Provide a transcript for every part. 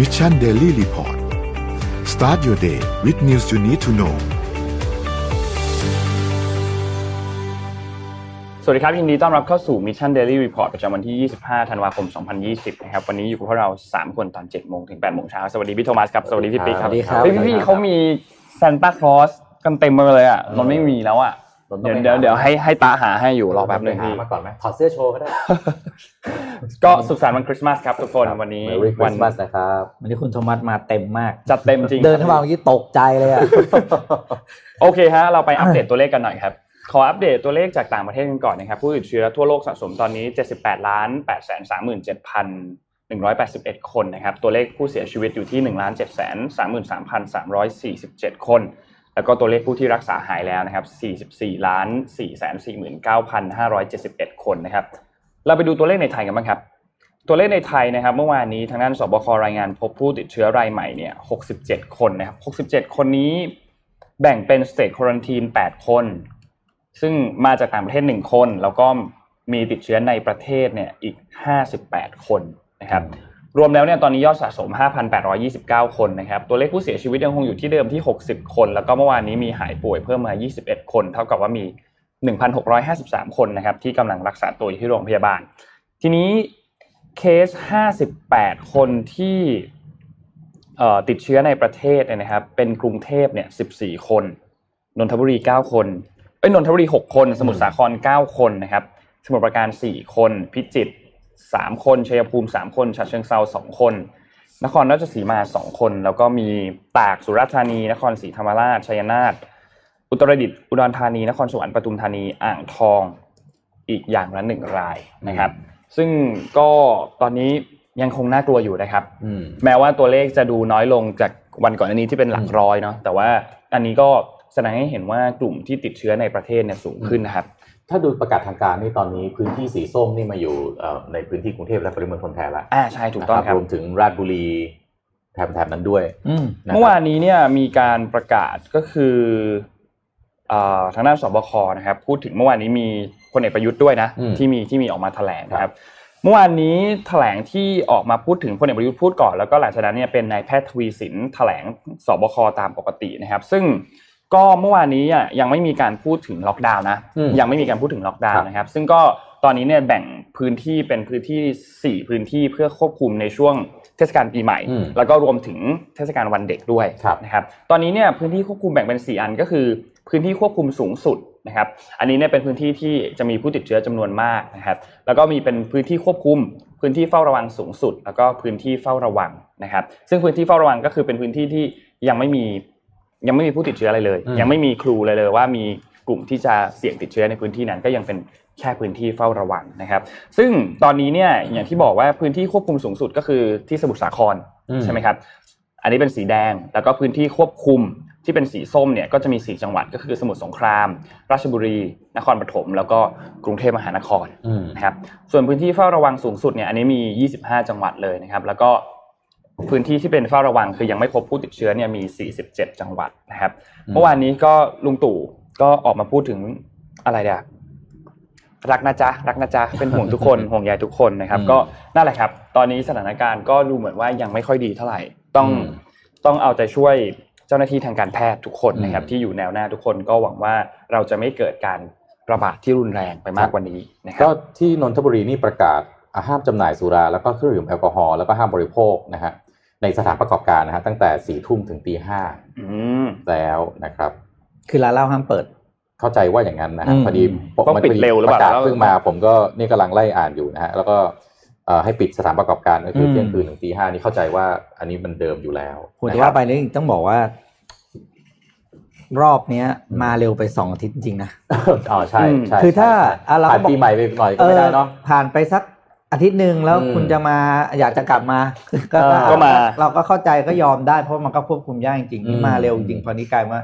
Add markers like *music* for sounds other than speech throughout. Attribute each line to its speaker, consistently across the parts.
Speaker 1: Mission Daily Report start your day with news you need to know
Speaker 2: สวัสดีครับยินดีต้อนรับเข้าสู่ Mission Daily Report ประจำวันที่ 25 ธันวาคม 2020 นะครับ วันนี้อยู่กับพวกเรา 3 คนตอน 7 โมงถึง 8 โมงเช้า สวัสดีพี่โทมัสครับ สวัสดีพี่ปิ๊กครับ
Speaker 3: สวัสดีครับ
Speaker 2: เฮ้ยพี่พี่
Speaker 3: สวัสดีครับ
Speaker 2: เขามีซานตาคลอสกันเต็มมาเลยอ่ะนนท์ไม่มีแล้วอ่ะ
Speaker 3: นนท์ต้
Speaker 2: เดี๋ว
Speaker 3: อย งไป
Speaker 2: เดี๋ยว
Speaker 3: หา
Speaker 2: เดี๋ยวให้ให้ตาหาให้อยู่รอแป๊บหนึง
Speaker 3: หา
Speaker 2: พี่
Speaker 3: มาก่อนไหมถอดเสื้อโชว์ก็ได้
Speaker 2: ก็สุขสันต์วันคริสต์มาสครับทุกคนวันนี้
Speaker 3: รีค
Speaker 2: วั
Speaker 3: ริสต์มาสนะครับ
Speaker 4: วันนี้คุณโทมัสมาเต็มมาก
Speaker 2: จัดเต็มจริง
Speaker 4: เดินเข้ามาเมื่อกี้ตกใจเลยอ่ะ
Speaker 2: โอเคฮะเราไปอัปเดตตัวเลขกันหน่อยครับ ขออัปเดตตัวเลขจากต่างประเทศกันก่อนนะครับผู้ติดเชื้อทั่วโลกสะสมตอนนี้ 78ล้าน8แสน181 คนนะครับตัวเลขผู้เสียชีวิตอยู่ที่1ล้าน7แสน33,347 คน แล้วก็ตัวเลขผู้ที่รักษาหายแล้วนะครับ44ล้าน4แสน49,571 คนนะครับ เราไปดูตัวเลขในไทยกันบ้างครับ ตัวเลขในไทยนะครับ เมื่อวานนี้ทางด้านสบครายงานพบผู้ติดเชื้อรายใหม่เนี่ย 67 คนนะครับ 67 คนนี้แบ่งเป็นสเตทควอรันทีน 8 คน ซึ่งมาจากต่างประเทศ 1 คน แล้วก็มีติดเชื้อในประเทศเนี่ยอีก 58 คนนะครับ รวมแล้วเนี่ยตอนนี้ยอดสะสม 5,829 คนนะครับ ตัวเลขผู้เสียชีวิตยังคงอยู่ที่เดิมที่ 60 คน แล้วก็เมื่อวานนี้มีหายป่วยเพิ่มมา 21 คน เท่ากับว่ามี 1,653 คนนะครับที่กำลังรักษาตัวอยู่ที่โรงพยาบาล ทีนี้เคส 58 คนที่เอ่อติดเชื้อในประเทศเนี่ยนะครับ เป็นกรุงเทพเนี่ย 14 คน นนทบุรี 9 คนเอ้ยนนทบุรี 6 คน สมุทรสาคร 9 คนนะครับ สมุทรปราการ 4 คน พิจิตร 3 คน ชัยภูมิ 3 คนฉะเชิงเซา2 คน นครราชสีมา 2 คน แล้วก็มีตาก สุราษฎร์ธานี นครศรีธรรมราช ชัยนาท อุตรดิตถ์อุดรธานี นครสวรรค์ปทุมธานี อ่างทอง อีกอย่างละหนึ่งรายนะครับ ซึ่งก็ตอนนี้ยังคงน่ากลัวอยู่นะครับ
Speaker 3: อืม
Speaker 2: แม้ว่าตัวเลขจะดูน้อยลงจากวันก่อนอันนี้ที่เป็นหลัก
Speaker 3: อืม
Speaker 2: ร้อยเนาะแต่ว่าอันนี้ก็แสดงให้เห็นว่ากลุ่มที่ติดเชื้อในประเทศเนี่ยสูงขึ้นนะครับ
Speaker 3: ถ้าดูประกาศทางการนี่ตอนนี้พื้นที่สีส้มนี่มาอยู่เอ่อในพื้นที่กรุงเทพและปริมณฑลแทนละ
Speaker 2: อ่าใช่ถูกต้อง
Speaker 3: นะครับ รวมถึงราชบุรีแถบๆนั้นด้วย
Speaker 4: อืม
Speaker 3: ะครับ
Speaker 2: เมื่อวานนี้เนี่ยมีการประกาศก็คือเอ่อทางด้านสบคนะครับ พูดถึงเมื่อวานนี้มีพลเอกประยุทธ์ด้วยนะ
Speaker 3: อืม
Speaker 2: ที่มีที่มีออกมาแถลงนะครับ เมื่อวานนี้แถลงที่ออกมาพูดถึงพลเอกประยุทธ์พูดก่อนแล้วก็หลังจากนั้นเนี่ยเป็นนายแพทย์ทวีสินแถลงสบคตามปกตินะครับ ซึ่งก็เมื่อวานนี้อ่ะยังไม่มีการพูดถึงล็อกดาวน์นะ
Speaker 3: อืม
Speaker 2: ยังไม่มีการพูดถึงล็อกดาว
Speaker 3: ค
Speaker 2: น์
Speaker 3: รับ
Speaker 2: นะครับ ซึ่งก็ตอนนี้เนี่ยแบ่งพื้นที่เป็นพื้นที่สี่พื้นที่เพื่อควบคุมในช่วงเทศกาลปีใหม่
Speaker 3: อืม
Speaker 2: แล้วก็รวมถึงเทศกาลวันเด็กด้วย
Speaker 3: ครับ
Speaker 2: นะครับ ตอนนี้เนี่ยพื้นที่ควบคุมแบ่งเป็น 4 อันก็คือ พื้นที่ควบคุมสูงสุดนะครับ อันนี้เนี่ยเป็นพื้นที่ที่จะมีผู้ติดเชื้อจำนวนมากนะครับ แล้วก็มีเป็นพื้นที่ควบคุม พื้นที่เฝ้าระวังสูงสุด แล้วก็พื้นที่เฝ้าระวังนะครับ ซึ่งพื้นที่เฝ้าระวังก็คือเป็นพื้นที่ที่ยังไม่มียังไม่มีผู้ติดเชื้ออะไรเลย
Speaker 3: อืม
Speaker 2: ยังไม่มีครูเลยเลยว่ามีกลุ่มที่จะเสี่ยงติดเชื้อในพื้นที่นั้นก็ยังเป็นแค่พื้นที่เฝ้าระวังนะครับ ซึ่งตอนนี้เนี่ยอย่างที่บอกว่าพื้นที่ควบคุมสูงสุดก็คือที่สมุทรสาคร
Speaker 3: อืม
Speaker 2: ใช่ไหมครับ อันนี้เป็นสีแดง แล้วก็พื้นที่ควบคุมที่เป็นสีส้มเนี่ยก็จะมีสีจังหวัดก็คือสมุทรสงคราม ราชบุรี นครปฐม แล้วก็กรุงเทพมหานคร
Speaker 3: อืม
Speaker 2: นะครับ ส่วนพื้นที่เฝ้าระวังสูงสุดเนี่ยอันนี้มี 25 จังหวัดเลยนะครับ แล้วก็พื้นที่ที่เป็นเฝ้าระวังคือยังไม่พบผู้ติดเชื้อเนี่ยมี 47 จังหวัดนะครับ
Speaker 3: อืม
Speaker 2: เมื่อวานนี้ก็ลุงตู่ก็ออกมาพูดถึงอะไรเดียรักนะจ๊ะรักนะจ๊ะเป็นห่วงทุ
Speaker 3: *laughs*
Speaker 2: กคน ห่วงใยทุกคนนะครับ
Speaker 3: อืม
Speaker 2: ก็นั่นแหละครับ ตอนนี้สถานการณ์ก็ดูเหมือนว่ายังไม่ค่อยดีเท่าไหร่ ต้อง
Speaker 3: อืม
Speaker 2: ต้องเอาใจช่วยเจ้าหน้าที่ทางการแพทย์ทุกคนนะครับ
Speaker 3: อืม
Speaker 2: ที่อยู่แนวหน้าทุกคนก็หวังว่าเราจะไม่เกิดการระบาดที่รุนแรงไปมากกว่านี้นะครั
Speaker 3: ก็
Speaker 2: บ
Speaker 3: ที่นนทบุรีนี่ประกาศอ่ะห้ามจำหน่ายสุรา แล้วก็เครื่องดื่มแอลกอฮอล์แล้วก็ห้ามบริโภคนะฮะในสถานประกอบการนะฮะตั้งแต่สี่ทุ่มถึงตีห้า
Speaker 2: อืม
Speaker 3: แล้วนะครับ
Speaker 4: คือร้านเหล้าห้ามเปิด
Speaker 3: เข้าใจว่าอย่างนั้นนะ
Speaker 4: อื
Speaker 3: ฮะ
Speaker 4: ม
Speaker 3: พอดีผม
Speaker 2: ต้องปิด
Speaker 3: พอ
Speaker 2: เร็วหรือเปล่า
Speaker 3: ประกาศ
Speaker 2: แล้ว
Speaker 3: เพิ่งมาผมก็นี่กำลังไล่อ่านอยู่นะฮะแล้วก็เอ่อให้ปิดสถานประกอบการก็คือเที่ยงคืนถึงตีห้านี่เข้าใจว่าอันนี้มันเดิมอยู่แล้ว
Speaker 4: คุณ
Speaker 3: นะ
Speaker 4: จะ
Speaker 3: ครั
Speaker 4: ว่า
Speaker 3: บ
Speaker 4: ไปนี่ต้องบอกว่า รอบเนี้ย มาเร็วไปสองอาทิตย์จริงๆนะ
Speaker 3: *laughs* อ๋อใช่ใช่
Speaker 4: คือถ้าอ่ะเรา
Speaker 3: ผ่าน
Speaker 4: บอก
Speaker 3: ปีใหม่ไปหน่อยก็ไม่ได้เนาะ
Speaker 4: ออผ่านไปสักอาทิตย์หนึ่งแล้ว
Speaker 3: อืม
Speaker 4: คุณจะมาอยากจะกลับมา *laughs* ก็
Speaker 3: เออ
Speaker 2: ก็มา
Speaker 4: เราก็เข้าใจก็ยอมได้เพราะมันก็ควบคุมยากจริงๆนี่
Speaker 3: อืม
Speaker 4: มาเร็วจริงๆพอนี้กลายมา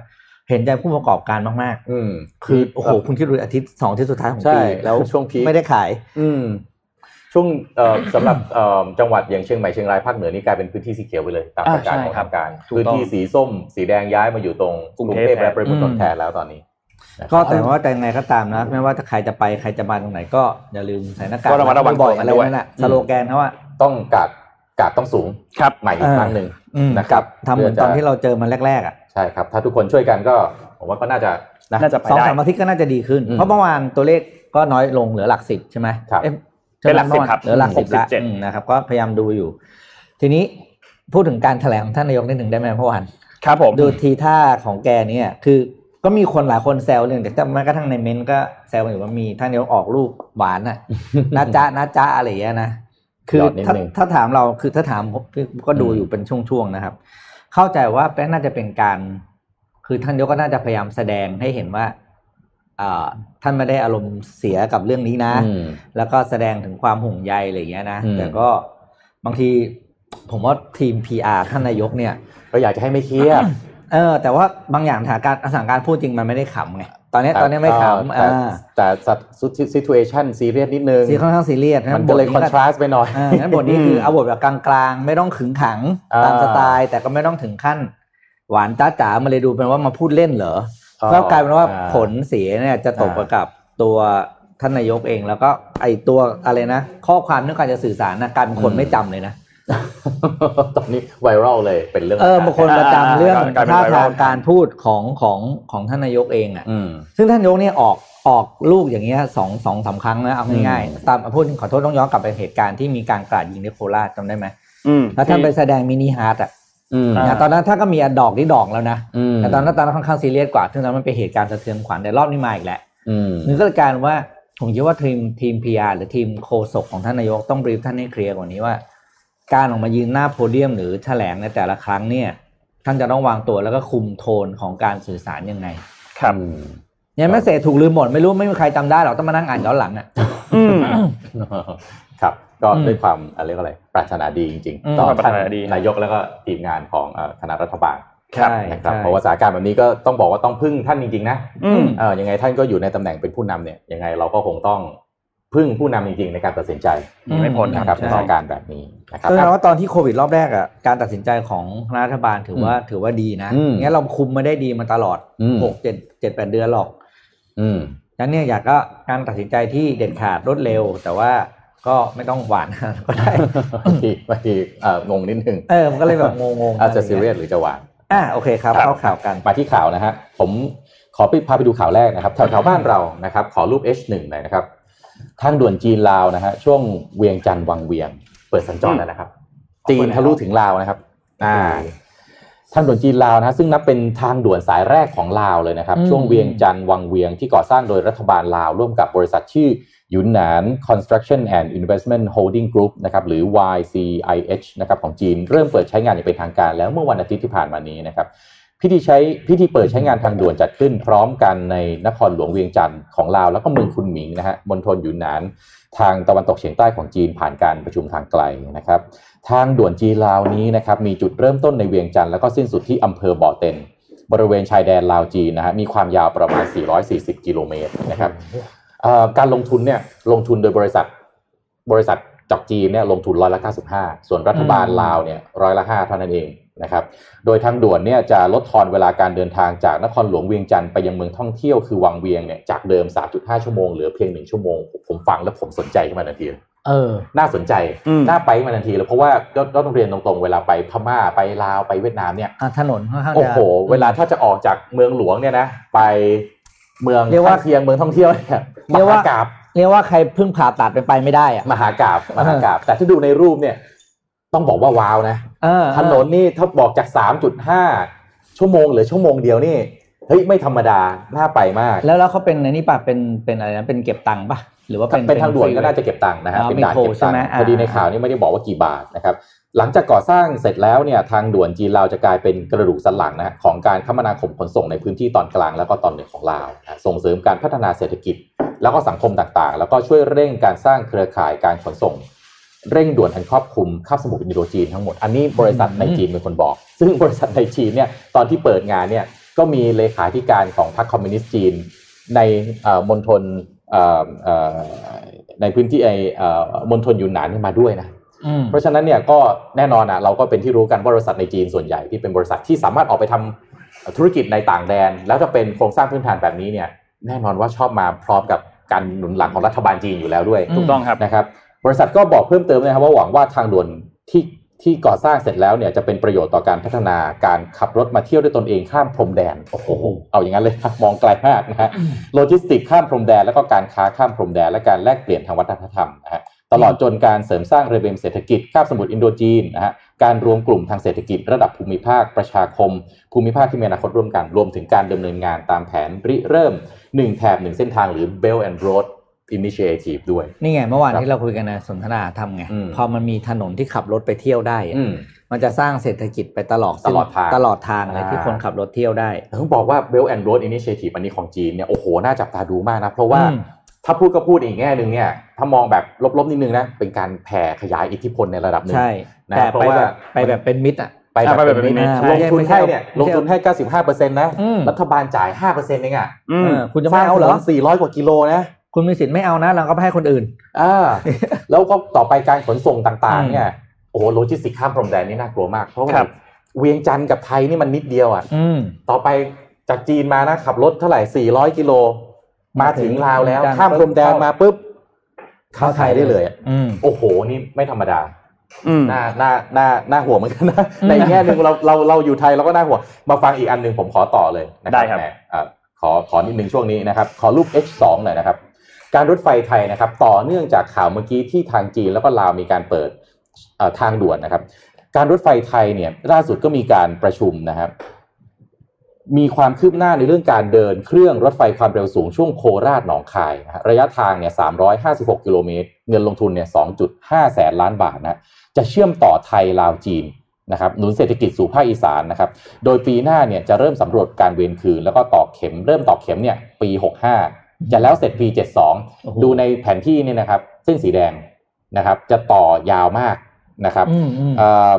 Speaker 4: เห็นใจผู้ประกอบการมาก
Speaker 3: อืม
Speaker 4: ๆ คือโอ้โหคุณคิดดูอาทิตย์สองอาทิตย์สุดท้ายของ
Speaker 3: ใช่
Speaker 4: ปี
Speaker 3: แล้
Speaker 4: แล้ว ว
Speaker 3: ช่วงพีค
Speaker 4: ไม่ได้ขาย
Speaker 3: อืมช่วงเอ่อสำหรับเอ่อจังหวัดอย่างเชียงใหม่เชียงรายภาคเหนือนี่กลายเป็นพื้นที่สีเขียวไปเลยตามประกา
Speaker 2: อ่า
Speaker 3: ศ
Speaker 2: ใช่
Speaker 3: ของ
Speaker 2: ครั
Speaker 3: ทา
Speaker 2: บ
Speaker 3: งการ
Speaker 2: ถูก
Speaker 3: พื้น
Speaker 2: ต้อง
Speaker 3: ที่สีส้ม สีแดงย้ายมาอยู่ตรง
Speaker 2: กรุง
Speaker 3: กรุง
Speaker 2: เทพ
Speaker 3: เทพและปริมณฑล
Speaker 4: อืม
Speaker 3: แทนแล้วตอนนี้นะครับ
Speaker 4: ก็แต่ว่าแต่ยังไงก็ตามนะ ไม่ว่าจะใครจะไปใครจะมาตรงไหนก็อย่าลืมใส่หน้ากาก
Speaker 2: ก็ระมัดระวัง
Speaker 4: บ่อ
Speaker 2: ตั
Speaker 4: ย
Speaker 2: วกั
Speaker 4: อะ
Speaker 2: น
Speaker 4: ไร
Speaker 2: ด้วย
Speaker 4: นั่นแหละ
Speaker 3: อืม
Speaker 4: สโลแกนเขาว่า
Speaker 3: ต้องกัก กาดต้องสูง
Speaker 2: ครับ
Speaker 3: ใหม่อีกครั้งหนึ่ง
Speaker 4: อืม
Speaker 3: นะครับ
Speaker 4: ทำเหมือนตอนที่เราเจอมันแรกๆอ่ะ
Speaker 3: ใช่ครับ ถ้าทุกคนช่วยกันก็ผมว่าก็น่าจะนะ
Speaker 2: น่าจะไป
Speaker 4: สอง
Speaker 2: ได้
Speaker 4: สามอาทิตย์ก็น่าจะดีขึ้น
Speaker 3: อืม
Speaker 4: เพราะเมื่อวานตัวเลขก็น้อยลงเหลือหลักสิบใช่ไหม
Speaker 3: ครับ
Speaker 4: อ๊ะ
Speaker 2: เป็นหลักสิบครับ
Speaker 4: เหลือหลักสิบ
Speaker 2: ห
Speaker 4: ละ
Speaker 2: กสิบเจ็ด
Speaker 4: อืมนะครับ ก็พยายามดูอยู่ ทีนี้พูดถึงการแถลงของท่านนายกนิดหนึ่งได้ไหมเมื่อวาน
Speaker 2: ครับผม
Speaker 4: ดูทีท่าของแกเนี่ยคือก็มีคนหลายคนแซวเรื่องแต่แม้กระทั่งในเมนต์ก็แซวกันอยู่ว่ามีท่านนายกออกรูปหวานน่ะ นะจ๊ะ *laughs* นะจ๊ะอะไรอย่างเงี้ยนะคือ
Speaker 3: หยอดนิด
Speaker 4: ถ้า
Speaker 3: นึง
Speaker 4: ถ้าถามเราคือถ้าถามผมก็ดู
Speaker 3: อืม
Speaker 4: อยู่เป็นช่วงๆนะครับ เข้าใจว่าแป้น่าจะเป็นการ คือท่านนายกก็น่าจะพยายามแสดงให้เห็นว่าอ่าท่านไม่ได้อารมณ์เสียกับเรื่องนี้นะ
Speaker 3: อืม
Speaker 4: แล้วก็แสดงถึงความห่วงใยอะไรอย่างเงี้ยนะ
Speaker 3: อืม
Speaker 4: แต่ก็บางทีผมว่าทีม PR ท่านนายกเนี่ย
Speaker 3: ก็อยากจะให้ไม่เครียด
Speaker 4: เออแต่ว่าบางอย่างสถานการณ์สถานการณ์พูดจริงมันไม่ได้ขำไงตอนเนี้ย
Speaker 3: แต่
Speaker 4: ตอนเนี้ยไม่ขำ
Speaker 3: แต่
Speaker 4: อ่า
Speaker 3: แต่ซิทูเอชันซีเรียสนิดนึง
Speaker 4: ซีค่อนข้างซีเรียส
Speaker 3: มันก็เลยคอนทราสต์ไปหน่อย
Speaker 4: อ่างั้นบทนี้คือเอาบทแบบกลางๆ ไม่ต้องขึงขัง
Speaker 3: อ่า
Speaker 4: ตามสไตล์แต่ก็ไม่ต้องถึงขั้น หวานจ้าจ๋ามาเลยดูเป็นว่ามาพูดเล่นเหรอ
Speaker 3: อ๋อ
Speaker 4: ก็กลายเป็นว่า
Speaker 3: อ่
Speaker 4: ผลเสียเนี่ยจะตก
Speaker 3: อ่า
Speaker 4: ไปกับตัวท่านนายกเอง แล้วก็ไอตัวอะไรนะ ข้อความเรื่องการจะสื่อสารนะกลายเป็นคนไม่จำเลยนะ
Speaker 3: ตอนนี้ไวรัลเลยเป็นเรื่อง
Speaker 4: เออบางคนประจำเรื่อง
Speaker 2: อ่ากลายเป็น
Speaker 4: ท่า
Speaker 2: ไวรั
Speaker 4: ทา
Speaker 2: ล
Speaker 4: งการพูดของของของท่านนายกเองอ่ะ
Speaker 3: อืม
Speaker 4: ซึ่งท่านนายกเนี่ยออกออกลูกอย่างเงี้ยสองสองสามครั้งนะเอาง่ายๆตามพูดขอโทษต้องย้อนกลับไปเหตุการณ์ที่มีการกราดยิงในโคราชจำได้ไหม
Speaker 2: อืม
Speaker 4: แล้วท่านไปแสดงมินิฮาร์ดอ่ะ
Speaker 3: อืม
Speaker 2: อ่า
Speaker 4: นะตอนนั้นท่านก็มีดอกที่ดอกแล้วนะ
Speaker 3: อืม
Speaker 4: แต่ตอนนั้นตอนนั้นค่อนข้างซีเรียสกว่าซึ่งตอนนั้นมันเป็นเหตุการณ์สะเทือนขวัญแต่รอบนี้มาอีกแล้ว
Speaker 3: อืม
Speaker 4: นึกก็เลยกลารว่าผมคิดว่าทีมทีมพีอาหรือทีมโคศกของท่านนายกต้องบรีฟท่านให้เคลียร์กว่านี้ว่า การออกมายืนหน้าโพเดียมหรือแถลงในแต่ละครั้งเนี่ยท่านจะต้องวางตัวแล้วก็คุมโทนของการสื่อสารยังไง
Speaker 2: ครับ
Speaker 3: อืม
Speaker 4: ยังไม่เสร็จถูกลืมหมดไม่รู้ไม่มีใครจำได้หรอกต้องมานั่งอ่านย้อนหลังอ่ะ
Speaker 2: อืม
Speaker 3: ครับ ก็
Speaker 4: อืม
Speaker 3: ด้วยความอะไรยกว่าอะไรปรารถนาดีจริง
Speaker 4: อืม
Speaker 3: ๆ ต่อ
Speaker 2: ปราร
Speaker 3: ท่าน
Speaker 2: ถนาดี
Speaker 3: นายกแล้วก็ทีมงานของเอ่อคณะรัฐบาล
Speaker 2: ครับ
Speaker 4: ใช่
Speaker 3: นะครับ
Speaker 4: ใช่
Speaker 3: เพราะว่าสถานการณ์แบบนี้ก็ต้องบอกว่าต้องพึ่งท่านจริงๆนะ
Speaker 2: อืม
Speaker 3: เออยังไงท่านก็อยู่ในตำแหน่งเป็นผู้นำเนี่ยยังไงเราก็คงต้องพึ่งผู้นำจริงๆ ในการตัดสินใจ
Speaker 2: หนีไม่พ้น
Speaker 4: อื
Speaker 3: นะครับใน
Speaker 4: ใช่
Speaker 3: สถานการณ์แบบนี้นะครับ
Speaker 4: ซึ่งเราว่าตอนที่โควิดรอบแรกอ่ะการตัดสินใจของรัฐบาลถือว่าถือว่าดีนะ
Speaker 3: อืม
Speaker 4: งั้นเราคุมมาได้ดีมาตลอด
Speaker 3: อืม
Speaker 4: หกเจ็ดเจ็ดแปดเดือนหรอก
Speaker 3: อืม
Speaker 4: งั้นเนี่ยอยากก็การตัดสินใจที่เด็ดขาดรวดเร็ว แต่ว่าก็ไม่ต้องหวาน *laughs* ก็
Speaker 3: *laughs*
Speaker 4: ได้
Speaker 3: บางทีบางทีเอ่องงนิดนึง
Speaker 4: เออมันก็เลยแบบงงๆ
Speaker 3: อาจจะซีเรียสหรือจะหวาน
Speaker 4: อ่ะโอเคครับ
Speaker 3: ครับ
Speaker 4: เข้าข่าวกัน
Speaker 3: มาที่ข่าวนะฮะผมขอไปพาไปดูข่าวแรกนะครับแถวแถวบ้านเรานะครับ ขอรูป H1 หน่อยนะครับทางด่วนจีนลาวนะฮะช่วงเวียงจันทร์วังเวียง เปิดสัญจรแล้วนะครับ จีนทะลุถึงลาวนะครับ อ่า ทางด่วนจีนลาวนะฮะซึ่งนับเป็นทางด่วนสายแรกของลาวเลยนะครับ
Speaker 4: อืม
Speaker 3: ช่วงเวียงจันทร์วังเวียงที่ก่อสร้างโดยรัฐบาลลาวร่วมกับบริษัทชื่อยุนหนาน Construction and Investment Holding Group นะครับหรือ YCIH นะครับของจีนเริ่มเปิดใช้งานอย่างเป็นทางการแล้วเมื่อวันอาทิตย์ที่ผ่านมานี้นะครับ พิธีใช้พิธีเปิดใช้งานทางด่วนจัดขึ้นพร้อมกันในนครหลวงเวียงจันทร์ของลาวแล้วก็เมืองคุนหมิงนะฮะมณฑลยูนนาน ทางตะวันตกเฉียงใต้ของจีนผ่านการประชุมทางไกลนะครับ ทางด่วนจีนลาวนี้นะครับมีจุดเริ่มต้นในเวียงจันทร์แล้วก็สิ้นสุดที่อำเภอบ่อเต็น บริเวณชายแดนลาวจีนนะฮะมีความยาวประมาณ 440 กิโลเมตรนะครับเอ่อการลงทุนเนี่ยลงทุนโดยบริษัทบริษัทจากจีนเนี่ยลงทุนร้อยละ95 ส่วนรัฐบาล
Speaker 4: อืม
Speaker 3: ลาวเนี่ยร้อยละ5เท่านั้นเองนะครับ โดยทางด่วนเนี่ยจะลดทอนเวลาการเดินทางจากนครหลวงเวียงจันทร์ไปยังเมืองท่องเที่ยวคือวังเวียงเนี่ยจากเดิม 3.5 ชั่วโมงเหลือเพียง 1 ชั่วโมง ผมฟังแล้วผมสนใจขึ้นมาทันที
Speaker 4: เออ
Speaker 3: น่าสนใจ
Speaker 2: อืม
Speaker 3: น่าไปขึ้นมาทันทีเลยเพราะว่าก็ก็ต้องเรียนตรงๆ เวลาไปพม่าไปลาวไปเวียดนามเนี่ย
Speaker 4: อ่ะถนนค่อนข้างจะ
Speaker 3: โอ้โห เวลาถ้าจะออกจากเมืองหลวงเนี่ยนะ ไปเมือง
Speaker 4: เรียกว่า
Speaker 3: ข้งเคียงเมืองท่องเที่ยวเนี่ยม
Speaker 4: เรียกว่า
Speaker 3: หากราบ
Speaker 4: เรียกว่าใครเพิ่งผ่าตัดไปไปไม่ได้อ่ะ
Speaker 3: มหากราบมหากราบแต่ถ้าดูในรูปเนี่ย ต้องบอกว่าว้าวนะ
Speaker 4: เออ
Speaker 3: ถนนนี่ถ้าบอกจาก 3.5 ชั่วโมงเหรือชั่วโมงเดียวนี่ เฮ้ย ไม่ธรรมดา น่าไปมาก
Speaker 4: แล้วแล้วเขาเป็นในนี่ป่ะเป็นเป็นอะไรนะเป็นเก็บตังค์ป่ะหรือว่าเป็น
Speaker 3: เป็นทางด่วนก็น่าจะเก็บตังค์นะฮะ
Speaker 4: อ๋อ
Speaker 3: เป็นด่าน
Speaker 4: มีโค
Speaker 3: เก็บตังค์
Speaker 4: ใช่ไหมอ่า
Speaker 3: พอดีในข่าวนี่ไม่ได้บอกว่ากี่บาทนะครับหลังจากก่อสร้างเสร็จแล้วเนี่ยทางด่วนจีนลาวจะกลายเป็นกระดูกสันหลังนะฮะของการคมนาคมขนส่งในพื้นที่ตอนกลางแล้วก็ตอนเหนือของลาวนะส่งเสริมการพัฒนาเศรษฐกิจ แล้วก็สังคมต่างๆ แล้วก็ช่วยเร่งการสร้างเครือข่ายการขนส่ง เร่งด่วนอันครอบคลุมคาบสมุทรอินโดจีนทั้งหมด อันนี้บริษัทในจีนเป็นคนบอก ซึ่งบริษัทในจีนเนี่ยตอนที่เปิดงานเนี่ยก็มีเลขาธิการของพรรคคอมมิวนิสต์จีน ในเอ่อมณฑลเอ่อเอ่อในพื้นที่ไอเอ่อมณฑลยูนนานเนี่ยมาด้วยนะ
Speaker 4: อืม
Speaker 3: เพราะฉะนั้นเนี่ยก็แน่นอนอ่ะเราก็เป็นที่รู้กันว่าบริษัทในจีนส่วนใหญ่ที่เป็นบริษัทที่สามารถออกไปทำธุรกิจในต่างแดน แล้วจะเป็นโครงสร้างพื้นฐานแบบนี้เนี่ยแน่นอนว่าชอบมาพร้อมกับการหนุนหลังของรัฐบาลจีนอยู่แล้วด้วย
Speaker 4: อืม
Speaker 2: ถูกต้องครับ
Speaker 3: นะครับบริษัทก็บอกเพิ่มเติมนะครับว่าหวังว่าทางด่วนที่ ที่ก่อสร้างเสร็จแล้วเนี่ยจะเป็นประโยชน์ต่อการพัฒนาการขับรถมาเที่ยวด้วยตนเองข้ามพรมแดนโอ้โหเอาอย่างนั้นเลยครับมองไกลมากนะฮะโลจิสติกข้ามพรมแดนแล้วก็การค้าข้ามพรมแดนและการแลกเปลี่ยนทางวัฒนธรรมนะฮะตลอดจนการเสริมสร้างระเบียบเศรษฐกิจคาบสมุทรอินโดจีนนะฮะการรวมกลุ่มทางเศรษฐกิจระดับภูมิภาคประชาคม ภูมิภาคที่มีอนาคตร่วมกันรวมถึงการดำเนินงานตามแผนริเริ่มหนึ่งแถบหนึ่งเส้นทางหรือ Belt and Road Initiative ด้วย
Speaker 4: นี่ไงเมื่อวาน
Speaker 3: ครับ
Speaker 4: ที่เราคุยกันในสนทนาทำไง
Speaker 3: อืม
Speaker 4: พอมันมีถนนที่ขับรถไปเที่ยวได้อะ
Speaker 3: อืม
Speaker 4: มันจะสร้างเศรษฐกิจไปตลอด
Speaker 3: ตลอดทาง
Speaker 4: ตลอดทางเลย
Speaker 3: อ่า
Speaker 4: ที่คนขับรถเที่ยวได้
Speaker 3: แต่ต้องบอกว่า Belt and Road Initiative อันนี้ของจีนเนี่ยโอ้โห น่าจับตาดูมากนะ เพราะว่า
Speaker 4: อืม
Speaker 3: ถ้าพูดก็พูดอีกแง่หนึ่งเนี่ย ถ้ามองแบบลบๆนิดนึงนะ เป็นการแผ่ขยายอิทธิพลในระดับหนึ่ง
Speaker 4: ใช่
Speaker 3: นะ
Speaker 4: แต่
Speaker 3: เพราะ
Speaker 4: ไป
Speaker 3: ว่า
Speaker 4: แบบไปแบบเป็นมิตรอ่ะ
Speaker 3: ไป
Speaker 2: อ่ะไป
Speaker 3: แบบ
Speaker 2: แบบ
Speaker 3: นี้นะ
Speaker 4: นี้
Speaker 3: ลงทุน
Speaker 4: ไม่ใช่
Speaker 3: ให้เนี่ย
Speaker 4: ไม่ใช่
Speaker 3: ลงทุนให้ 95%นะ
Speaker 4: อืม
Speaker 3: รัฐบาลจ่าย 5%เองอ่ะ
Speaker 2: อืม
Speaker 4: เออ คุณจะไม่เอาเหรอ
Speaker 3: สงถนน400 กว่ากิโลนะ
Speaker 4: คุณมีสิทธิ์ไม่เอานะเราก็ไปให้คนอื่น
Speaker 3: อ่า แล้วก็ต่อไปการขนส่งต่างๆ เนี่ย โอ้โหโลจิสติกส์ข้ามพรมแดนนี่น่ากลัวมาก เพราะว่า
Speaker 2: ครับ
Speaker 3: เวียงจันทร์กับไทยนี่มันนิดเดียวอ่ะ
Speaker 4: อืม
Speaker 3: ต่อไปจากจีนมานะขับรถเท่าไหร่ 400 กิโล มาถึงลาวแล้ว
Speaker 4: มาถึง
Speaker 3: ข้ามพรมแดนมาปุ๊บ
Speaker 4: เข้า
Speaker 3: เข้าไทย
Speaker 4: ไทย
Speaker 3: ได้เลยอะ
Speaker 4: อืม
Speaker 3: โอ้โห นี่ไม่ธรรมดา
Speaker 2: อืม
Speaker 3: น่าน่าน่าน่าห่วงเหมือนกันนะ
Speaker 4: อืม
Speaker 3: ในแง่หนึ่งเราเราเราอยู่ไทยเราก็น่าห่วง มาฟังอีกอันหนึ่งผมขอต่อเลยนะ
Speaker 2: ได้ครับ
Speaker 3: แหมอ่ะขอขอนิดนึงช่วงนี้นะครับ ขอรูป H2 หน่อยนะครับ การรถไฟไทยนะครับ ต่อเนื่องจากข่าวเมื่อกี้ที่ทางจีนแล้วก็ลาวมีการเปิดเอ่อทางด่วนนะครับ การรถไฟไทยเนี่ยล่าสุดก็มีการประชุมนะครับ มีความคืบหน้าในเรื่องการเดินเครื่องรถไฟความเร็วสูงช่วงโคราชหนองคายนะฮะระยะทางเนี่ย356 กิโลเมตร เงินลงทุนเนี่ย2.5 แสนล้านบาทนะจะเชื่อมต่อไทยลาวจีนนะครับหนุนเศรษฐกิจสู่ภาคอีสานนะครับ โดยปีหน้าเนี่ยจะเริ่มสำรวจการเวรคืน แล้วก็ตอกเข็มเริ่มตอกเข็มเนี่ยปี 65 จะแล้วเสร็จปี
Speaker 4: โอ้โห
Speaker 3: 72 ดูในแผนที่เนี่ยนะครับ เส้นสีแดงนะครับ จะต่อยาวมากนะครับ
Speaker 4: อืมอืม
Speaker 3: เอ่อ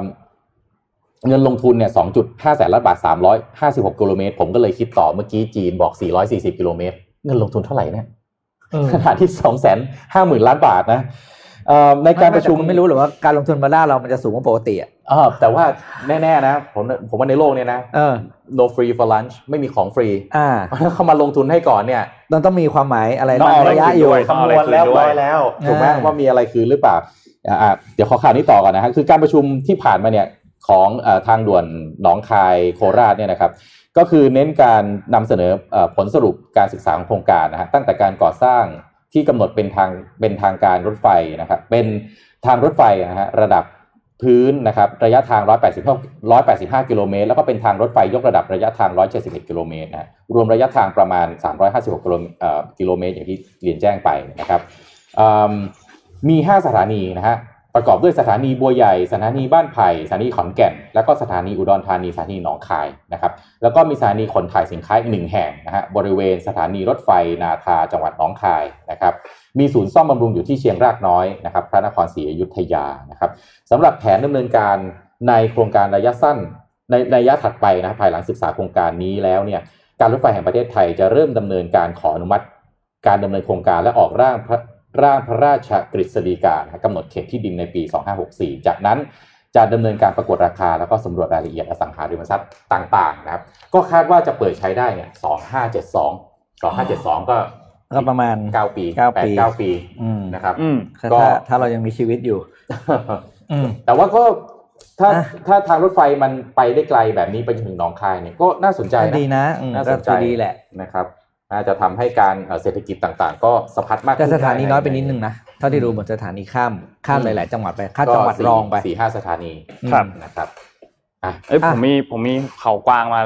Speaker 3: เงินลงทุนเนี่ย 2.5 แสนล้านบาท 356 กิโลเมตร ผมก็เลยคิดต่อเมื่อกี้จีนบอก 440 กิโลเมตร เงินลงทุนเท่าไหร่เนี่ย
Speaker 4: เออ
Speaker 3: ขนาดที่ 2 5 0 0 0 0 ล้านบาทนะเอ่อในการประชุม
Speaker 4: ไแต่คุณไม่รู้หรอว่าการลงทุนมาล่าเรามันจะสูงกว่าปกติอ่ะ
Speaker 3: เออแต่ว่าแน่ ๆ นะ ผมผมว่าในโลกเนี่ยนะ
Speaker 4: เออ
Speaker 3: no free for lunch ไม่มีของฟรี
Speaker 4: อ่า
Speaker 3: เพราะฉะนั้นเขามาลงทุนให้ก่อนเนี่ย
Speaker 4: มันต้องมีความหมายอะไร
Speaker 3: ต้อง
Speaker 4: บาง
Speaker 3: เอา
Speaker 4: ระยะ
Speaker 2: อะไร
Speaker 4: อยู่
Speaker 2: ด้วย
Speaker 3: คำนวณแล้ว
Speaker 2: ต้องเอาอะ
Speaker 3: ร้อ
Speaker 2: ไรคืนด้วย ย
Speaker 3: แล้วถูกไหม
Speaker 4: อ่า
Speaker 3: ว่ามีอะไรคืนหรือเปล่าอ่าอ่าเดี๋ยวขอข่าวนี้ต่อก่อนนะฮะคือการประชุมที่ผ่านมาเนี่ยของเออทางด่วนหนองคายโคราชเนี่ยนะครับ ก็คือเน้นการนำเสนอเอ่อผลสรุปการศึกษาของโครงการนะฮะตั้งแต่การก่อสร้างที่กำหนดเป็นทางเป็นทางการรถไฟนะครับเป็นทางรถไฟนะฮะระดับพื้นนะครับระยะทาง 185 185 กิโลเมตรแล้วก็เป็นทางรถไฟยกระดับระยะทาง 171 กิโลเมตรนะฮะรวมระยะทางประมาณ 356 กิโลเอ่อกิโลเมตรอย่างที่เรียนแจ้งไปนะครับ อืมมี 5 สถานีนะฮะประกอบด้วยสถานีบัวใหญ่ สถานีบ้านไผ่สถานีขอนแก่น แล้วก็สถานีอุดรธานีสถานีหนองคายนะครับแล้วก็มีสถานีขนถ่ายสินค้าอีกหนึ่งแห่งนะฮะบริเวณสถานีรถไฟนาทาจังหวัดหนองคายนะครับมีศูนย์ซ่อมบำรุงอยู่ที่เชียงรากน้อยนะครับพระนครศรีอยุธยานะครับสำหรับแผนดำเนินการในโครงการระยะสั้นในในระยะถัดไปนะภายหลังศึกษาโครงการนี้แล้วเนี่ย การรถไฟแห่งประเทศไทยจะเริ่มดำเนินการขออนุมัติ การดำเนินโครงการและออกร่างพระร่างพระราชกฤษฎีกานะครับกำหนดเขตที่ดินในปี 2564 จากนั้นจะดำเนินการประกวดราคา แล้วก็สำรวจรายละเอียดอสังหาริมทรัพย์ต่าง ๆ นะครับ ก็คาดว่าจะเปิดใช้ได้เนี่ย2572 2572 ก็
Speaker 4: ก็ประมาณ
Speaker 3: 9ปี
Speaker 4: เก้าปี
Speaker 3: 8 9 ปี
Speaker 4: อืม
Speaker 3: นะครับ
Speaker 2: อืม
Speaker 4: คือ
Speaker 3: ก็
Speaker 4: ถ้าถ้าเรายังมีชีวิตอยู่ อืม
Speaker 3: แต่ว่าก็ถ้า
Speaker 4: อ่ะ
Speaker 3: ถ้าทางรถไฟมันไปได้ไกลแบบนี้ไปจนถึงหนองคายเนี่ยก็น่าสนใจ
Speaker 4: ก็
Speaker 3: นะ
Speaker 4: ดีนะอืม
Speaker 3: น่า
Speaker 4: ก็
Speaker 3: สนใจ
Speaker 4: คือดีแหละ
Speaker 3: นะครับน่าจะทำให้การเอ่อเศรษฐกิจต่างๆ ก็สะพัดมาก
Speaker 4: แต่สถานีน้อยไป
Speaker 3: ใ
Speaker 4: นิดนึงนะ เท่าที่รู้เหมือนสถานีข้ามข้ามหลาย ๆ จังหวัดไปข้าม
Speaker 3: ก็
Speaker 4: จังหวัด
Speaker 3: สี่
Speaker 4: รองไป
Speaker 3: สี่ห้าสถานี
Speaker 2: ครับ
Speaker 4: อืม
Speaker 3: นะครับ
Speaker 2: เอ้ย
Speaker 4: อ่ะ
Speaker 2: ผมมีผมมีเขากวางมา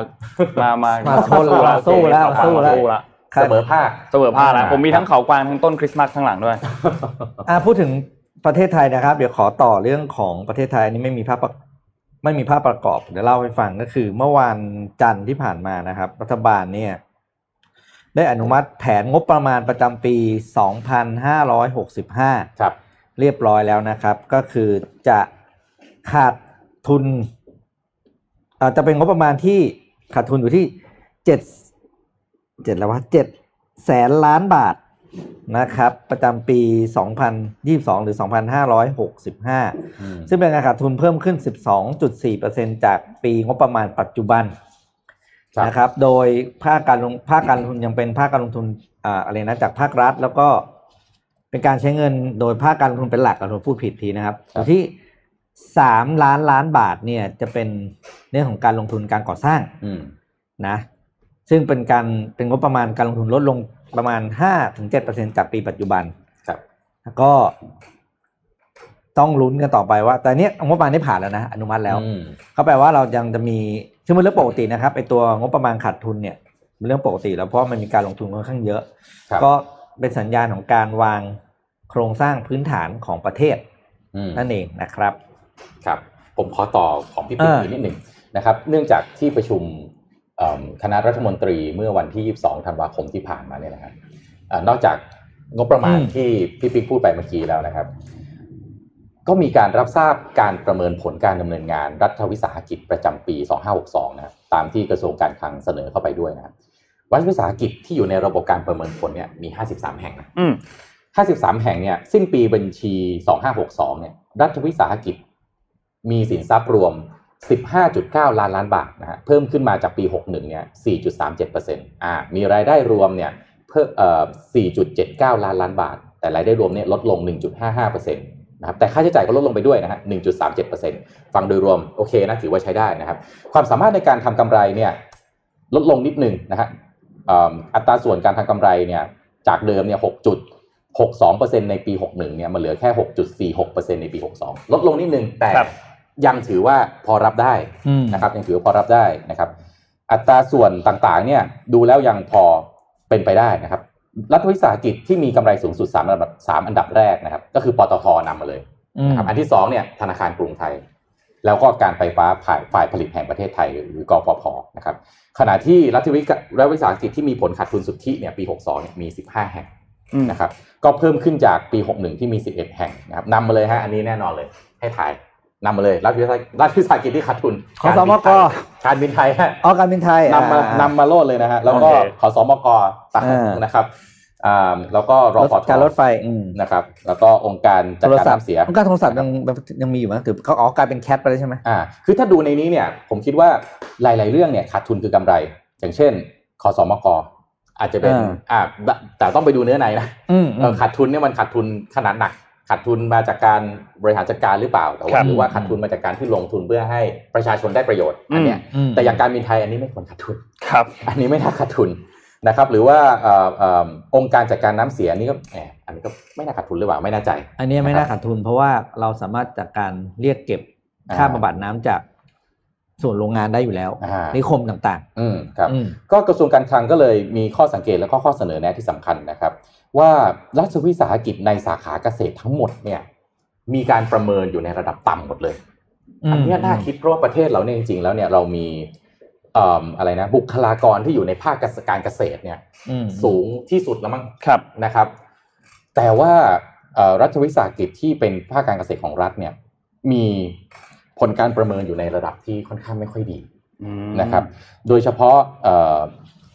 Speaker 2: มา มา
Speaker 4: มา
Speaker 2: มา
Speaker 4: สู้แล้ว
Speaker 2: มา
Speaker 4: มาสู้
Speaker 2: มา
Speaker 4: แล้ว
Speaker 2: สู้ละ
Speaker 4: ครับ
Speaker 3: เสมอภาค
Speaker 2: เสมอภาคแล้ว
Speaker 3: อ่า
Speaker 2: ผมมีทั้งเขากวางทั้งต้นคริสต์มาสข้างหลังด้วย
Speaker 4: อ่าพูดถึงประเทศไทยนะครับ เดี๋ยวขอต่อเรื่องของประเทศไทยอันนี้ไม่มีภาพประไม่มีภาพประกอบเดี๋ยวเล่าให้ฟังก็คือ เมื่อวันจันทร์ที่ผ่านมานะครับ รัฐบาลเนี่ย ได้อนุมัติแผนงบประมาณประจำปี 2565
Speaker 3: ครับ
Speaker 4: เรียบร้อยแล้วนะครับ ก็คือจะขาดทุนเอ่อจะเป็นงบประมาณที่ขาดทุนอยู่ที่เจ็ดเจ็ดแล้ววะเจ็ดแสนล้านบาทนะครับ ประจำปี 2022 หรือ 2565
Speaker 3: อืม
Speaker 4: ซึ่งเป็นการขาดทุนเพิ่มขึ้น 12.4%จากปีงบประมาณปัจจุบัน นะครับ โดยภาคการลงภาคการลงทุนยังเป็นภาคการลงทุนอ่าอะไรนะจากภาครัฐ แล้วก็เป็นการใช้เงินโดยภาคการลงทุนเป็นหลักอ่ะผมพูดผิดทีนะครับอยู่ที่ สามล้านล้านบาทเนี่ยจะเป็นเรื่องของการลงทุนการก่อสร้าง
Speaker 3: อืม
Speaker 4: นะซึ่งเป็นการเป็นงบประมาณการลงทุนลดลงประมาณห้าถึงเจ็ดเปอร์เซ็นจากปีปัจจุบัน
Speaker 3: ครับ
Speaker 4: แล้วก็ต้องลุ้นกันต่อไปว่า แต่เนี้ยงบประมาณได้ผ่านแล้วนะ อนุมัติแล้ว
Speaker 3: อืม
Speaker 4: ก็แปลว่าเรายังจะมีซึ่งเป็นเรื่องปกตินะครับไอตัวงบประมาณขาดทุนเนี่ยเป็นเรื่องปกติแล้วเพราะมันมีการลงทุนค่อนข้างเยอะ
Speaker 3: ครับ
Speaker 4: ก็เป็นสัญญาณของการวางโครงสร้างพื้นฐานของประเทศ
Speaker 3: อืม
Speaker 4: นั่นเองนะครับ
Speaker 3: ครับผมขอต่อของพี่ปิ๊ก
Speaker 4: เอออี
Speaker 3: อีกนิดหนึ่งนะครับ เนื่องจากที่ประชุมเอิ่มคณะรัฐมนตรีเมื่อวันที่ 22 ธันวาคมที่ผ่านมาเนี่ยนะครับเอ่อนอกจากงบประมาณ
Speaker 4: อืม
Speaker 3: ที่พี่ปิ๊กพูดไปเมื่อกี้แล้วนะครับ ก็มีการรับทราบการประเมินผลการดำเนินงานรัฐวิสาหกิจประจำปี 2562 นะครับตามที่กระทรวงการคลังเสนอเข้าไปด้วยนะครับรัฐวิสาหกิจที่อยู่ในระบบการประเมินผลเนี่ยมี 53 แห่งนะ
Speaker 2: อืม
Speaker 3: 53 แห่งเนี่ยสิ้นปีบัญชี 2562 เนี่ยรัฐวิสาหกิจ มีสินทรัพย์รวม 15.9 ล้านล้านบาทนะฮะเพิ่มขึ้นมาจากปี 61 เนี่ย 4.37%อ่ามีรายได้รวมเนี่ยเพิ่มเอ่อ 4.79 ล้านล้านบาท แต่รายได้รวมเนี่ยลดลง 1.55%นะครับแต่ค่าใช้จ่ายก็ลดลงไปด้วยนะฮะ 1.37%ฟังโดยรวมโอเคนะถือว่าใช้ได้นะครับ ความสามารถในการทำกำไรเนี่ยลดลงนิดหนึ่งนะฮะเอิ่มอัตราส่วนการทำกำไรเนี่ยจากเดิมเนี่ย6.62%ในปี 61 เนี่ยมันเหลือแค่ 6.46%ในปี 62 ลดลงนิดหนึงแต่
Speaker 2: ครับ
Speaker 3: ยังถือว่าพอรับได้
Speaker 4: อืม
Speaker 3: นะครับยังถือว่าพอรับได้นะครับ อัตราส่วนต่างๆเนี่ยดูแล้วยังพอเป็นไปได้นะครับ รัฐวิสาหกิจที่มีกำไรสูงสุด 3 อันดับสามอันดับแรกนะครับก็คือปตทนำมาเลย
Speaker 4: อืม
Speaker 3: นะครับอันที่สองเนี่ยธนาคารกรุงไทย แล้วก็การไฟฟ้าฝ่ายฝ่ายผลิตแห่งประเทศไทย หรือกฟผนะครับขณะที่รัฐวิกรัฐวิสาหกิจที่มีผลขาดทุนสุทธิเนี่ยปี 62เนี่ยมี 15 แห่ง
Speaker 2: อืม
Speaker 3: นะครับก็เพิ่มขึ้นจากปี 61 ที่มี 11 แห่งนะครับนำมาเลยฮะอันนี้แน่นอนเลยให้ถ่ายนำมาเลยรัฐวิสาหรัฐวิสาหกิจที่ขาดทุน
Speaker 4: ขอสมก
Speaker 3: การบินไทยฮะ
Speaker 4: ออการบินไทย
Speaker 3: นำมา
Speaker 4: อ่
Speaker 3: นำมาโลดเลยนะฮะ แล้วก็
Speaker 2: โอเค
Speaker 3: ขอสมกต่าง
Speaker 4: อ่าน
Speaker 3: นะครับอ่าแล้วก็ร
Speaker 4: ร
Speaker 3: อ
Speaker 4: ถ
Speaker 3: ฟท
Speaker 4: การรถไฟอืม
Speaker 3: นะครับ แล้วก็องค์การจัด
Speaker 4: โทร
Speaker 3: การ
Speaker 4: ศัพท์
Speaker 3: น้ำเสีย
Speaker 4: ต้องการโทรศัพท์ยังยังมีอยู่ไหมถือเขาออกกลายเป็นแคทไปแล้วใช่ไหม
Speaker 3: อ่า คือถ้าดูในนี้เนี่ย ผมคิดว่าหลาย ๆ เรื่องเนี่ยขาดทุนคือกำไร อย่างเช่นคอสมกอาจจะเป็น
Speaker 4: อ่า
Speaker 3: อ่า แต่ต้องไปดูเนื้อในนะ
Speaker 4: อืมอื
Speaker 3: เออ
Speaker 4: ม
Speaker 3: ขาดทุนเนี่ยมันขาดทุนขนาดหนัก ขาดทุนมาจากการบริหารจัดการหรือเปล่า แต่
Speaker 2: ครั
Speaker 3: ว่า
Speaker 2: บ
Speaker 3: หรือว่าขาดทุนมาจากการที่ลงทุนเพื่อให้ประชาชนได้ประโยชน์ อันเนี้ย
Speaker 4: อืม
Speaker 3: แต่อย่างการบินไทยอันนี้ไม่ควรขาดทุน
Speaker 2: ครับ
Speaker 3: อันนี้ไม่น่าขาดทุนนะครับ หรือว่าเอ่อเอ่อองค์การจัดการน้ำเสียนี่ก็แหมอันนี้ก็ไม่น่าขาดทุนหรือเปล่า ไม่น่าใจ
Speaker 4: อันเนี้ยไม่น่าขาดทุนเพราะว่าเราสามารถจากการเรียกเก็บ
Speaker 3: อ่า
Speaker 4: ค่าบำบัดน้ำจากส่วนโรงงานได้อยู่แล้ว
Speaker 3: อ่า
Speaker 4: นิคมต่าง
Speaker 3: อืมครับ
Speaker 4: ๆอืม
Speaker 3: ก็กระทรวงการคลังก็เลยมีข้อสังเกตและก็ข้อเสนอแนะที่สำคัญนะครับ ว่ารัฐวิสาหกิจในสาขาเกษตรทั้งหมดเนี่ยมีการประเมินอยู่ในระดับต่ำหมดเลย อันเนี้ยน่าคิดเพราะว่าประเทศเราเนี่ยจริงๆแล้วเนี่ยเรามีเอ่ออะไรนะบุคลากรที่อยู่ในภาคการเกษตรเนี่ย
Speaker 4: อืม
Speaker 3: สูงที่สุดแล้วมั้ง
Speaker 2: ครับ
Speaker 3: นะครับ แต่ว่าเอ่อรัฐวิสาหกิจที่เป็นภาคการเกษตรของรัฐเนี่ยมีผลการประเมินอยู่ในระดับที่ค่อนข้างไม่ค่อยดีนะครับ โดยเฉพาะเอ่อ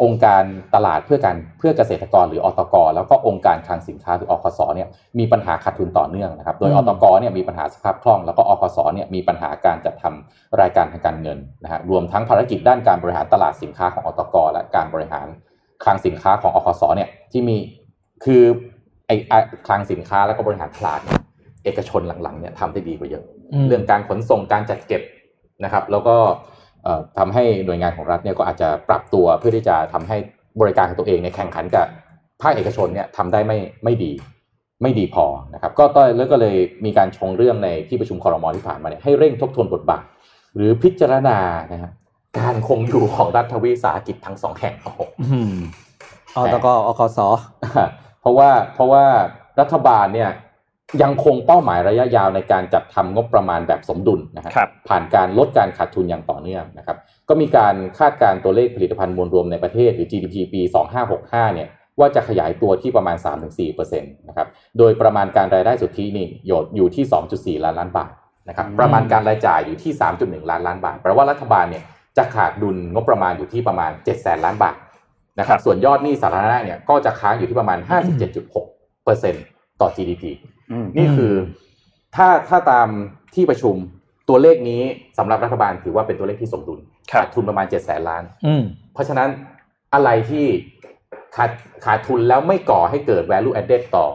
Speaker 3: องค์การตลาดเพื่อการเพื่อเกษตรกรหรืออตก แล้วก็องค์การคลังสินค้าหรืออคสเนี่ยมีปัญหาขาดทุนต่อเนื่องนะครับ โดยอตกเนี่ยมีปัญหาสภาพคล่อง แล้วก็อคสเนี่ยมีปัญหาการจัดทำรายการทางการเงินนะฮะรวมทั้งภารกิจด้านการบริหารตลาดสินค้าของอตก และการบริหาร คลังสินค้าของอคสเนี่ยที่มีคือไอไอ้คลังสินค้าแล้วก็บริหารตลาดเนี่ยเอกชนหลังๆเนี่ยทำได้ดีกว่าเยอะ เรื่องการขนส่งการจัดเก็บนะครับ แล้วก็เอ่อทำให้หน่วยงานของรัฐเนี่ยก็อาจจะปรับตัวเพื่อที่จะทำให้บริการของตัวเองเนี่ยแข่งขันกับภาคเอกชนเนี่ยทำได้ไม่ไม่ดีไม่ดีพอนะครับ ก็ต้อยแล้วก็เลยมีการชงเรื่องในที่ประชุมคอรมอที่ผ่านมาเนี่ยให้เร่งทบทวนบทบาท หรือพิจารณานะฮะการคงอยู่ของรัฐวิสาหกิจทั้งสองแห่ง *laughs* ครับผม
Speaker 4: อืมอตกอคส
Speaker 3: อ่ะเพราะว่าเพราะว่ารัฐบาลเนี่ยยังคงเป้าหมายระยะยาวในการจัดทำงบประมาณแบบสมดุลนะฮะ
Speaker 2: ครับ
Speaker 3: ผ่านการลดการขาดทุนอย่างต่อเนื่องนะครับก็มีการคาดการณ์ตัวเลขผลิตภัณฑ์มวลรวมในประเทศหรือ GDP ปี 2565เนี่ยว่าจะขยายตัวที่ประมาณ 3-4%นะครับโดยประมาณการรายได้สุทธินี่อยู่อยู่ที่ 2.4 ล้านล้านบาทนะครับ
Speaker 2: อืม
Speaker 3: ประมาณการรายจ่ายอยู่ที่ 3.1 ล้านล้านบาทแปลว่ารัฐบาลเนี่ยจะขาดดุลงบประมาณอยู่ที่ประมาณ 7 0 0 0 0 0 ล้านบาท นะครั
Speaker 2: ค
Speaker 3: บ
Speaker 2: รับ
Speaker 3: ส่วนยอดหนี้สาธารณะเนี่ยก็จะค้างอยู่ที่ประมาณ 57.6เปอร์เซ็นต่อ GDP
Speaker 2: อืม
Speaker 3: นี่คือถ้าถ้าตามที่ประชุมตัวเลขนี้สำหรับรัฐบาลถือว่าเป็นตัวเลขที่สมดุล
Speaker 2: ครับ
Speaker 3: ขาดทุนประมาณ 7 0 0 0 0ล้าน
Speaker 4: อืม
Speaker 3: เพราะฉะนั้นอะไรที่ขาดขาดทุนแล้วไม่ก่อให้เกิด value added ต่อ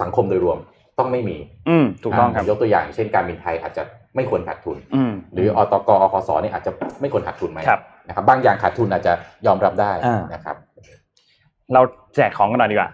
Speaker 3: สังคมโดยรวม ต้องไม่มี
Speaker 2: อืมถูกต้องครับ
Speaker 3: ายกตัวอย่างเช่นการบินไทยอาจจะไม่ควรขาดทุน
Speaker 2: อืม
Speaker 3: หรืออตกอคสเนี่ยอาจจะไม่ควรขาดทุนไหม
Speaker 2: ครับ
Speaker 3: นะครับบางอย่างขาดทุนอาจจะยอมรับได้
Speaker 4: อ่าน
Speaker 3: นะครับ
Speaker 2: เราแจกของกันหน่อยดีกว่า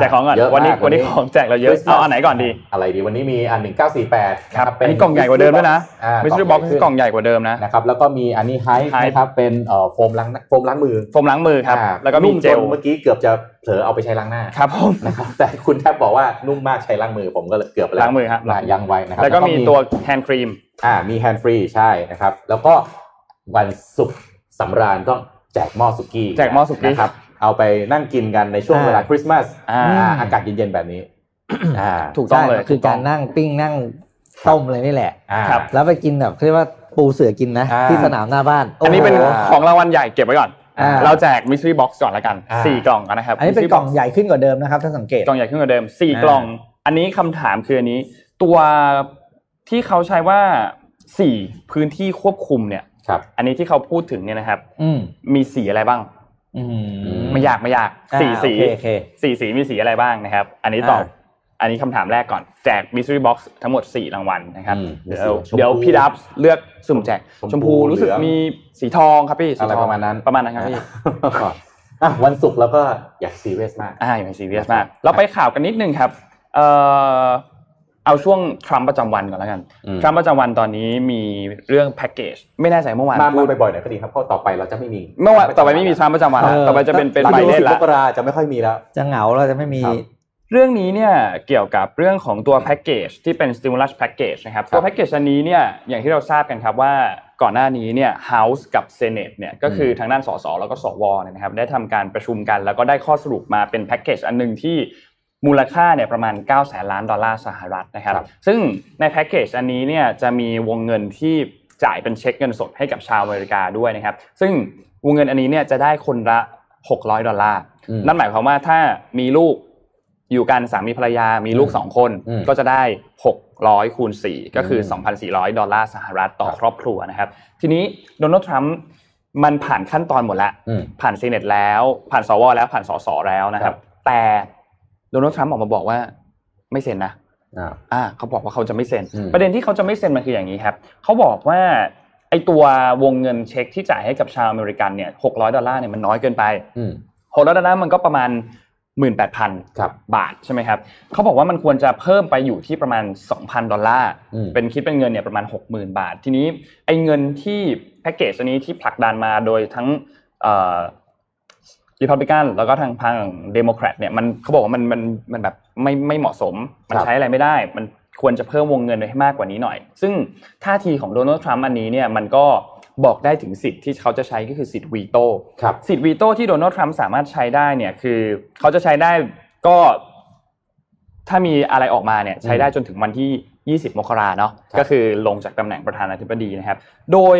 Speaker 2: แจกของก่อน
Speaker 3: เยะ
Speaker 2: วันนี้
Speaker 3: มาก
Speaker 2: วันนี้ของแจกเราเยอะ
Speaker 3: คสมส
Speaker 2: เอาอันไหนก่อนดี
Speaker 3: อะไรดีวันนี้มีอัน 1948
Speaker 2: ครับอันนี้กล่องใหญ่กว่าเดิมด้วยนะ ไม่ใช่บ็อกซ์กล่องใหญ่กว่าเดิมนะ
Speaker 3: นะครับแล้วก็มีอันนี้ไฮ
Speaker 2: Hive
Speaker 3: นะครับเป็นเอ่อโฟมล้างโฟมล้างมือ
Speaker 2: โฟมล้างมือครับ
Speaker 3: อ่า
Speaker 2: แล้วก็มี
Speaker 3: นุ่
Speaker 2: เจล
Speaker 3: นเมื่อกี้เกือบจะเผลอเอาไปใช้ล้างหน้า
Speaker 2: ครับผม
Speaker 3: นะครับ *laughs* แต่คุณแทบบอกว่านุ่มมากใช้ล้างมือผมก็เลยเกือบไปแว
Speaker 2: ล้างมือฮะ
Speaker 3: อ่ะยังไว้นะครับ
Speaker 2: แล้วก็มีตัวแฮนด์ครีม
Speaker 3: อ่ามีแฮนด์ฟรีใช่นะครับ แล้วก็วันศุกร์สำราญก็แจกหม้อสุกี้
Speaker 2: แจกหม้อสุกี้
Speaker 3: นะครับ เอาไปนั่งกินกันในช่วง
Speaker 4: อ่า
Speaker 3: เวลาคริสต์มาส
Speaker 2: อ่า
Speaker 3: อากาศเย็นๆแบบนี้ อ่า
Speaker 2: ถูกต้องเลย
Speaker 4: ใช่คือการนั่งปิ้งนั่งต้มเลยนี่แหละ
Speaker 3: อ่า
Speaker 2: ครับ
Speaker 4: แล้วไปกินแบบเรียกว่าปูเสือกินนะ
Speaker 3: อ่า
Speaker 4: ที่สนามหน้าบ้าน
Speaker 2: อันนี้เป็น
Speaker 4: โโห
Speaker 2: ของรางวัลใหญ่เก็บไว้ก่อน
Speaker 4: อ่า
Speaker 2: เราแจกมิสซี่บ็อกซ์ก่อนละกัน
Speaker 3: อ่า
Speaker 2: 4 กล่องกันนะครับ
Speaker 4: อันนี้เป็น
Speaker 2: mystery
Speaker 4: กล่
Speaker 2: box
Speaker 4: องใหญ่ขึ้นกว่าเดิมนะครับ ถ้าสังเกต
Speaker 2: กล่องใหญ่ขึ้นกว่าเดิม
Speaker 4: อ่า
Speaker 2: 4 กล่อง อันนี้คำถามคืออันนี้ ตัวที่เขาใช้ว่า 4 พื้นที่ควบคุมเนี่ย
Speaker 3: ครับ
Speaker 2: อันนี้ที่เขาพูดถึงเนี่ยนะครับ
Speaker 4: อืม
Speaker 2: มีสีอะไรบ้าง
Speaker 4: อืม
Speaker 2: ไม่ยากไม่ยาก
Speaker 4: อ่า
Speaker 2: สี่สี
Speaker 4: โอเคโอเค
Speaker 2: สี่สีมีสีอะไรบ้างนะครับ อันนี้ตอบ
Speaker 4: อ่า
Speaker 2: อันนี้คำถามแรกก่อน แจก mystery box ทั้งหมด 4 รางวัลนะครับ
Speaker 3: อืม
Speaker 2: เดี๋ยว
Speaker 3: ชมพู
Speaker 2: เดี๋ยวพี่ดับเลือกสุ่มแจก
Speaker 3: ชม
Speaker 2: ชม
Speaker 3: พู
Speaker 2: พูรู้สึก
Speaker 3: เหลือง
Speaker 2: มีสีทองครับพี่สี
Speaker 3: อะไร
Speaker 2: ทอง
Speaker 3: ประมาณนั้น
Speaker 2: ประมาณนั้นครับพี่
Speaker 3: อ่ะวันศุกร์แล้วก็อยากซีเรียสมาก
Speaker 2: อ่าอย่าไปซีเรียสมาก เราไปข่าวกันนิดนึงครับ เอ่อเอาช่วงทรัมป์ประจำวันก่อนแล้วกัน
Speaker 3: อืม
Speaker 2: ทรัมป์ประจำวันตอนนี้มีเรื่องแพ็กเกจ ไม่แน่ใจเมื่อวาน
Speaker 3: มาพูดบ่อยๆหน่อยก็ดีครับเพราะต่อไปเราจะไม่มี
Speaker 2: เมื่อวานต่อไปไม่มีทรัมป์ประจำวันแล้ว
Speaker 4: เออ
Speaker 2: ต่อไปจะเป็นเป็น
Speaker 3: หลัง
Speaker 2: ไบ
Speaker 3: จาก
Speaker 2: เด
Speaker 3: สิ
Speaker 2: น
Speaker 3: บ
Speaker 2: ละ
Speaker 3: มกราจะไม่ค่อยมีแล้ว
Speaker 4: จะเหงาเราจะไม่มี
Speaker 3: ครับ
Speaker 2: เรื่องนี้เนี่ยเกี่ยวกับเรื่องของตัวแพ็กเกจที่เป็น stimulus package นะครับตัวแพ็กเกจอันนี้เนี่ยอย่างที่เราทราบกันครับว่าก่อนหน้านี้เนี่ย House กับ Senate เนี่ยก็คือทางด้านสสแล้วก็สวเนี่ยนะครับได้ทำการประชุมกัน แล้วก็ได้ข้อสรุปมาเป็นแพ็กเกจอันหนึ่งที่มูลค่าเนี่ยประมาณ 9 0 0แสนล้านดอลลาร์สหรัฐนะครับ
Speaker 3: ครับ
Speaker 2: ซึ่งในแพ็กเกจอันนี้เนี่ยจะมีวงเงินที่จ่ายเป็นเช็คเงินสดให้กับชาวอเมริกาด้วยนะครับซึ่งวงเงินอันนี้เนี่ยจะได้คนละ 600 ดอลลาร์
Speaker 3: อืม
Speaker 2: นั่นหมายความว่าถ้ามีลูกอยู่กันสามีภรรยามีลูก
Speaker 3: อืม
Speaker 2: สองคน
Speaker 3: อืม
Speaker 2: ก็จะได้ 600 คูณ 4 ก็คือ
Speaker 3: อืม
Speaker 2: 2,400 ดอลลาร์สหรัฐต่อ
Speaker 3: ครับ
Speaker 2: ครอบครัวนะครับ ทีนี้โดนัลด์ทรัมป์มันผ่านขั้นตอนหมดแล้ว
Speaker 3: อืม
Speaker 2: ผ่านเซเนตแล้วผ่านสวแล้วผ่านสสแล้วนะครับ
Speaker 3: ครับ
Speaker 2: แต่โดนัลด์ทรัมป์ออกมาบอกว่าไม่เซ็นนะ
Speaker 3: อ่า
Speaker 2: อ่าเขาบอกว่าเขาจะไม่เซ็น
Speaker 3: อืม
Speaker 2: ประเด็นที่เขาจะไม่เซ็นมันคืออย่างนี้ครับเขาบอกว่าไอตัววงเงินเช็คที่จ่ายให้กับชาวอเมริกันเนี่ย600 ดอลลาร์เนี่ยมันน้อยเกินไป
Speaker 3: อืม
Speaker 2: หกร้อยดอลลาร์มันก็ประมาณ 18,000
Speaker 3: ครับ
Speaker 2: บาทใช่ไหมครับเขาบอกว่ามันควรจะเพิ่มไปอยู่ที่ประมาณ 2,000 ดอลลาร์
Speaker 3: อืม
Speaker 2: เป็นคิดเป็นเงินเนี่ยประมาณ 60,000 บาท ทีนี้ไอ้เงินที่แพ็กเกจอันนี้ที่ผลักดันมาโดยทั้งรีพับลิกันแล้วก็ทางพรรคเดโมแครตเนี่ยมันเขาบอกว่ามันมันมันแบบไม่ไม่เหมาะสม มัน
Speaker 3: ครับ
Speaker 2: ใช้อะไรไม่ได้ มันควรจะเพิ่มวงเงินไปให้มากกว่านี้หน่อย ซึ่งท่าทีของโดนัลด์ทรัมป์อันนี้เนี่ยมันก็บอกได้ถึงสิทธิ์ที่เขาจะใช้ก็คือสิทธิ์วีโต
Speaker 3: ครับ
Speaker 2: สิทธิ์วีโต้ที่โดนัลด์ทรัมป์สามารถใช้ได้เนี่ยคือเขาจะใช้ได้ก็ถ้ามีอะไรออกมาเนี่ยใช้ได้จนถึงวันที่ 20 มกราเนาะ
Speaker 3: ครับ
Speaker 2: ก็คือลงจากตำแหน่งประธานาธิบดีนะครับ โดย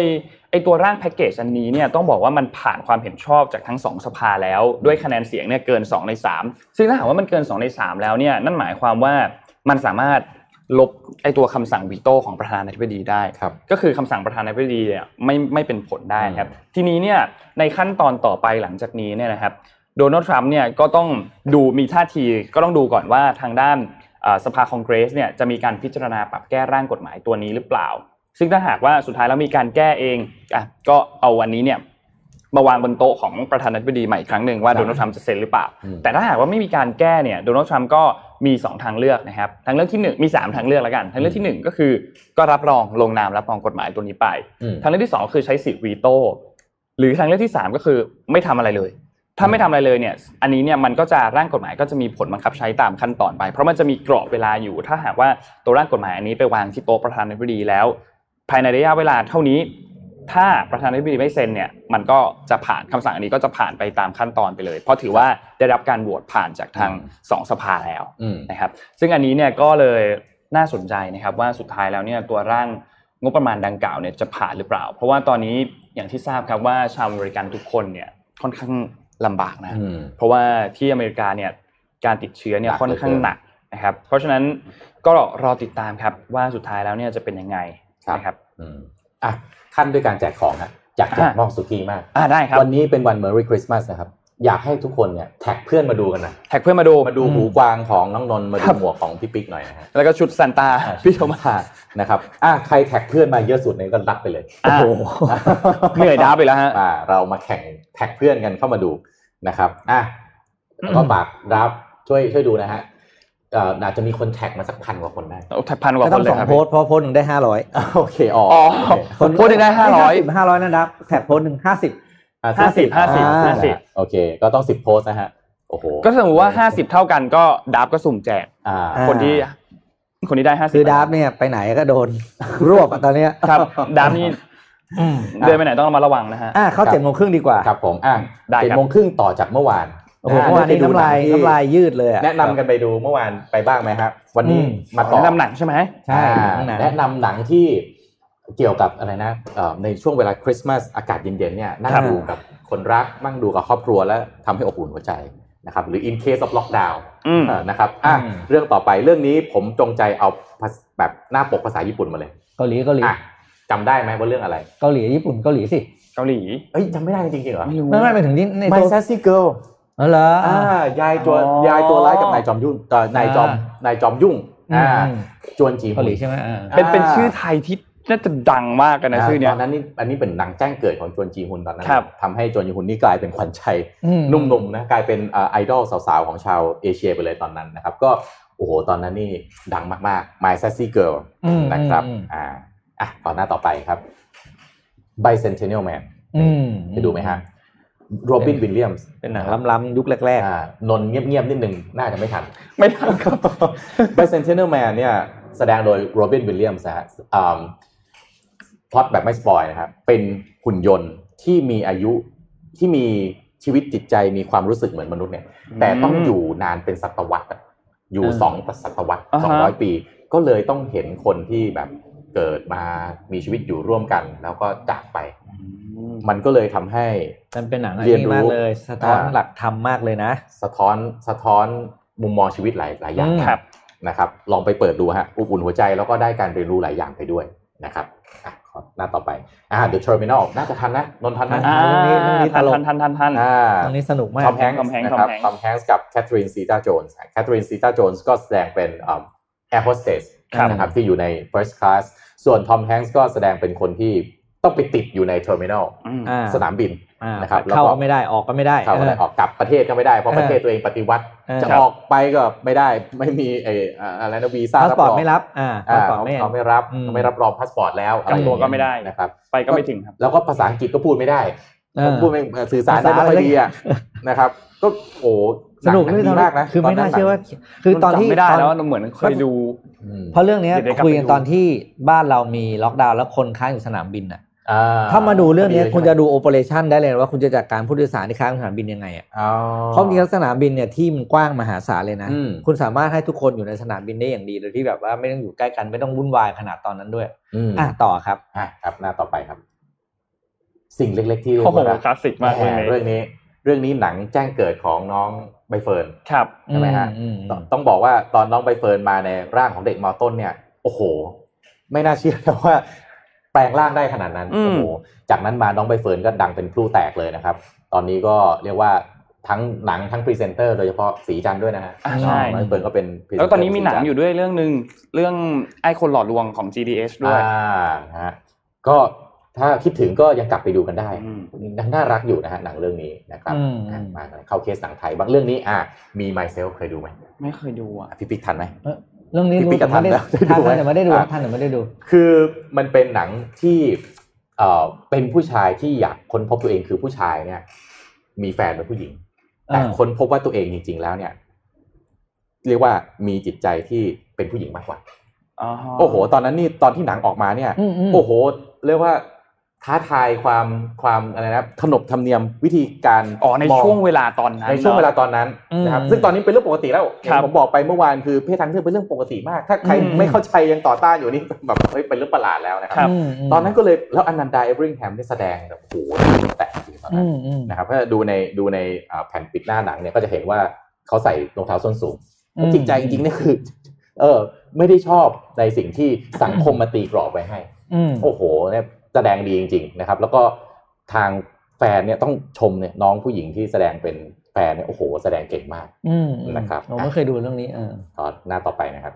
Speaker 2: ไอตัวร่างแพ็กเกจอันนี้เนี่ยต้องบอกว่ามันผ่านความเห็นชอบจากทั้ง 2 สภาแล้ว ด้วยคะแนนเสียงเนี่ยเกิน 2 ใน 3 ซึ่งถ้าหากว่ามันเกิน 2 ใน 3 แล้วเนี่ยนั่นหมายความว่ามันสามารถลบไอตัวคำสั่งวีโต้ของประธานาธิบดีได้
Speaker 3: ครับ
Speaker 2: ก็คือคำสั่งประธานาธิบดีเนี่ยไม่ไม่เป็นผลได้ครับ ทีนี้เนี่ยในขั้นตอนต่อไปหลังจากนี้เนี่ยนะครับโดนัลด์ทรัมป์เนี่ยก็ต้องดูมีท่าทีก็ต้องดูก่อนว่าทางด้านเอ่อสภาคองเกรสเนี่ยจะมีการพิจารณาปรับแก้ร่างกฎหมายตัวนี้หรือเปล่า ซึ่งถ้าหากว่าสุดท้ายแล้วมีการแก้เองอ่ะก็เอาวันนี้เนี่ยมาวางบนโต๊ะของประธานาธิบดีใหม่อีกครั้งหนึ่งว่า
Speaker 3: ครับ
Speaker 2: โดนัลด์ทรัมป์จะเซ็นหรือเปล่า
Speaker 3: อืม
Speaker 2: แต่ถ้าหากว่าไม่มีการแก้เนี่ยโดนัลด์ทรัมป์ก็มี 2 ทางเลือกนะครับทางเลือกที่หนึ่งมี 3 ทางเลือกแล้วกันทางเลือกทีหนึ่งก็คือก็รับรองลงนามรับรองกฎหมายตัวนี้ไป
Speaker 3: อืม
Speaker 2: ทางเลือกที่สองคือใช้สิทธิ์วีโต้หรือทางเลือกที่สามก็คือไม่ทำอะไรเลย ถ้าไม่ทำอะไรเลยเนี่ย อันนี้เนี่ยมันก็จะร่างกฎหมายก็จะมีผลบังคับใช้ตามขั้นตอนไป เพราะมันจะมีกรอบเวลาอยู่ ถ้าหากว่าตัวร่างกฎหมายอันนี้ไปวางที่โต๊ะประธานาธิบดีแล้ว ภายในระยะเวลาเท่านี้ ถ้าประธานาธิบดีไม่เซ็นเนี่ย มันก็จะผ่านคำสั่งอันนี้ก็จะผ่านไปตามขั้นตอนไปเลย เพราะถือว่าได้รับการโหวตผ่านจากทาง
Speaker 3: อืม
Speaker 2: สองสภาแล้ว
Speaker 3: อืม
Speaker 2: นะครับซึ่งอันนี้เนี่ยก็เลยน่าสนใจนะครับว่าสุดท้ายแล้วเนี่ยตัวร่างงบประมาณดังกล่าวเนี่ยจะผ่านหรือเปล่า เพราะว่าตอนนี้อย่างที่ทราบครับว่าชาวอเมริกันทุกคนเนี่ยค่อนข้างลำบากนะ
Speaker 3: อืม
Speaker 2: เพราะว่าที่อเมริกาเนี่ยการติดเชื้อเนี่ย
Speaker 3: หนัก
Speaker 2: ค่อนข้าง
Speaker 3: เหลือเกิน
Speaker 2: หนักนะครับเพราะฉะนั้นก็รอติดตามครับว่าสุดท้ายแล้วเนี่ยจะเป็นยังไงนะครับ
Speaker 3: อืมอ่ะขั้นด้วยการแจกของฮะอยากแจก
Speaker 2: อ่ะ
Speaker 3: หม้อสุกี้มาก
Speaker 2: อ่าได้ครับ
Speaker 3: วันนี้เป็นวัน Merry Christmas นะครับ อยากให้ทุกคนเนี่ยแท็กเพื่อนมาดูกันหนะ
Speaker 2: แท็กเพื่อนมาดู
Speaker 3: มาดูหูกวางของน้องนนท์มา
Speaker 2: ค
Speaker 3: ดู
Speaker 2: รับ
Speaker 3: หมวกของพี่ปิ๊กหน่อยนะฮะ
Speaker 2: แล้วก็ชุดซันตาพี่โทมัส
Speaker 3: นะครับอ่ะใครแท็กเพื่อนมาเยอะสุดเนี่ยก็รับไปเลย
Speaker 2: โอ้โหเหนื่อยดับไปแล้วฮะ
Speaker 3: อ่าเรามาแข่งแท็กเพื่อนกันเข้ามาดูนะครับอ่ะแล้วก็ฝากรับช่วยช่วยดูนะฮะเอ่ออาจจะมีคนแท็กมาสักพันกว่าคนได้
Speaker 2: เอาแท็กพันกว่า
Speaker 4: ก็
Speaker 2: ค
Speaker 4: ต้อน ง
Speaker 2: เลย
Speaker 4: สอง
Speaker 2: ครับ
Speaker 4: โพสต์เพราะโพสต์หนึ่งได้ห้าร้อย
Speaker 3: โอเคอ๋อ
Speaker 2: อ๋อคนพูดได้ห้าร้อย
Speaker 4: ห้าร้อยนะดับแท็กโพสต์หนึ่งห้าสิบ
Speaker 3: อ่ะ
Speaker 2: ห้าสิบห้าสิบ
Speaker 3: อ่
Speaker 2: ห้าสิบ
Speaker 3: โอเคก็ต้องสิบโพสต์นะฮะโอ้โห
Speaker 2: ก็สมมติว่าห้าสิบเท่ากันก็ดับก็สุ่มแจก
Speaker 3: อ่า
Speaker 4: อ่า
Speaker 2: คนที่ คนที่ได้ห้าสิบ
Speaker 4: คือดับเนี่ยไปไหนก็โดน รวบอะตอนเนี้ย
Speaker 2: ครับดับนี่
Speaker 4: อืม
Speaker 2: เดินไปไหนต้องระมัดระวังนะฮะ
Speaker 4: อ่ะเข้าเจ็ดโมงครึ่งดีกว่า
Speaker 3: ครับผมอ่ะ
Speaker 2: ได้ครับ
Speaker 3: เจ็ดโมงครึ่งต่อจากเมื่อวาน
Speaker 4: โอ้โหเมื่อวานนี้
Speaker 3: ได้ไปดู
Speaker 4: น้ำลาย
Speaker 3: หงที่
Speaker 4: น้ำลายยืดเลยอะ
Speaker 3: แนะนำกันไปดูเมื่อวานไปบ้างไหมครับวันนี้
Speaker 4: อืม
Speaker 3: มาต่อ
Speaker 2: แนะนำหนังใช่ไหม
Speaker 4: ใช่
Speaker 3: อ่า
Speaker 4: หนัง
Speaker 3: แนะนำหนังที่เกี่ยวกับอะไรนะเอ่อในช่วงเวลาคริสต์มาสอากาศเย็นๆเนี่ยนั่ง
Speaker 4: ครับ
Speaker 3: ดูกับคนรักนั่งดูกับครอบครัวแล้วทำให้อบอุ่นหัวใจนะครับหรือ in case of lockdown
Speaker 2: อืม
Speaker 3: เอ่อนะครับอ่ะเรื่องต่อไปเรื่องนี้ผมจงใจเอาภาษแบบหน้าปกภาษาญี่ปุ่นมาเลย
Speaker 4: เกาหลีเกาหลี
Speaker 3: อ่ะจำได้ไหมว่าเรื่องอะไร
Speaker 4: เกาหลีญี่ปุ่นเกาหลีสิ
Speaker 2: เกาหลี
Speaker 3: เอ้ยจำไม่ได้จริงๆเหรอ
Speaker 2: ไม่รู้
Speaker 4: ไม่ไม่ไปถึงที่ใน
Speaker 3: My
Speaker 4: โซ
Speaker 3: Sassy Girl
Speaker 4: เออเหรออ่า
Speaker 3: อ่ายายตัว
Speaker 2: อ๋อ
Speaker 3: ยายตัวร้ายกับนายจอมยุ่งเอ่อนายจอม
Speaker 4: อ่
Speaker 3: นายจอมยุ่งอ่า
Speaker 4: อืม
Speaker 3: จวนจี
Speaker 4: เกาห
Speaker 3: น
Speaker 4: ลีใช่ไหมอ่า
Speaker 3: อ่า
Speaker 2: เป็นเป็นชื่อไทยที่น่าจะดังมากกันนะชื่อเนี้
Speaker 3: ต
Speaker 2: ย
Speaker 3: อนนั้นนี่อันนี้เป็นหนังแจ้งเกิดของจวนจีฮุนตอนนั้น
Speaker 2: ครับ
Speaker 3: ทำให้จวนจีฮุนนี่กลายเป็นขวัญชัย
Speaker 4: อืม
Speaker 3: หนุ่มๆนะกลายเป็นเอ่อไอดอลสาวๆ ของชาวเอเชียไปเลยตอนนั้นนะครับ ก็โอ้โหตอนนั้นนี่ดังมากๆ My Sassy Girl
Speaker 4: อืม
Speaker 3: นะครับ
Speaker 4: อืม
Speaker 3: อ่าอ่ะตอนหน้าต่อไปครับ Bicentennial Man
Speaker 4: อืม
Speaker 3: จะดูไหมฮะโรบินวิลเลียมส์
Speaker 4: เป็นหนังล้ำๆยุคแรก
Speaker 3: อ่านนท์เงียบๆนิดนึงน่าจะไม่ทัน
Speaker 2: ไม่ทันครับ *laughs*
Speaker 3: Bicentennial Man เนี่ยแสดงโดยโรบินวิลเลียมส์นะฮะพล็อตแบบไม่สปอยนะครับ เป็นหุ่นยนต์ที่มีอายุที่มีชีวิตจิตใจมีความรู้สึกเหมือนมนุษย์เนี่ย แต่ต้องอยู่นานเป็นศตวรรษอะอยู่สองศตวรรษ
Speaker 2: อ่าฮะ
Speaker 3: สองร้อยปี ก็เลยต้องเห็นคนที่แบบเกิดมามีชีวิตอยู่ร่วมกัน แล้วก็จากไป มันก็เลยทำให้
Speaker 4: ๆมันเป็นหนังอัน
Speaker 3: เรียน
Speaker 4: นี้
Speaker 3: รู้
Speaker 4: มากเลยสะท้อน
Speaker 3: อ่า
Speaker 4: หลักธรรมมากเลยนะ
Speaker 3: สะท้อนสะท้อนมุมมองชีวิตหลายหลายอย่าง
Speaker 4: อืม
Speaker 2: ครับ
Speaker 3: นะครับลองไปเปิดดูฮะอบอุ่นหัวใจแล้วก็ได้การเรียนรู้หลายอย่างไปด้วยนะครับอ่ะขอหน้าต่อไปอ่า The Terminal น่าจะทันนะนนท์ทันนะ
Speaker 4: อ่า เรื่องนี้เรื่องนี้
Speaker 2: ทัน
Speaker 4: ตลก
Speaker 2: ทันทันทันทัน
Speaker 3: อ่า
Speaker 4: ตรงนี้สนุกมาก
Speaker 3: ทอมแฮงค์
Speaker 2: ทอมแฮงค์
Speaker 3: นะครับ
Speaker 2: ท
Speaker 3: ท
Speaker 2: อ
Speaker 3: อ
Speaker 2: ม
Speaker 3: ม
Speaker 2: แฮ
Speaker 3: แฮ
Speaker 2: ง
Speaker 3: ง
Speaker 2: ค์
Speaker 3: ค์กับแคทรีนซีตาโจนส์แคทรีนซีตาโจนส์ก็แสดงเป็นแอร์โฮสเตส
Speaker 2: ครับ
Speaker 3: นะครับที่อยู่ใน first class ส่วนทอมแฮงค์ก็แสดงเป็นคนที่ต้องไปติดอยู่ในเทอร์มินอล
Speaker 2: อืม
Speaker 4: อ่า
Speaker 3: สนามบิน
Speaker 4: อ่า
Speaker 3: นะครับแล้วก็
Speaker 4: เข้าก็ไม่ได้ออกก็ไม่ได้
Speaker 3: เขาอะไรออกกลับประเทศก็ไม่ได้เพราะประเทศตัวเองปฏิวัติ
Speaker 4: เออ
Speaker 3: จะออกไปก็ไม่ได้ไม่มีไอ้อ่าอะไรนะวีซ่า
Speaker 4: พาส
Speaker 3: รับ
Speaker 4: ปอร์ต
Speaker 3: รอง
Speaker 4: ไม่รับ อ่าพา
Speaker 3: อ่า
Speaker 4: สปอร์ต
Speaker 3: เขา
Speaker 4: ไม่
Speaker 3: เขาไม่รับ
Speaker 4: อืม
Speaker 3: เขาไม่รับรองพาสปอร์ตแล้วอะรอย่าง
Speaker 2: กำตั
Speaker 3: เงี้ยว
Speaker 2: ก็ไม่ได้
Speaker 3: นะครับ
Speaker 2: ไปก็ไม่ถึงครับ
Speaker 3: แล้วก็ภาษาอังกฤษก็พูดไม่ได้
Speaker 4: เออ
Speaker 3: พูดไม่สื่อสารได้
Speaker 4: ภาษา
Speaker 3: ไม่ค่อย
Speaker 4: อะไร
Speaker 3: ดีอะนะครับ ก็โอ้โห
Speaker 4: สนุก
Speaker 3: หง
Speaker 4: เรื่อง
Speaker 3: ดี
Speaker 4: นี้
Speaker 3: มากนะ
Speaker 4: คือไม่
Speaker 3: ต
Speaker 4: น่า
Speaker 3: หง
Speaker 4: เชื่อว่า คือตอนที่
Speaker 2: จำไม่ได้
Speaker 4: ตอน
Speaker 2: แล้วเหมือนเคยดู
Speaker 3: อืม
Speaker 4: เพราะเรื่องเนี้ย
Speaker 2: เดี๋ยวได้กลับ
Speaker 4: คุยกัน
Speaker 2: ไปดู
Speaker 4: ตอนที่บ้านเรามีล็อกดาวน์แล้วคนค้างอยู่สนามบินอ่ะ
Speaker 3: อ่
Speaker 4: ถ้ามาดูเรื่องเนี้ย
Speaker 3: ดีลย
Speaker 4: คุณจะดูโอเปอเรชันได้เลยว่าคุณจะจัดการผู้โดยสารที่ค้างอยู่สนามบินยังไงอ่ะ
Speaker 3: อ๋อ
Speaker 4: เพราะจริงๆสนามบินเนี่ยที่มันกว้างมหาศาลเลยนะ
Speaker 3: อืม
Speaker 4: คุณสามารถให้ทุกคนอยู่ในสนามบินได้อย่างดีโดยที่แบบว่าไม่ต้องอยู่ใกล้กันไม่ต้องวุ่นวายขนาดตอนนั้นด้วย
Speaker 3: อืม
Speaker 4: อ่ะต่อครับ
Speaker 3: อ่ะครับหน้าต่อไปครับ สิ่งเล็ก ๆ ที่เรีย
Speaker 2: โอ้
Speaker 3: ก
Speaker 2: โห
Speaker 3: ว่ารัก
Speaker 2: คลาสสิกมากเลย
Speaker 3: แหมเรื่องนี้ เรื่องนี้หนังแจ้งเกิดของน้องใบเฟิร์น
Speaker 2: ครับ
Speaker 3: ใช่ไหมฮะ
Speaker 4: อืมอืม
Speaker 3: ตต้องบอกว่าตอนน้องใบเฟิร์นมาในร่างของเด็กมอต้นเนี่ย โอ้โห ไม่น่าเชื่อนะว่า แปลงร่างได้ขนาดนั้น
Speaker 2: อืม
Speaker 3: โอ้โหจากนั้นมาน้องใบเฟิร์นก็ดังเป็นพลูแตกเลยนะครับ ตอนนี้ก็เรียกว่าทั้งหนังทั้งพรีเซนเตอร์โดยเฉพาะสีจันทร์ด้วยนะฮะ
Speaker 2: อ่าใช่
Speaker 3: น้องใบเฟิร์นก็เป็นพรีเซเตอร์
Speaker 2: แล้วตอนนี้มีหนังอยู่
Speaker 3: สี
Speaker 2: ด้วยเรื่องหนึ่งเรื่องไอ้คนหลอดลวงของ GDS
Speaker 3: จันทร์
Speaker 2: ด้วย
Speaker 3: อ่านะฮะก็ถ้าคิดถึงก็ยังกลับไปดูกันได้
Speaker 2: อืม
Speaker 3: น่ารักอยู่นะฮะหนังเรื่องนี้นะครับ
Speaker 4: อืม
Speaker 3: อ่ะมาเข้าเคสหนังไทยบางเรื่องนี้อ่ะมี myself เคยดูไหม
Speaker 2: ไม่เคยดูอ่ะ
Speaker 3: อ่ะพี่ปิ๊กทันไหม
Speaker 4: เรื่องนี้
Speaker 3: พี่
Speaker 4: รู้
Speaker 3: ปิ๊ก
Speaker 4: แต่
Speaker 3: กับ
Speaker 4: ไม่ได้
Speaker 3: ทั
Speaker 4: ทัน
Speaker 3: นนะ
Speaker 4: แต่ไม่ได้ดู
Speaker 3: อ่ะ
Speaker 4: ทันแต่ไม่ได้ดู
Speaker 3: คือมันเป็นหนังที่เอ่อเป็นผู้ชายที่อยากค้นพบตัวเองคือผู้ชายเนี่ย มีแฟนเป็นผู้หญิง แต่
Speaker 4: อ่า
Speaker 3: ค้นพบว่าตัวเองจริง ๆ แล้วเนี่ย เรียกว่ามีจิตใจที่เป็นผู้หญิงมากกว่า
Speaker 2: อ๋อ
Speaker 3: โอ้โห ตอนนั้นนี่ตอนที่หนังออกมาเนี่ย
Speaker 4: อืมอืม
Speaker 3: โอ้โห เรียกว่าท้าทายความความอะไรนะขนบธรรมเนียมวิธีการ
Speaker 2: อ๋อใน
Speaker 3: ม
Speaker 2: ช่วงเวลาตอนนั้น
Speaker 3: ในช่วง
Speaker 2: อะ
Speaker 3: เวลาตอนนั้นนะครับ
Speaker 4: อืม
Speaker 3: ซึ่งตอนนี้เป็นเรื่องปกติแล้ว
Speaker 2: ครับ
Speaker 3: ผมบอกไปเมื่อวานคือเพศทางเลือกเป็นเรื่องปกติมาก ถ้าใคร
Speaker 4: อืม
Speaker 3: ไม่เข้าใจยังต่อต้านอยู่นี่ *laughs* แบบเฮ้ยเป็นเรื่องประหลาดแล้วนะครั
Speaker 2: ครับ
Speaker 4: มม
Speaker 3: ตอนนั้นก็เลยแล้วอนันดาเอเวอริงแฮมได้แสดงแบบโอ้โหแตกจริงตอนนั้
Speaker 4: อื
Speaker 3: น
Speaker 4: มอืม
Speaker 3: นะครับถ้าดูในดูในอ่าแผ่นปิดหน้าหนังเนี่ยก็จะเห็นว่าเขาใส่รองเท้าส้นสูงแล้วจริงใจจริงๆเนี่ยคือ *laughs* เออ ไม่ได้ชอบในสิ่งที่สังคมมาตีกรอบไว้ให้
Speaker 4: อืม
Speaker 3: โอ้โหเนี่ยแสดงดีจริง ๆ นะครับ แล้วก็ทาง แฟนเนี่ยต้องชมเนี่ยน้องผู้หญิงที่แสดงเป็นแฟนเนี่ยโอ้โห แสดงเก่งมาก
Speaker 4: อืม
Speaker 3: นะครับ
Speaker 4: ผมไม่เคยดูเรื่องนี้เออ
Speaker 3: ตอนหน้าต่อไปนะครับ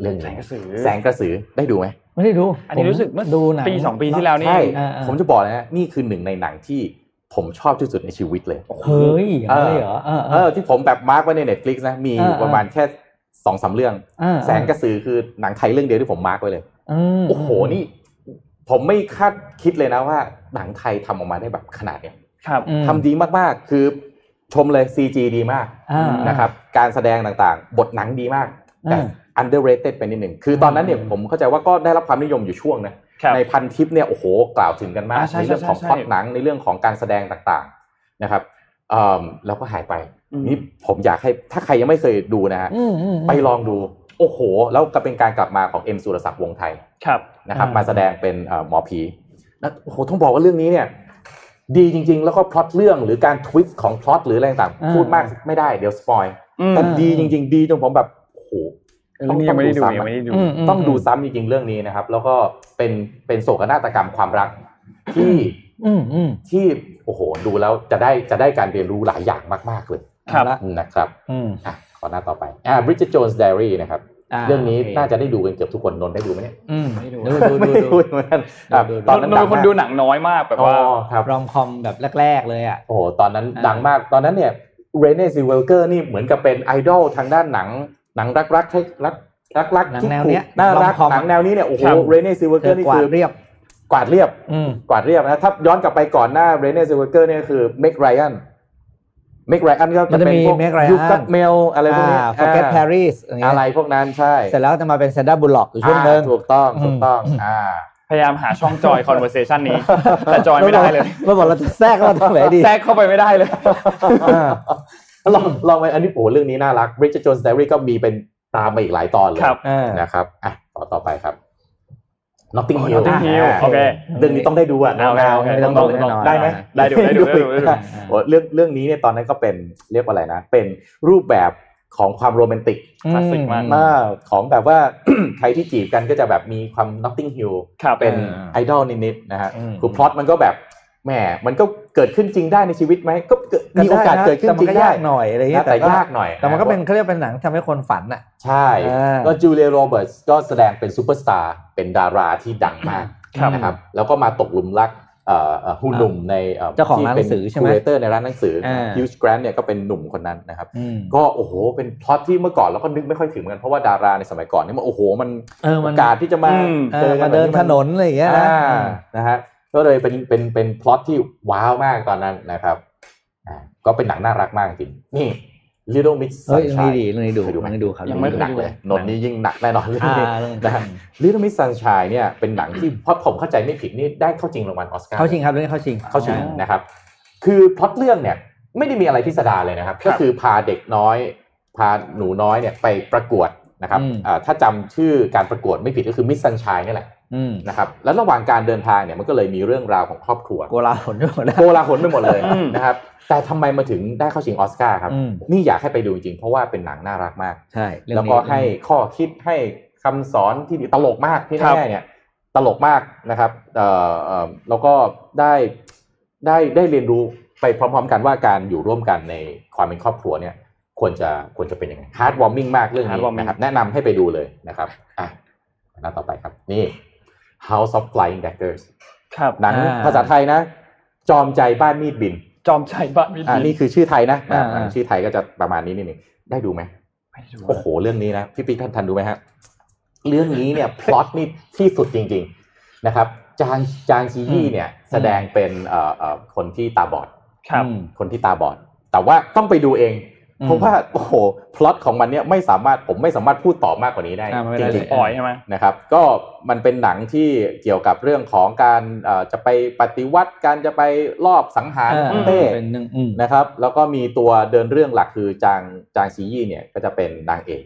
Speaker 3: เรื่อง
Speaker 2: แส
Speaker 3: นี้
Speaker 2: งกระสือ
Speaker 3: แสงกระสือได้ดูไหม
Speaker 4: ไม่ได้ดู
Speaker 2: อันนี้
Speaker 4: ผ
Speaker 2: รู้สึกเมื่อ
Speaker 4: ดูหนัง
Speaker 2: ปีสองปีที่แล้วนี่
Speaker 3: ใช่
Speaker 4: อ่าๆ
Speaker 3: ผมจะบอกเลยนะนี่คือหนึ่งในหนังที่ผมชอบที่สุดในชีวิตเลย
Speaker 4: เฮ้ยอย่างนั้นเลยเหรอเออเอ
Speaker 3: เออ
Speaker 4: อ
Speaker 3: ที่ผมแบบมาร์กไว้ใน Netflix นะ มีอยู่
Speaker 4: อ่าๆ
Speaker 3: ประมาณแค่สองสามเรื่อง
Speaker 4: เออ
Speaker 3: แสงกระสือคือหนังไทยเรื่องเดียวที่ผมมาร์กไว้เลย
Speaker 4: ม
Speaker 3: โอ้โหนี่ ผมไม่คาดคิดเลยนะว่าหนังไทยทำออกมาได้แบบขนาดเนี้ย
Speaker 2: ครับ
Speaker 4: อืม
Speaker 3: ทำดีมากๆ คือชมเลย CG ดีมาก
Speaker 4: อ่า
Speaker 3: นะครับ การแสดงต่างๆ บทหนังดีมาก แต่
Speaker 4: อ่า
Speaker 3: underrated ไปนิดหนึ่ง คือตอนนั้นเนี่ย
Speaker 4: อืม
Speaker 3: ผมเข้าใจว่าก็ได้รับความนิยมอยู่ช่วงนะ
Speaker 2: ครับ
Speaker 3: ในพันทิปเนี่ยโอ้โหกล่าวถึงกันมาก
Speaker 2: อ่าใช่
Speaker 3: ในเรื่องของ
Speaker 2: ใช่
Speaker 3: พ
Speaker 2: ใช่
Speaker 3: ล็อตหนังในเรื่องของการแสดงต่างๆนะครับเอิ่มแล้วก็หายไป
Speaker 2: อืม
Speaker 3: นี่ผมอยากให้ถ้าใครยังไม่เคยดูนะฮะ
Speaker 4: อืมอืม
Speaker 3: ไปลองดู โอ้โห แล้วก็เป็นการกลับมาของเอ็มสุรศักดิ์วงศ์ไทย
Speaker 2: ครับ
Speaker 3: นะครับ
Speaker 4: อ่าม
Speaker 3: มาแสดงเป็นเอ่อหมอผีแล้วโอ้โหต้องบอกว่าเรื่องนี้เนี่ยดีจริง ๆ แล้วก็พล็อตเรื่องหรือการทวิสต์ของพล็อตหรืออะไรต่างๆพูดมากไม่ได้เดี๋ยวสปอย
Speaker 2: อืม
Speaker 3: แต่ดีจริง ๆ ดีจนผมแบบโอ้โห
Speaker 2: เรื่องนี้ยังไม่ได้ดูยังไม่ได้ดู
Speaker 4: มม
Speaker 3: ต้องดูซ้ำจริงๆเรื่องนี้นะครับ แล้วก็เป็นเป็นโศกนาฏกรรมความรัก ที่
Speaker 4: อืมอืม
Speaker 3: ที่โอ้โหดูแล้วจะได้จะได้การเรียนรู้หลายอย่างมากๆเลย
Speaker 2: ครับ
Speaker 4: เอาละ
Speaker 3: นะครับ
Speaker 4: อืม
Speaker 3: อ่ะขอหน้าต่อไปอ่า Bridget Jones Diary นะครับ
Speaker 4: า
Speaker 3: เรื่องนี้
Speaker 4: โค
Speaker 3: น่าจะได้ดูกันเกือบทุกคนนนท์ได้ดูไหมเนี่ย
Speaker 4: อืมดูดู
Speaker 3: ไม่
Speaker 4: ดู
Speaker 3: ได้
Speaker 4: ดู
Speaker 3: ดูเหมือนกันอ่ะ
Speaker 4: ดูดู
Speaker 3: ตอนนั้น
Speaker 2: น
Speaker 3: ดั
Speaker 2: น
Speaker 3: ง
Speaker 2: คน
Speaker 3: มาก
Speaker 2: ดูหนังน้อยมากแบบว่า
Speaker 3: อ๋อครับ
Speaker 4: รอมคอมแบบแรกๆเลยอ่ะ
Speaker 3: โอ้โหตอนนั้น
Speaker 4: อ่า
Speaker 3: ดังมากตอนนั้นเนี่ยเรเน่ซิเวลเกอร์นี่เหมือนกับเป็นไอดอลทางด้านหนังหนังรักรักๆให้รักรักรัก
Speaker 4: หนัง
Speaker 3: ที่
Speaker 4: แนว
Speaker 3: ถูก
Speaker 4: เนี้ย
Speaker 3: น่ารัก
Speaker 4: ลองคอม
Speaker 3: หนังแนวนี้เนี่ยโอ้โห
Speaker 2: ครับ
Speaker 3: เรเน่ซิเวล
Speaker 4: เธ
Speaker 3: เกอ
Speaker 4: อ
Speaker 3: ร์นี่
Speaker 4: กวา
Speaker 3: คื
Speaker 4: ด
Speaker 3: อ
Speaker 4: เรียบ
Speaker 3: กวาดเรียบ
Speaker 4: อืม
Speaker 3: กวาดเรียบนะถ้าย้อนกลับไปก่อนหน้าเรเน่เซเวอร์เกอร์เนี่ยคือเมกไรอันเมกไรอันก็
Speaker 4: มันจะมี
Speaker 3: เป็นพวก
Speaker 4: Meg Ryan
Speaker 3: ยูกัตเมลอะไรพวกนี้
Speaker 4: อ่า forget
Speaker 3: อ่า
Speaker 4: Paris อย่างเงี้ย
Speaker 3: อะไรพวกนั้นใช่
Speaker 4: เสร็จแล้วจะมาเป็น Sandra Bullock อยู่ช่วง
Speaker 3: อ่า
Speaker 4: หนึง
Speaker 3: ถูกต้อง
Speaker 4: อืม
Speaker 3: ถูกต้องอ่า
Speaker 2: พยายามหาช่องจอย conversation นี้
Speaker 3: *laughs*
Speaker 2: แต่จอยไม่ได้เลย
Speaker 4: เราบอกเราจะแทรกเข้ามาทางไหนดี
Speaker 2: แทรกเข้าไปไม่ได้เลย
Speaker 4: อ่า
Speaker 3: ลองลองไปอันนี้โอ้โหเรื่องนี้น่ารัก Bridget Jones Diary ก็มีเป็นตามมาอีกหลายตอนเลย
Speaker 2: ครับ
Speaker 4: เออ
Speaker 3: นะครับอ่ะต่อต่อไปครับ Notting
Speaker 4: โอ้
Speaker 3: Hill
Speaker 4: Notting
Speaker 2: ฮิว
Speaker 3: อ่า
Speaker 2: โอเค
Speaker 3: เรื่องนี้ต้องได้ดูอ่ะ
Speaker 2: เอาเอาเอา
Speaker 3: ต้องต้อง
Speaker 2: แน่นอน
Speaker 3: ได้ไหม
Speaker 2: ได้ดูได้ดูได้ดูได้ดู
Speaker 3: โอ้เรื่องเรื่องนี้เนี่ยตอนนั้นก็เป็นเรียกว่าอะไรนะ เป็นรูปแบบของความโรแมนติก
Speaker 4: อืม
Speaker 2: คลาสสิกมาก
Speaker 3: มากของแบบว่า *coughs* ใครที่จีบกันก็จะแบบมีความ Notting Hill
Speaker 2: ครับ
Speaker 3: เป็น
Speaker 4: อ่า
Speaker 3: ไอดอลนิดๆนะฮะ
Speaker 4: อืม
Speaker 3: คือพล็อตมันก็แบบแหมมันก็เกิดขึ้นจริงได้ในชีวิตไหมก็เกิดมีโอกาสเกิดขึ้นจริงได้
Speaker 4: แต่มันก็ยากหน่อยอะไรเงี้
Speaker 3: นะ
Speaker 4: ย
Speaker 3: แต่ยากหน่อย
Speaker 4: แต่มันก็เป็นเขาเรียกเป็นหนังทำให้คนฝันอ่ะ
Speaker 3: ใช่
Speaker 4: อ่า
Speaker 3: ก็จูเลียโรเบิร์ตก็แสดงเป็นซูเปอร์สตาร์เป็นดาราที่ดังมาก
Speaker 2: ครับ
Speaker 3: นะครับแล้วก็มาตกหลุมรักเอ่อเอ่อหุ่นหนุ่มใน
Speaker 4: เจ้าของร้านหนังสือใช่ไหม
Speaker 3: คูเลเตอร์ในร้านหนังสือ
Speaker 4: อ่า
Speaker 3: ฮิวจ์แกรนเนี่ยก็เป็นหนุ่มคนนั้นนะครับ
Speaker 4: อืม
Speaker 3: ก็โอ้โหเป็นพล็อตที่เมื่อก่อนเราก็นึกไม่ค่อยถึงเหมือนกันเพราะว่าดาราในสมัยก่อนเนี่ยมันโอ้โหมัน
Speaker 4: เออ
Speaker 3: โอ
Speaker 4: มัน
Speaker 3: กาสที่จะมา
Speaker 2: อืม
Speaker 4: เอ
Speaker 3: เจอ
Speaker 4: อ
Speaker 3: กั
Speaker 4: มา
Speaker 3: แบบ
Speaker 4: เดินถนนอะไรอย่างเงี้ยนะ
Speaker 3: อ่านะฮะก็เลยเป็นเป็นเป็นพล็อตที่ว้าวมากตอนนั้นนะครับอ่าก็เป็นหนังน่ารักมากจริงนี่ Little Miss
Speaker 4: เฮ้ยเรื่องนี้
Speaker 3: Sunshine
Speaker 4: ดีเรื่องนี้ดู
Speaker 3: เคยดูไหม
Speaker 4: เรื่องนี้ดูครับ
Speaker 2: ยังไม่
Speaker 4: เรื่
Speaker 3: ห
Speaker 4: อง
Speaker 3: นัก
Speaker 4: นี้ดู
Speaker 3: เลยนนท์นี่ยิ่งหนักแน่นอนเรื่อง
Speaker 4: อ่า
Speaker 3: นี้
Speaker 4: เรื่องนี้
Speaker 3: นะ Little Miss Sunshine เนี่ยเป็นหนังที่พอผมเข้าใจไม่ผิดนี่ได้เข้าจริงรางวัลออสการ์
Speaker 4: เข้าชิงครับเรื่องนี้เข้าชิง
Speaker 3: เข้าชิงนะครับ คือพล็อตเรื่องเนี่ยไม่ได้มีอะไรพิสดารเลยนะครับ
Speaker 2: ครับ
Speaker 3: ก็คือพาเด็กน้อย พาหนูน้อยเนี่ยไปประกวดนะครับ
Speaker 4: อืม
Speaker 3: อ่าถ้าจำชื่อการประกวดไม่ผิดก็คือมิสซันช n ยนี่แหละ
Speaker 4: อืม
Speaker 3: นะครับ แล้วระหว่างการเดินทางเนี่ยมันก็เลยมีเรื่องราวของครอบครัว
Speaker 4: โกลาหลด้วยหมดแล้ว
Speaker 3: โกลาหลไปหมดเลย
Speaker 2: อืม
Speaker 3: นะครับ แต่ทำไมมาถึงได้เข้าชิงออสการ์ครับ
Speaker 4: อืม
Speaker 3: นี่อยากให้ไปดูจริงๆ เพราะว่าเป็นหนังน่ารักมาก
Speaker 4: ใช่เรื่อง
Speaker 3: แล้ว
Speaker 4: นี้
Speaker 3: ก็ให้ข้อคิดให้คำสอนที่ดีตลกมากที่
Speaker 2: ครับ
Speaker 3: แน่ๆเนี่ยตลกมากนะครับเอ่อเอ่อแล้วก็ได้ได้ได้เรียนรู้ไปพร้อมๆกันว่าการอยู่ร่วมกันในความเป็นครอบครัวเนี่ย ควรจะควรจะเป็นยังไงฮาร์ดวอร์มิ่งมากเรื่องนี้
Speaker 2: Heartwarming
Speaker 3: นะครับ แนะนำให้ไปดูเลยนะครับอ่ะหน้าต่อไปครับนี่ House of Flying Daggers
Speaker 2: ครับ
Speaker 3: หนังภาษาไทยนะ จอมใจบ้านมีดบิน
Speaker 2: จอมใจบ้านไม่
Speaker 3: อ่ะ
Speaker 2: ดี
Speaker 3: นี่คือชื่อไทยนะอ่ะหนังชื่อไทยก็จะประมาณนี้นิดนึงได้ดูไหม
Speaker 2: ไม่ได้ดู
Speaker 3: โอ้โห เรื่องนี้นะ พี่ปิ๊กท่านทันดูไหมฮะ เรื่องนี้เนี่ย พล็อตนี่ที่สุดจริง ๆ นะครับ จางจางซียี่เนี่ย แสดงเป็นเอ่อเอ่อคนที่ตาบอด
Speaker 2: ครับ
Speaker 4: อืม
Speaker 3: คนที่ตาบอด แต่ว่าต้องไปดูเอง
Speaker 4: อืม
Speaker 3: เพราะว่า โอ้โห พล็อตของมันเนี่ยไม่สามารถผมไม่สามารถพูดต่อมากกว่านี้ได้
Speaker 4: อ่าไม่
Speaker 3: จ
Speaker 4: เป็นไร
Speaker 3: ริง
Speaker 2: ปล่อยใช่ไหม
Speaker 3: ๆนะครับ ก็มันเป็นหนังที่เกี่ยวกับเรื่องของการเอ่อจะไปปฏิวัติการจะไปลอบสังหาร
Speaker 4: อ่า
Speaker 3: เต้
Speaker 4: เป็นหนึ่งอืม
Speaker 3: นะครับแล้วก็มีตัวเดินเรื่องหลักคือจางจางซียี่เนี่ยก็จะเป็นนางเอก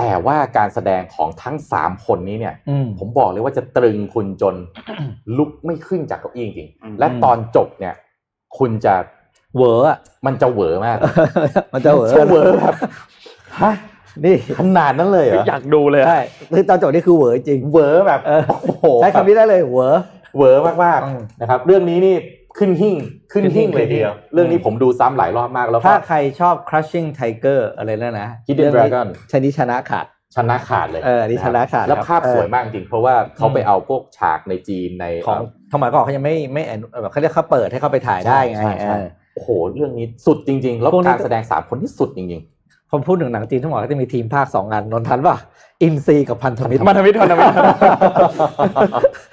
Speaker 3: แต่ว่าการแสดงของทั้ง 3 คนนี้เนี่ย
Speaker 4: อืม
Speaker 3: ผมบอกเลยว่าจะตรึงคุณจ *coughs* น ลุกไม่ขึ้นจากเก้าอี้จริง
Speaker 2: อืม
Speaker 3: ๆและตอนจบเนี่ย คุณจะ
Speaker 4: เหวอร์อะ
Speaker 3: มันจะเหวอมาก
Speaker 4: *laughs* มันจะเหวอ
Speaker 3: มันจะเหวอ
Speaker 4: ร์
Speaker 3: แบบฮะ
Speaker 4: นี่
Speaker 3: ขนาดนั้นเลยเหรอ
Speaker 2: อยากดูเลยอะ
Speaker 4: ใช่คือตอนจบนี่คือเหวอร์จริง
Speaker 3: เหวอแบบ
Speaker 4: เออ
Speaker 3: โอ้โห
Speaker 4: ใช้คำนี้ได้เลยเหวอร์
Speaker 3: เหวอมาก
Speaker 4: อืม
Speaker 3: ๆนะครับ เรื่องนี้นี่ ขึ้นหิ่งขึ้นหิ่งเลยทีเดียว เรื่องนี้ผมดูซ้ำหลายรอบมากแล้วก็
Speaker 4: ถ้าใครชอบ crushing tiger อะไรแล้วนะ
Speaker 3: Hidden
Speaker 4: เรื่อง
Speaker 3: Dragon
Speaker 4: ชนิดชนะขาด
Speaker 3: ชนะขาดเลย
Speaker 4: เออนี่ชนะขาด
Speaker 3: แล้ว
Speaker 4: ค
Speaker 3: ภา
Speaker 4: รับ
Speaker 3: พ
Speaker 4: เออ
Speaker 3: สวยมากจริงเพราะว่าเขาไปเอาพวกฉากในจีนใน
Speaker 4: ของสมัยก่อนเขายังไม่ไม่อนุแบบเขาเรียกเขาเปิดให้เขาไปถ่ายได้ไง
Speaker 3: ใช่ใช่
Speaker 4: เออ
Speaker 3: โอ้โหเรื่องนี้สุดจริง ๆ แล้ว
Speaker 4: พวกนี้
Speaker 3: การแสดงสามคนที่สุดจริง
Speaker 4: พอพูดถึงหนังจีนทั้งหมดก็จะมีทีมภาคสองงานนนทันป่ะอินซีกับพันธมิตร
Speaker 2: มันทำไม่ทันทำไม่ทัน
Speaker 3: ๆ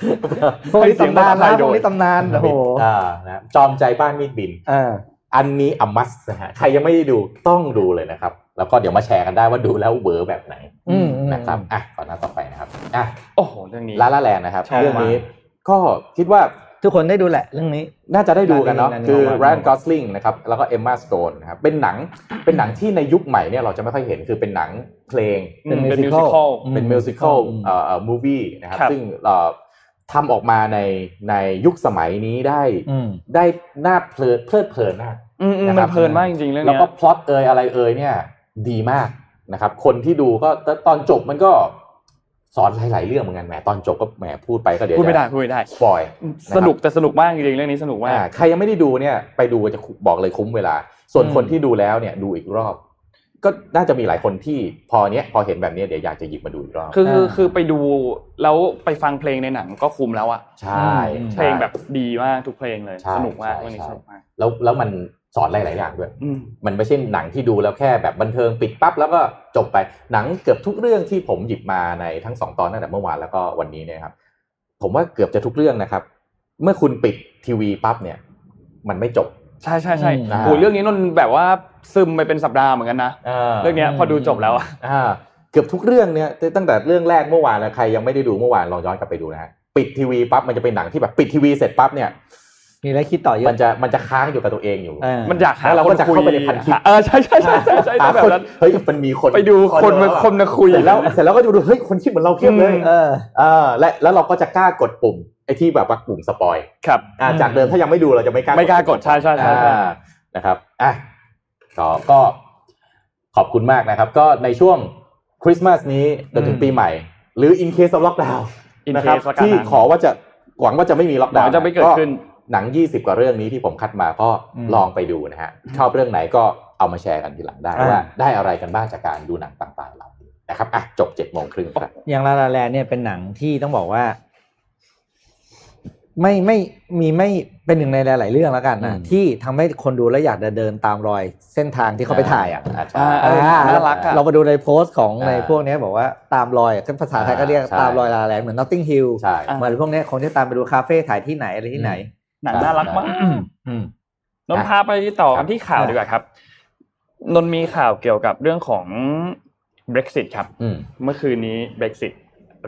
Speaker 4: พวกนี้ตำนาน
Speaker 2: ให้
Speaker 4: นะ
Speaker 2: เสียง
Speaker 4: พวกนี้ตำนานโอ้โห
Speaker 3: อ่านะจอมใจบ้านมีดบิน
Speaker 4: เออ
Speaker 3: อันนี้อัมมัสนะฮะใครยังไม่ได้ดูต้องดูเลยนะครับ แล้วก็เดี๋ยวมาแชร์กันได้ว่าดูแล้วเวอร์แบบไหน
Speaker 4: อืมอืม
Speaker 3: นะครับอ่ะก่อนหน้าต่อไปนะครับอ่ะ
Speaker 2: โอ้โหเรื่องนี้
Speaker 3: ลาลาแลนนะครับ
Speaker 2: ชอบมาก
Speaker 3: เรื่องนี้ก็คิดว่า
Speaker 4: ทุกคนได้ดูแหละเรื่องนี้
Speaker 3: น่าจะได้ดูกันเนาะ
Speaker 4: น่าจะได้ดู
Speaker 3: คือ
Speaker 4: น่าจะได้ดู
Speaker 3: Ryan Gosling นะครับแล้วก็ Emma Stone นะครับเป็นหนังเป็นหนังที่ในยุคใหม่เนี่ยเราจะไม่ค่อยเห็นคือเป็นหนังเพลง
Speaker 2: อืมเป็น
Speaker 4: musical
Speaker 2: musical
Speaker 4: อืม
Speaker 3: เป็นมิวสิควล
Speaker 4: อืม
Speaker 3: เอ่อมูฟี่นะครับ
Speaker 2: ครับ
Speaker 3: ซึ่งเอ่อทำออกมาในในยุคสมัยนี้ได้
Speaker 4: อืม
Speaker 3: ได้น่าเพลิดเพลิดเพลินมาก
Speaker 2: อืมอืม
Speaker 3: นะค
Speaker 2: มั
Speaker 3: รับ
Speaker 2: นเพลินมากจริงๆเรื่อง
Speaker 3: แล้ว
Speaker 2: เนี้ย
Speaker 3: ก็พล็อตเอยอะไรเอยเนี่ยดีมากนะครับ คนที่ดูก็ตตอนจบมันก็สอนหลาย ๆ เรื่องเหมือนกันแหมตอนจบก็แหมพูดไปก็เดี๋ยว
Speaker 2: พูดไม่ได้
Speaker 3: จะ
Speaker 2: พูดไม่ได้
Speaker 3: สปอย
Speaker 2: สนุกแต่สนุกมากจริงๆเรื่องนี้สนุกมา
Speaker 3: อ่าก ใครยังไม่ได้ดูเนี่ยไปดูจะบอกเลยคุ้มเวลา ส่วน
Speaker 2: อืม
Speaker 3: คนที่ดูแล้วเนี่ยดูอีกรอบ ก็น่าจะมีหลายคนที่พอเนี้ยพอเห็นแบบเนี้ยเดี๋ยวอยากจะหยิบมาดูอีกรอบ
Speaker 2: คือคือ
Speaker 4: อ่า
Speaker 2: คือไปดูแล้วไปฟังเพลงในหนังก็คุ้มแล้วอะ
Speaker 3: ใช่
Speaker 4: อืม
Speaker 2: เพ
Speaker 3: ใช่
Speaker 2: ลงแบบดีมากทุกเพลงเลย
Speaker 3: ใช่
Speaker 2: สนุกมาก
Speaker 3: ใช่
Speaker 2: เรื่องนี้
Speaker 3: ใช่
Speaker 2: สนุกมาก
Speaker 3: แล้วแล้วมันสอนหลาย ๆ อย่างด้วย
Speaker 2: อืม
Speaker 3: มันไม่ใช่หนังที่ดูแล้วแค่แบบบันเทิงปิดปั๊บแล้วก็จบไปหนังเกือบทุกเรื่องที่ผมหยิบมาในทั้งสองตอนตั้งแต่เมื่อวานแล้วก็วันนี้เนี่ยครับ ผมว่าเกือบจะทุกเรื่องนะครับ เมื่อคุณปิดทีวีปั๊บเนี่ย มันไม่จบ
Speaker 2: ใช่ใช่ใช่
Speaker 4: อืม
Speaker 2: โอ้โหเรื่องนี้นนท์แบบว่าซึมไปเป็นสัปดาห์เหมือนกันนะ เรื่องเนี้ย
Speaker 4: อืม
Speaker 2: พอดูจบแล้วอะ
Speaker 3: อ่าเกือบทุกเรื่องเนี่ยตั้งแต่เรื่องแรกเมื่อวานนะใครยังไม่ได้ดูเมื่อวานลองย้อนกลับไปดูนะฮะปิดทีวีปั๊บมันจะเป็นหนังที่แบบปิดทีวีเสร็จปั๊บเนี่ย
Speaker 4: มีอะไรคิดต่อเย
Speaker 3: มั
Speaker 4: อะ
Speaker 3: นจะมันจะค้างอยู่กับตัวเองอยู่
Speaker 4: เออ
Speaker 2: มันอยากหา
Speaker 3: แล้วเราก็
Speaker 2: คน
Speaker 3: จะ
Speaker 2: คุย
Speaker 3: เข้าไปในพันทิป
Speaker 2: เออใช่ใช่ใช่ใช่ใช่ใช่แบบนั้น
Speaker 3: เฮ้ยมันมีคน
Speaker 2: ไปดูคนมาคนมาคุย
Speaker 3: เสร็จแล้วเสร็จแล้วก็จะดูเฮ้ยคนคิดเหมือนเราเพียบเลย
Speaker 2: อืม
Speaker 4: เออ
Speaker 3: อ่าและแล้วเราก็จะกล้ากดปุ่มไอ้ที่แบบว่าปุ่มสปอย
Speaker 2: ครับ
Speaker 3: อ่า
Speaker 4: อืม
Speaker 3: จากเดิมถ้ายังไม่ดูเราจะไม่กล้า
Speaker 2: ไม่กล้ากดใช่ใช่ใช่ใช่
Speaker 3: อ่านะครับอ่ะก็ก็ขอบคุณมากนะครับ ก็ในช่วงคริสต์มาสนี้จนถึงปีใหม่ หรือ in case of lockdown
Speaker 2: อิน
Speaker 3: นะ
Speaker 2: เค
Speaker 3: ครับ
Speaker 2: สละกัน
Speaker 3: ที่
Speaker 2: นะ
Speaker 3: ขอว่าจะหวังว่าจะไม่มีล็อก
Speaker 2: ห
Speaker 3: ดา
Speaker 2: วั
Speaker 3: ว
Speaker 2: ง
Speaker 3: น์
Speaker 2: จะไม่เกิดขึ้น
Speaker 3: หนัง 20 กว่าเรื่องนี้ที่ผมคัดมาก็
Speaker 4: อืม
Speaker 3: ลองไปดูนะฮะชอบเรื่องไหนก็เอามาแชร์กันทีหลังได้
Speaker 4: อ่า
Speaker 3: ว่าได้อะไรกันบ้างจากการดูหนังต่างๆเหล่านี้นะครับอ่ะจบ7จ็ดโมงครึ่งครับ
Speaker 4: อย่างลาลาแลนด์เนี่ยเป็นหนังที่ต้องบอกว่า ไม่ไม่มีไม่เป็นหนึ่งในหลาย ๆ เรื่องแล้วกันนะ
Speaker 3: อืม
Speaker 4: ที่ทำให้คนดูแล้วอยากจะเดินตามรอยเส้นทางที่เขาไปถ่ายอ่ะ
Speaker 3: ใช่
Speaker 2: อ่า น่รักอะ
Speaker 4: เรามาดูในโพสต์ของ
Speaker 3: อ่า
Speaker 4: ในพวกเนี้ยบอกว่าตามรอยก็ภาษาไทยก็เรียก
Speaker 3: ใช่
Speaker 4: ตามรอยลาลาแลนด์เหมือนนอตติงฮิล
Speaker 3: ใช่
Speaker 4: เหมือนพวกเนี้ยคงจะตามไปดูคาเฟ่ถ่ายที่ไหนอะไรที่ไหน
Speaker 2: หนังน่ารักมาก
Speaker 4: อืม
Speaker 2: นนท์พาไปต่อกันที่ข่าว
Speaker 4: ครับ
Speaker 2: ดีกว่าครับนนท์มีข่าวเกี่ยวกับเรื่องของ Brexit ครับ
Speaker 3: อืม
Speaker 2: เมื่อคืนนี้ Brexit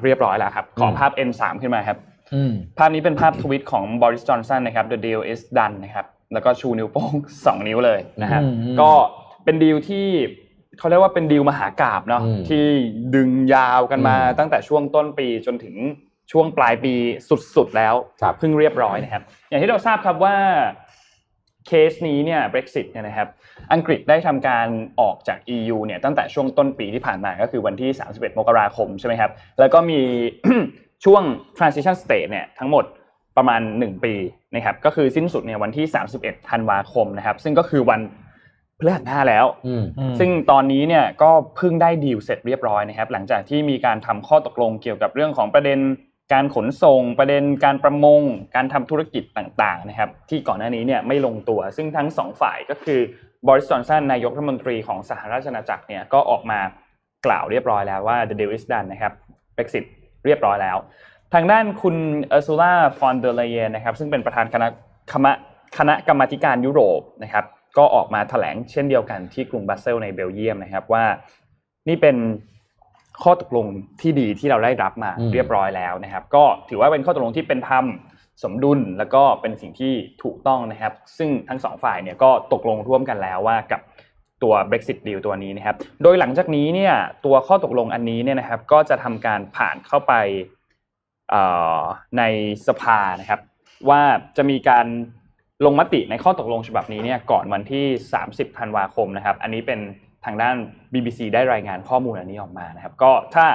Speaker 2: เรียบร้อยแล้วครับ ขอ
Speaker 3: อืม
Speaker 2: ภาพ M3 ขึ้นมาครับ
Speaker 4: อืม
Speaker 2: ภาพนี้เป็นภาพทวิตของบริสจอนสันนะครับ the deal is done นะครับ แล้วก็ชูนิ้วโป้ง *laughs* สองนิ้วเลยนะครับ
Speaker 4: อืม
Speaker 2: ก็เป็นดีลที่เขาเรียกว่าเป็นดีลมหากาบเนาะ
Speaker 3: อืม
Speaker 2: ที่ดึงยาวกันมา
Speaker 3: อืม
Speaker 2: ตั้งแต่ช่วงต้นปีจนถึงช่วงปลายปีสุดๆแล้ว
Speaker 3: ครับ
Speaker 2: เพิ่งเรียบร้อยนะครับ อย่างที่เราทราบครับว่าเคสนี้เนี่ย Brexit เนี่ยนะครับ อังกฤษได้ทำการออกจาก EU เนี่ยตั้งแต่ช่วงต้นปีที่ผ่านมาก็คือวันที่ 31 มกราคมใช่ไหมครับ แล้วก็มี *coughs* ช่วง transition state เนี่ยทั้งหมดประมาณ 1 ปีนะครับ ก็คือสิ้นสุดเนี่ยวันที่ 31 ธันวาคมนะครับ ซึ่งก็คือวันพฤหัสหน้าแล้ว
Speaker 3: อืม
Speaker 4: อืม
Speaker 2: ซึ่งตอนนี้เนี่ยก็เพิ่งได้ดีลเสร็จเรียบร้อยนะครับ หลังจากที่มีการทำข้อตกลงเกี่ยวกับเรื่องของประเด็นการขนส่ง ประเด็นการประมง การทำธุรกิจต่างๆนะครับ ที่ก่อนหน้านี้เนี่ยไม่ลงตัว ซึ่งทั้งสองฝ่ายก็คือบริสจอนสันนายกรัฐมนตรีของสหราชอาณาจักรเนี่ยก็ออกมากล่าวเรียบร้อยแล้วว่า the deal is done นะครับ Brexit เรียบร้อยแล้ว ทางด้านคุณเออร์ซูล่าฟอนเดอร์เลเยนนะครับซึ่งเป็นประธานคณะคณะคณะกรรมาธิการยุโรปนะครับก็ออกมาแถลงเช่นเดียวกันที่กรุงบรัสเซลส์ในเบลเยียมนะครับว่านี่เป็นข้อตกลงที่ดีที่เราได้รับมา
Speaker 3: อืม
Speaker 2: เรียบร้อยแล้วนะครับ ก็ถือว่าเป็นข้อตกลงที่เป็นธรรมสมดุลแล้วก็เป็นสิ่งที่ถูกต้องนะครับ ซึ่งทั้งสองฝ่ายเนี่ยก็ตกลงร่วมกันแล้วว่ากับตัว Brexit Deal ตัวนี้นะครับ โดยหลังจากนี้เนี่ยตัวข้อตกลงอันนี้เนี่ยนะครับก็จะทำการผ่านเข้าไป เอ่อในสภานะครับ ว่าจะมีการลงมติในข้อตกลงฉบับนี้เนี่ยก่อนวันที่ 30ธันวาคมนะครับ อันนี้เป็นทางด้าน BBC ได้รายงานข้อมูลอันนี้ออกมานะครับ ก็ถ้า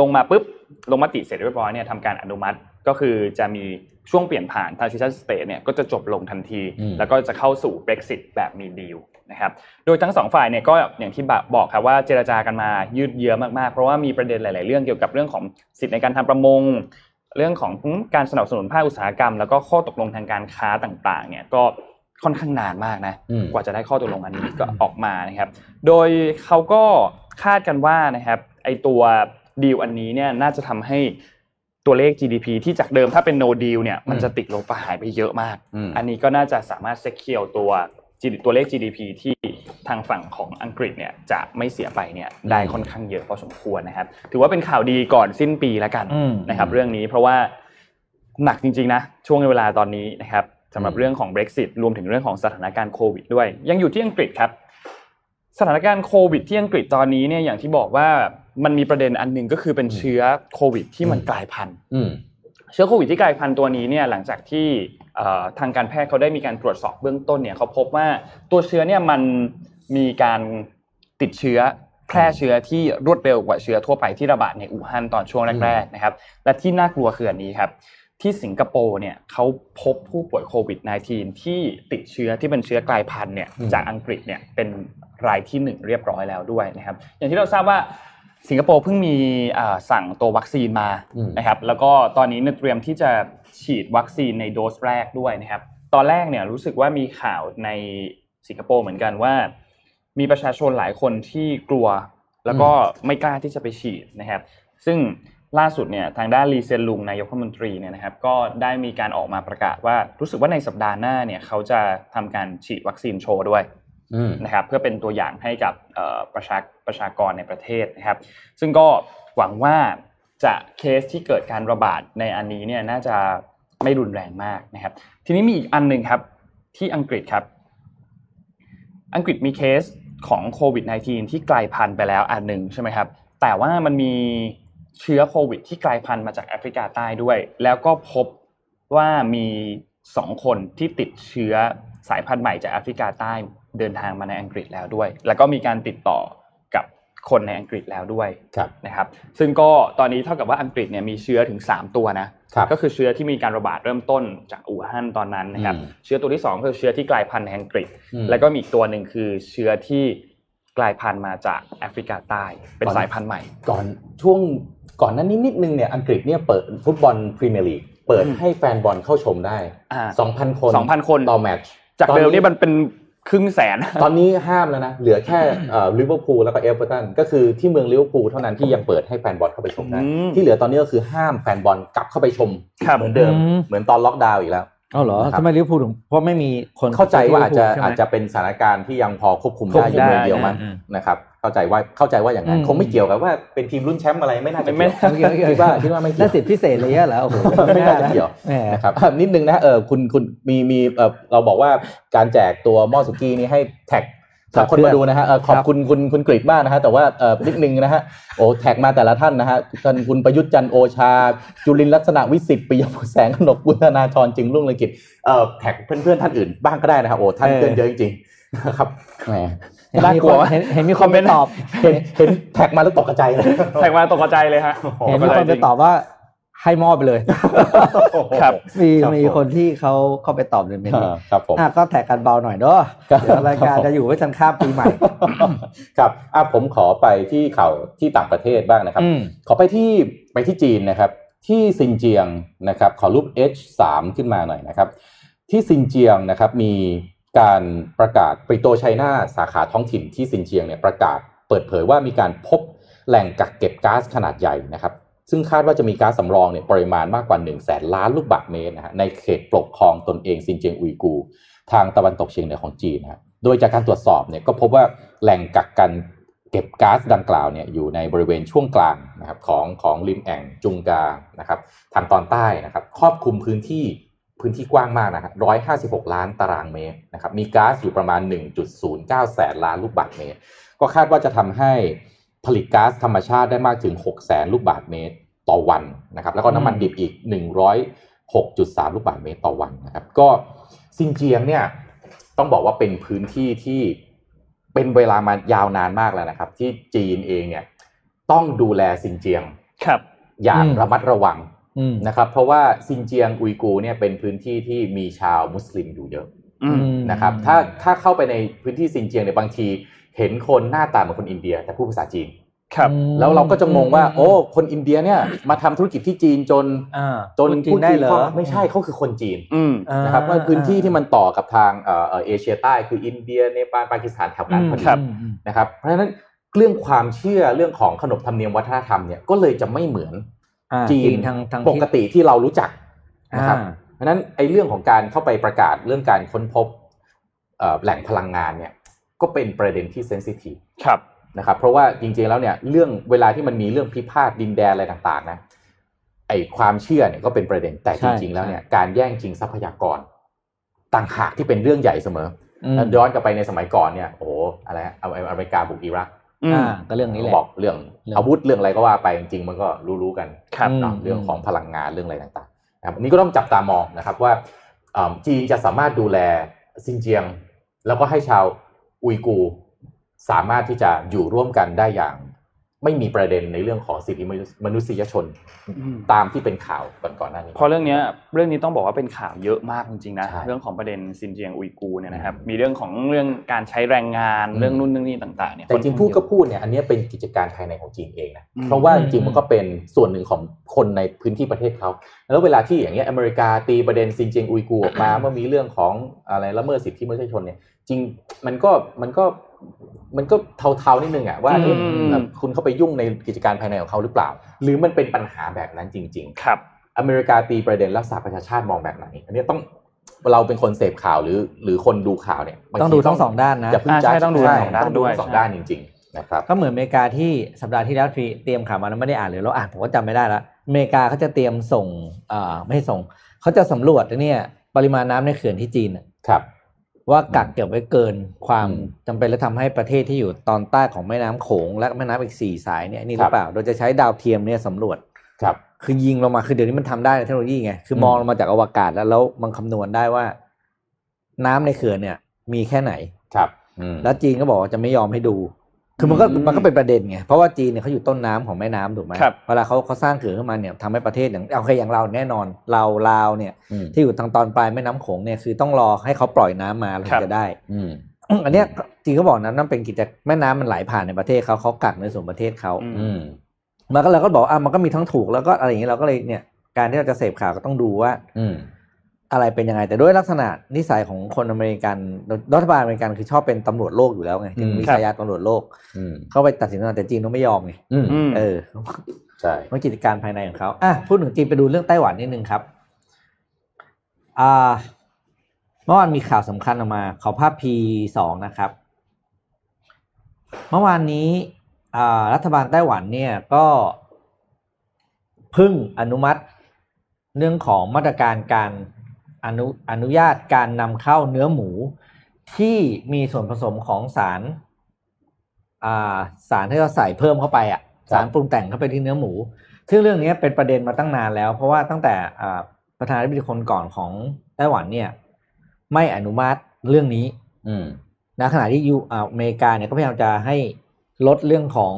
Speaker 2: ลงมาปุ๊บลงมติเสร็จเรียบร้อยเนี่ยทำการอนุมัติ ก็คือจะมีช่วงเปลี่ยนผ่าน transition state เนี่ยก็จะจบลงทันที
Speaker 3: อืม
Speaker 2: แล้วก็จะเข้าสู่ Brexit แบบมีดีลนะครับโดยทั้งสองฝ่ายเนี่ยก็อย่างที่บอกครับว่าเจรจากันมายืดเยื้อมากๆ เพราะว่ามีประเด็นหลาย ๆ เรื่องเกี่ยวกับเรื่องของสิทธิในการทำประมง เรื่องของการสนับสนุนภาคอุตสาหกรรม แล้วก็ข้อตกลงทางการค้าต่าง ๆ เนี่ยก็ค่อนข้างนานมากนะ
Speaker 3: อืม
Speaker 2: กว่าจะได้ข้อตกลงอันนี้ก็ออกมานะครับ โดยเขาก็คาดกันว่านะครับไอตัวดีลอันนี้เนี่ยน่าจะทำให้ตัวเลข GDP ที่จากเดิมถ้าเป็น no deal เนี่ยมันจะติดลบไปหายไปเยอะมาก
Speaker 3: อืม
Speaker 2: อันนี้ก็น่าจะสามารถเซคเคียวตัว GDP ตัวเลข GDP ที่ทางฝั่งของอังกฤษเนี่ยจะไม่เสียไปเนี่ยได้ค่อนข้างเยอะพอสมควรนะครับ ถือว่าเป็นข่าวดีก่อนสิ้นปีแล้วกัน
Speaker 4: อืม
Speaker 2: นะครับเรื่องนี้เพราะว่าหนักจริงๆนะช่วงเวลาตอนนี้นะครับสำหรับ
Speaker 3: อืม
Speaker 2: เรื่องของ Brexit รวมถึงเรื่องของสถานการณ์โควิดด้วย ยังอยู่ที่อังกฤษครับ สถานการณ์โควิดที่อังกฤษตอนนี้เนี่ยอย่างที่บอกว่ามันมีประเด็นอันหนึ่งก็คือเป็นเชื้อโควิดที่มันกลายพันธุ์
Speaker 3: อืม
Speaker 2: เชื้อโควิดที่กลายพันธุ์ตัวนี้เนี่ยหลังจากที่เอ่อทางการแพทย์เขาได้มีการตรวจสอบเบื้องต้นเนี่ยเขาพบว่าตัวเชื้อเนี่ยมันมีการติดเชื้อแพร่เชื้อที่รวดเร็วกว่าเชื้อทั่วไปที่ระบาดในอู่ฮั่นตอนช่วงแรกๆนะครับและที่น่ากลัวคืออันนี้ครับที่สิงคโปร์เนี่ยเขาพบผู้ป่วยโควิด -19 ที่ติดเชื้อที่เป็นเชื้อกลายพันธุ์เนี่ย
Speaker 3: อืม
Speaker 2: จากอังกฤษเนี่ยเป็นรายที่หนึ่งเรียบร้อยแล้วด้วยนะครับอย่างที่เราทราบว่าสิงคโปร์เพิ่งมีเอ่อสั่งตัววัคซีนมา
Speaker 3: อืม
Speaker 2: นะครับแล้วก็ตอนนี้เนี่ยเตรียมที่จะฉีดวัคซีนในโดสแรกด้วยนะครับ ตอนแรกเนี่ยรู้สึกว่ามีข่าวในสิงคโปร์เหมือนกันว่า มีประชาชนหลายคนที่กลัว แล้วก็ไม่กล้าที่จะไปฉีดนะครับ ซึ่งล่าสุดเนี่ยทางด้านลีเซียนลุงนายกรัฐมนตรีเนี่ยนะครับ ก็ได้มีการออกมาประกาศว่ารู้สึกว่าในสัปดาห์หน้าเนี่ยเขาจะทำการฉีดวัคซีนโชว์ด้วย
Speaker 3: อืม
Speaker 2: นะครับเพื่อเป็นตัวอย่างให้กับเอ่อประชาประชากรในประเทศนะครับ ซึ่งก็หวังว่าจะเคสที่เกิดการระบาดในอันนี้เนี่ยน่าจะไม่รุนแรงมากนะครับ ทีนี้มีอีกอันหนึ่งครับที่อังกฤษครับ อังกฤษมีเคสของโควิด -19 ที่กลายพันธุ์ไปแล้วอันหนึ่งใช่ไหมครับ แต่ว่ามันมีเชื้อโควิดที่กลายพันธุ์มาจากแอฟริกาใต้ด้วย แล้วก็พบว่ามีสองคนที่ติดเชื้อสายพันธุ์ใหม่จากแอฟริกาใต้เดินทางมาในอังกฤษแล้วด้วย แล้วก็มีการติดต่อกับคนในอังกฤษแล้วด้วย
Speaker 3: ครับ
Speaker 2: นะครับ ซึ่งก็ตอนนี้เท่ากับว่าอังกฤษเนี่ยมีเชื้อถึง 3 ตัวนะ
Speaker 3: ครับ
Speaker 2: ก็คือเชื้อที่มีการระบาดเริ่มต้นจากอู่ฮั่นตอนนั้นนะครับ
Speaker 3: อืม
Speaker 2: เชื้อตัวที่สองคือเชื้อที่กลายพันธุ์ในอังกฤษ
Speaker 3: อืม
Speaker 2: แล้วก็มีอีกตัวหนึ่งคือเชื้อที่กลายพันธุ์มาจากแอฟริกาใต้ เป็น
Speaker 3: ตอนนี้
Speaker 2: สายพันธุ์ใหม่
Speaker 3: ก่อนช่วงก่อนหนั้นนิดนิดนึงเนี่ยอังกฤษเนี่ยเปิดฟุตบอลพรีเมียร์ลีกเปิด
Speaker 2: อืม
Speaker 3: ให้แฟนบอลเข้าชมได้
Speaker 2: อ่า
Speaker 3: 2,000 คน
Speaker 2: สองพันคน
Speaker 3: ต่อแมตช์
Speaker 2: จากเดิมนี่
Speaker 3: ตอ
Speaker 2: มันเป็นครึ่งแสน
Speaker 3: ตอนนี้ห้ามแล้วนะ เหลือแค่ลิเวอร์พูลแล้วก็เอเวอร์ตันก็คือที่เมืองลิเวอร์พูลเท่านั้นที่ยังเปิดให้แฟนบอลเข้าไปชมได้
Speaker 2: อืม
Speaker 3: ที่เหลือตอนนี้ก็คือห้ามแฟนบอลกลับเข้าไปชม
Speaker 2: ครับ
Speaker 3: เหมือนเดิม
Speaker 4: อืม
Speaker 3: เหมือนตอนล็อกดาวน์อีกแล้ว
Speaker 4: เอาเหรอ
Speaker 3: นะครับ
Speaker 4: ทำไมลิเวอร์พูลถึงเพราะไม่มีคน
Speaker 3: เข้าใจว่าอาจจะ
Speaker 4: ใช่ไหม
Speaker 3: อาจจะเป็นสถานการณ์ที่ยังพอควบคุม
Speaker 4: ควบ
Speaker 3: ได้อ
Speaker 4: คุม
Speaker 3: ยู่เมือง
Speaker 4: ได้
Speaker 3: เดียวมั้ง
Speaker 4: อืม
Speaker 3: นะครับเข้าใจว่าเข้าใจว่าอย่างนั้น
Speaker 4: อืม
Speaker 3: คงไม่เกี่ยวกับว่าเป็นทีมรุ่นแชมป์อะไรไม่น่าจะ
Speaker 2: ไม่
Speaker 3: เกี่ยว
Speaker 4: เมื่อกี้เมื่อกี้
Speaker 3: คิดว่าคิดว่าไม่เกี่ยว
Speaker 4: ได้สิทธิพิเศษเลยเหรอโอ้โห
Speaker 3: ไม่น่าจะเกี่ยว
Speaker 4: แหม
Speaker 3: นะครับ *laughs* เอ่อนิดนึงนะเออคุณคุณมีมีเออเราบอกว่าการแจกตัวหม้อสุกี้นี่ให้แท็ก
Speaker 4: ครับ
Speaker 3: คนมาดูนะฮะเอ่อขอบคุณคุณคุณกริดมากนะฮะแต่ว่าเออนิดนึงนะฮะโอ้แท็กมาแต่ละท่านนะฮะท่านคุณประยุทธ์จันทร์โอชา จุลินลักษณะวิสิทธิ์ปิยบุตรแสงขนกบุญธนาธรจึงรุ่งเรืองกิจเออแท็กเพื่อนๆท่านอื่นบ้างก็ได้นะฮะโอ้ท่าน
Speaker 4: เออ
Speaker 3: เพื่อนเยอะจริงๆนะครับแหม
Speaker 4: เห็น
Speaker 3: น่า
Speaker 4: มี
Speaker 3: ก
Speaker 4: ค
Speaker 3: ลัวน มาก
Speaker 4: เห็นเห็นมีคนไปตอบ
Speaker 3: เห็นเห็นแท็กมาแล้วตกใจายเลย
Speaker 2: แพงมาตกใจเลยฮะ
Speaker 4: เห็นมีคนไปตอบว่าให้มอบไปเลย
Speaker 2: ครับ
Speaker 4: มีมีคนที่เขาเข้าไปตอบในเมน
Speaker 3: *laughs* เอ
Speaker 4: ต์
Speaker 3: อครับผม
Speaker 4: อ่ะก็แท็กกันเบาหน่อยเนาะ
Speaker 3: ครับ
Speaker 4: เดี๋ยวรายการ
Speaker 3: ครับผม
Speaker 4: จะอยู่ไว้จนข้ามปีใหม่
Speaker 3: ครับอ่ะผมขอไปที่ข่าวที่ต่างประเทศบ้างนะครับ
Speaker 4: อืม
Speaker 3: ขอไปที่ไปที่จีนนะครับ ที่ซินเจียงนะครับขอรูป H3 ขึ้นมาหน่อยนะครับ ที่ซินเจียงนะครับมีการประกาศปริโตไชน่าสาขาท้องถิ่นที่ซินเจียงเนี่ยประกาศเปิดเผยว่ามีการพบแหล่งกักเก็บก๊าซขนาดใหญ่นะครับ ซึ่งคาดว่าจะมีก๊าซสำรองเนี่ยปริมาณมากกว่า1นึ่งแสนล้านลูกบาศก์เมตรนะฮะในเขตปกครองตนเองซินเจียงอุยกูร์ ทางตะวันตกเฉียงเหนือของจีนนะฮะโดยจากการตรวจสอบเนี่ยก็พบว่าแหล่งกักกันเก็บก๊าซดังกล่าวเนี่ยอยู่ในบริเวณช่วงกลางนะครับของของริมแอ่งจุงกานะครับทางตอนใต้นะครับครอบคลุมพื้นที่พื้นที่กว้างมากนะฮะ156 ล้านตารางเมตรนะครับมีก๊าซอยู่ประมาณ 1.09 แสนล้านลูกบาศก์เมตร ก็คาดว่าจะทำให้ผลิตก๊าซธรรมชาติได้มากถึง 6 แสนลูกบาศก์เมตรต่อวันนะครับ แล้วก็น้ำมันดิบอีก 106.3 ลูกบาศก์เมตรต่อวันนะครับ ก็ซินเจียงเนี่ยต้องบอกว่าเป็นพื้นที่ที่เป็นเวลามายาวนานมากแล้วนะครับ ที่จีนเองเนี่ยต้องดูแลซินเจียง
Speaker 2: ครับ
Speaker 3: อย่าง
Speaker 4: อืม
Speaker 3: ระมัดระวัง
Speaker 4: อืม
Speaker 3: นะครับเพราะว่าซินเจียงอุยกูร์เนี่ยเป็นพื้นที่ที่มีชาวมุสลิมอยู่เยอะ
Speaker 2: อืม
Speaker 3: นะครับถ้าถ้าเข้าไปในพื้นที่ซินเจียงเนี่ยบางที เห็นคนหน้าตาเหมือนคนอินเดีย แต่พูดภาษาจีน
Speaker 2: ครับ
Speaker 4: อืม
Speaker 3: แล้วเราก็จะงงว่า โอ้คนอินเดียเนี่ยมาทำธุรกิจที่จีนจน
Speaker 4: อ่า
Speaker 3: จน
Speaker 4: พูดจี
Speaker 3: พู
Speaker 4: นได้เหรอ
Speaker 3: คล่องไม่ใช่เขาคือคนจีน
Speaker 2: อืม
Speaker 4: อ่า
Speaker 3: นะครับว่าพื้นที่ที่มันต่อกับทางเอ่อเอ่อเอเชียใต้คืออินเดียเนปาลปากีสถานแถวนั้นพอดี
Speaker 2: ครับ
Speaker 3: นะครับเพราะฉะนั้นเรื่องความเชื่อเรื่องของขนบธรรมเนียมวัฒนธรรมเนี่ยก็เลยจะไม่เหมือน
Speaker 4: อ่า
Speaker 3: จีน
Speaker 4: ทางทาง
Speaker 3: ปกติที่เรารู้จัก
Speaker 4: อ่า
Speaker 3: นะครับเพราะฉะนั้นไอ้เรื่องของการเข้าไปประกาศเรื่องการค้นพบเอ่อแหล่งพลังงานเนี่ยก็เป็นประเด็นที่เซนซิทีฟ
Speaker 2: ครับ
Speaker 3: นะครับเพราะว่าจริงๆแล้วเนี่ยเรื่องเวลาที่มันมีเรื่องพิพาทดินแดนอะไรต่างๆนะไอ้ความเชื่อเนี่ยก็เป็นประเด็นแต่จริงๆแล้วเนี่ยการแย่งชิงทรัพยากร ต่างหากที่เป็นเรื่องใหญ่เสมอ
Speaker 4: อืม
Speaker 3: ถ้าย้อนกลับไปในสมัยก่อนเนี่ยโอ้โหอะไรนะเอาอเมริกาบุกอิรัก
Speaker 2: อืม
Speaker 4: อ่าก็เรื่องนี้แหละ
Speaker 3: บอกเรื่อง
Speaker 4: เรื่อง
Speaker 3: อาวุธเรื่องอะไรก็ว่าไปจริงๆมันก็รู้ๆกัน
Speaker 2: ครับ
Speaker 3: เนอะเรื่องของพลังงานเรื่องอะไรต่างๆนะครับอันนี่ก็ต้องจับตามองนะครับว่าเอิ่มจีนจะสามารถดูแลซินเจียง แล้วก็ให้ชาวอุยกูร์สามารถที่จะอยู่ร่วมกันได้อย่าง ไม่มีประเด็นในเรื่องของสิทธิมนุษยชน
Speaker 2: อืม
Speaker 3: ตามที่เป็นข่าวก่อนๆหน้านี้
Speaker 2: เพราะเรื่องเนี้ยเรื่องนี้ต้องบอกว่าเป็นข่าวเยอะมากจริงๆนะ
Speaker 3: ใช่
Speaker 2: เรื่องของประเด็นซินเจียงอุยกูร์เนี่ยนะครับมีเรื่องของเรื่องการใช้แรงงาน
Speaker 3: อืม
Speaker 2: เรื่องนู่นเรื่องนี่ต่างๆเนี่ย
Speaker 3: แต่จริง
Speaker 2: ค่อนข้า
Speaker 3: พูดก็
Speaker 2: เยอะ
Speaker 3: พูดเนี่ยอันเนี้ยเป็นกิจการภายในของจีนเองนะ
Speaker 2: อืม
Speaker 3: เพราะว่าจริงๆมันก็เป็นส่วนหนึ่งของคนในพื้นที่ประเทศเขาแล้วเวลาที่อย่างเงี้ยอเมริกาตีประเด็นซินเจียงอุยกูร์ออกมาว่ามีเรื่องของอะไรละเมิดสิทธิมนุษยชนเนี่ยจริงมันก็มันก็มันก็เทาๆนิดนึงอ่ะว่าเอ๊ะ
Speaker 2: อืม
Speaker 3: แบบคุณเข้าไปยุ่งในกิจการภายในของเขาหรือเปล่า หรือมันเป็นปัญหาแบบนั้นจริง
Speaker 2: ครับ
Speaker 3: ๆ อเมริกาตีประเด็นรักษาประชาชาติมองแบบไหนอันเนี้ยต้องเราเป็นคนเสพข่าวหรือ หรือคนดูข่าวเนี่ยบาที
Speaker 4: ต้องดูทั้งสองด้านนะ
Speaker 3: อย่าเพึ่ง
Speaker 2: อ่าใช่
Speaker 3: จ้า
Speaker 2: ต้องดูทั้งสองด้านด้วย
Speaker 3: สอง
Speaker 2: ใช่
Speaker 3: ด้านจริง ๆ นะครับ
Speaker 4: ก็เหมือนอเมริกาที่สัปดาห์ที่แล้วที่เตรียมข่าวมาแล้วไม่ได้อ่านหรือเราอ่านผมก็จำไม่ได้ละอเมริกาเขาจะเตรียมส่งเอ่อไม่ให้ส่งเขาจะสำรวจเนี่ยปริมาณน้ำในเขื่อนที่จีนน่ะ
Speaker 3: ครับ
Speaker 4: ว่ากักเก็บไว้เกินความ
Speaker 3: อืม
Speaker 4: จำเป็นและทำให้ประเทศที่อยู่ตอนใต้ของแม่น้ำโขงและแม่น้ำอีกสี่สายเนี่ยนี่หรื
Speaker 3: ครั
Speaker 4: อบ เปล่า โดยจะใช้ดาวเทียมเนี่ยสำรวจ
Speaker 3: ครับ
Speaker 4: คือยิงลงมาคือเดี๋ยวนี้มันทำได้ในเทคโนโลยีไงคือมองลงมาจากอวกาศแล้วแล้วมันคำนวณได้ว่า น้ำในเขื่อนเนี่ย มีแค่ไหน
Speaker 3: ครับอืม
Speaker 4: แล้วจีนก็บอกว่าจะไม่ยอมให้ดู คือมันก็
Speaker 2: อืม
Speaker 4: มันก็เป็นประเด็นไง เพราะว่าจีนเนี่ยเขาอยู่ต้นน้ำของแม่น้ำถูกไหม
Speaker 2: ครับ
Speaker 4: เวลาเขาเขาสร้างเขื่อนขึ้นมาเนี่ยทำให้ประเทศอย่างโอเคอย่างเราแน่นอน เราลาวเนี่ย
Speaker 3: อืม
Speaker 4: ที่อยู่ทางตอนปลายแม่น้ำโขงเนี่ยคือต้องรอให้เขาปล่อยน้ำมาเราถึงจะได้
Speaker 3: อืม
Speaker 4: อันเนี้ยจีนก็บอกนะนั่นเป็นกิจแม่น้ำมันไหลผ่านในประเทศเขาเขากักในส่วนประเทศเขา
Speaker 2: อืม
Speaker 3: อืม
Speaker 4: มันก็เราก็บอกอ่ะมันก็มีทั้งถูกแล้วก็อะไรอย่างเงี้ยเราก็เลยเนี่ยการที่เราจะเสพข่าวก็ต้องดูว่า
Speaker 3: อืม
Speaker 4: อะไรเป็นยังไง แต่ด้วยลักษณะนิสัยของคนอเมริกันรัฐบาลอเมริกันคือชอบเป็นตำรวจโลกอยู่แล้วไง
Speaker 3: อืม
Speaker 4: มี
Speaker 2: ครับ
Speaker 4: ฉายาตำรวจโลก
Speaker 3: อืม
Speaker 4: เข้าไปตัดสินใจแต่จีนเขาไม่ยอมไง
Speaker 3: อืม
Speaker 2: อืม
Speaker 4: เออ
Speaker 3: ใช่
Speaker 4: มันกิจการภายในของเขาอ่ะพูดถึงจีนไปดูเรื่องไต้หวันนิดนึงครับอ่าเมื่อวานมีข่าวสำคัญออกมา ขอภาพ P สองนะครับ เมื่อวานนี้อ่ารัฐบาลไต้หวันเนี่ยก็เพึ่งอนุมัติเรื่องของมาตรการการอนุอนุญาตการนำเข้าเนื้อหมู ที่มีส่วนผสมของสารอ่าสารที่เราใส่เพิ่มเข้าไปอ่ะสารปรุงแต่งเข้าไปที่เนื้อหมู ซึ่งเรื่องนี้เป็นประเด็นมาตั้งนานแล้ว เพราะว่าตั้งแต่อ่าประธานาธิบดีคนก่อนของไต้หวันเนี่ยไม่อนุมัติเรื่องนี้
Speaker 3: อืม
Speaker 4: นะขณะที่ยูอ่าอเมริกาเนี่ยก็พยายามจะให้ลดเรื่องของ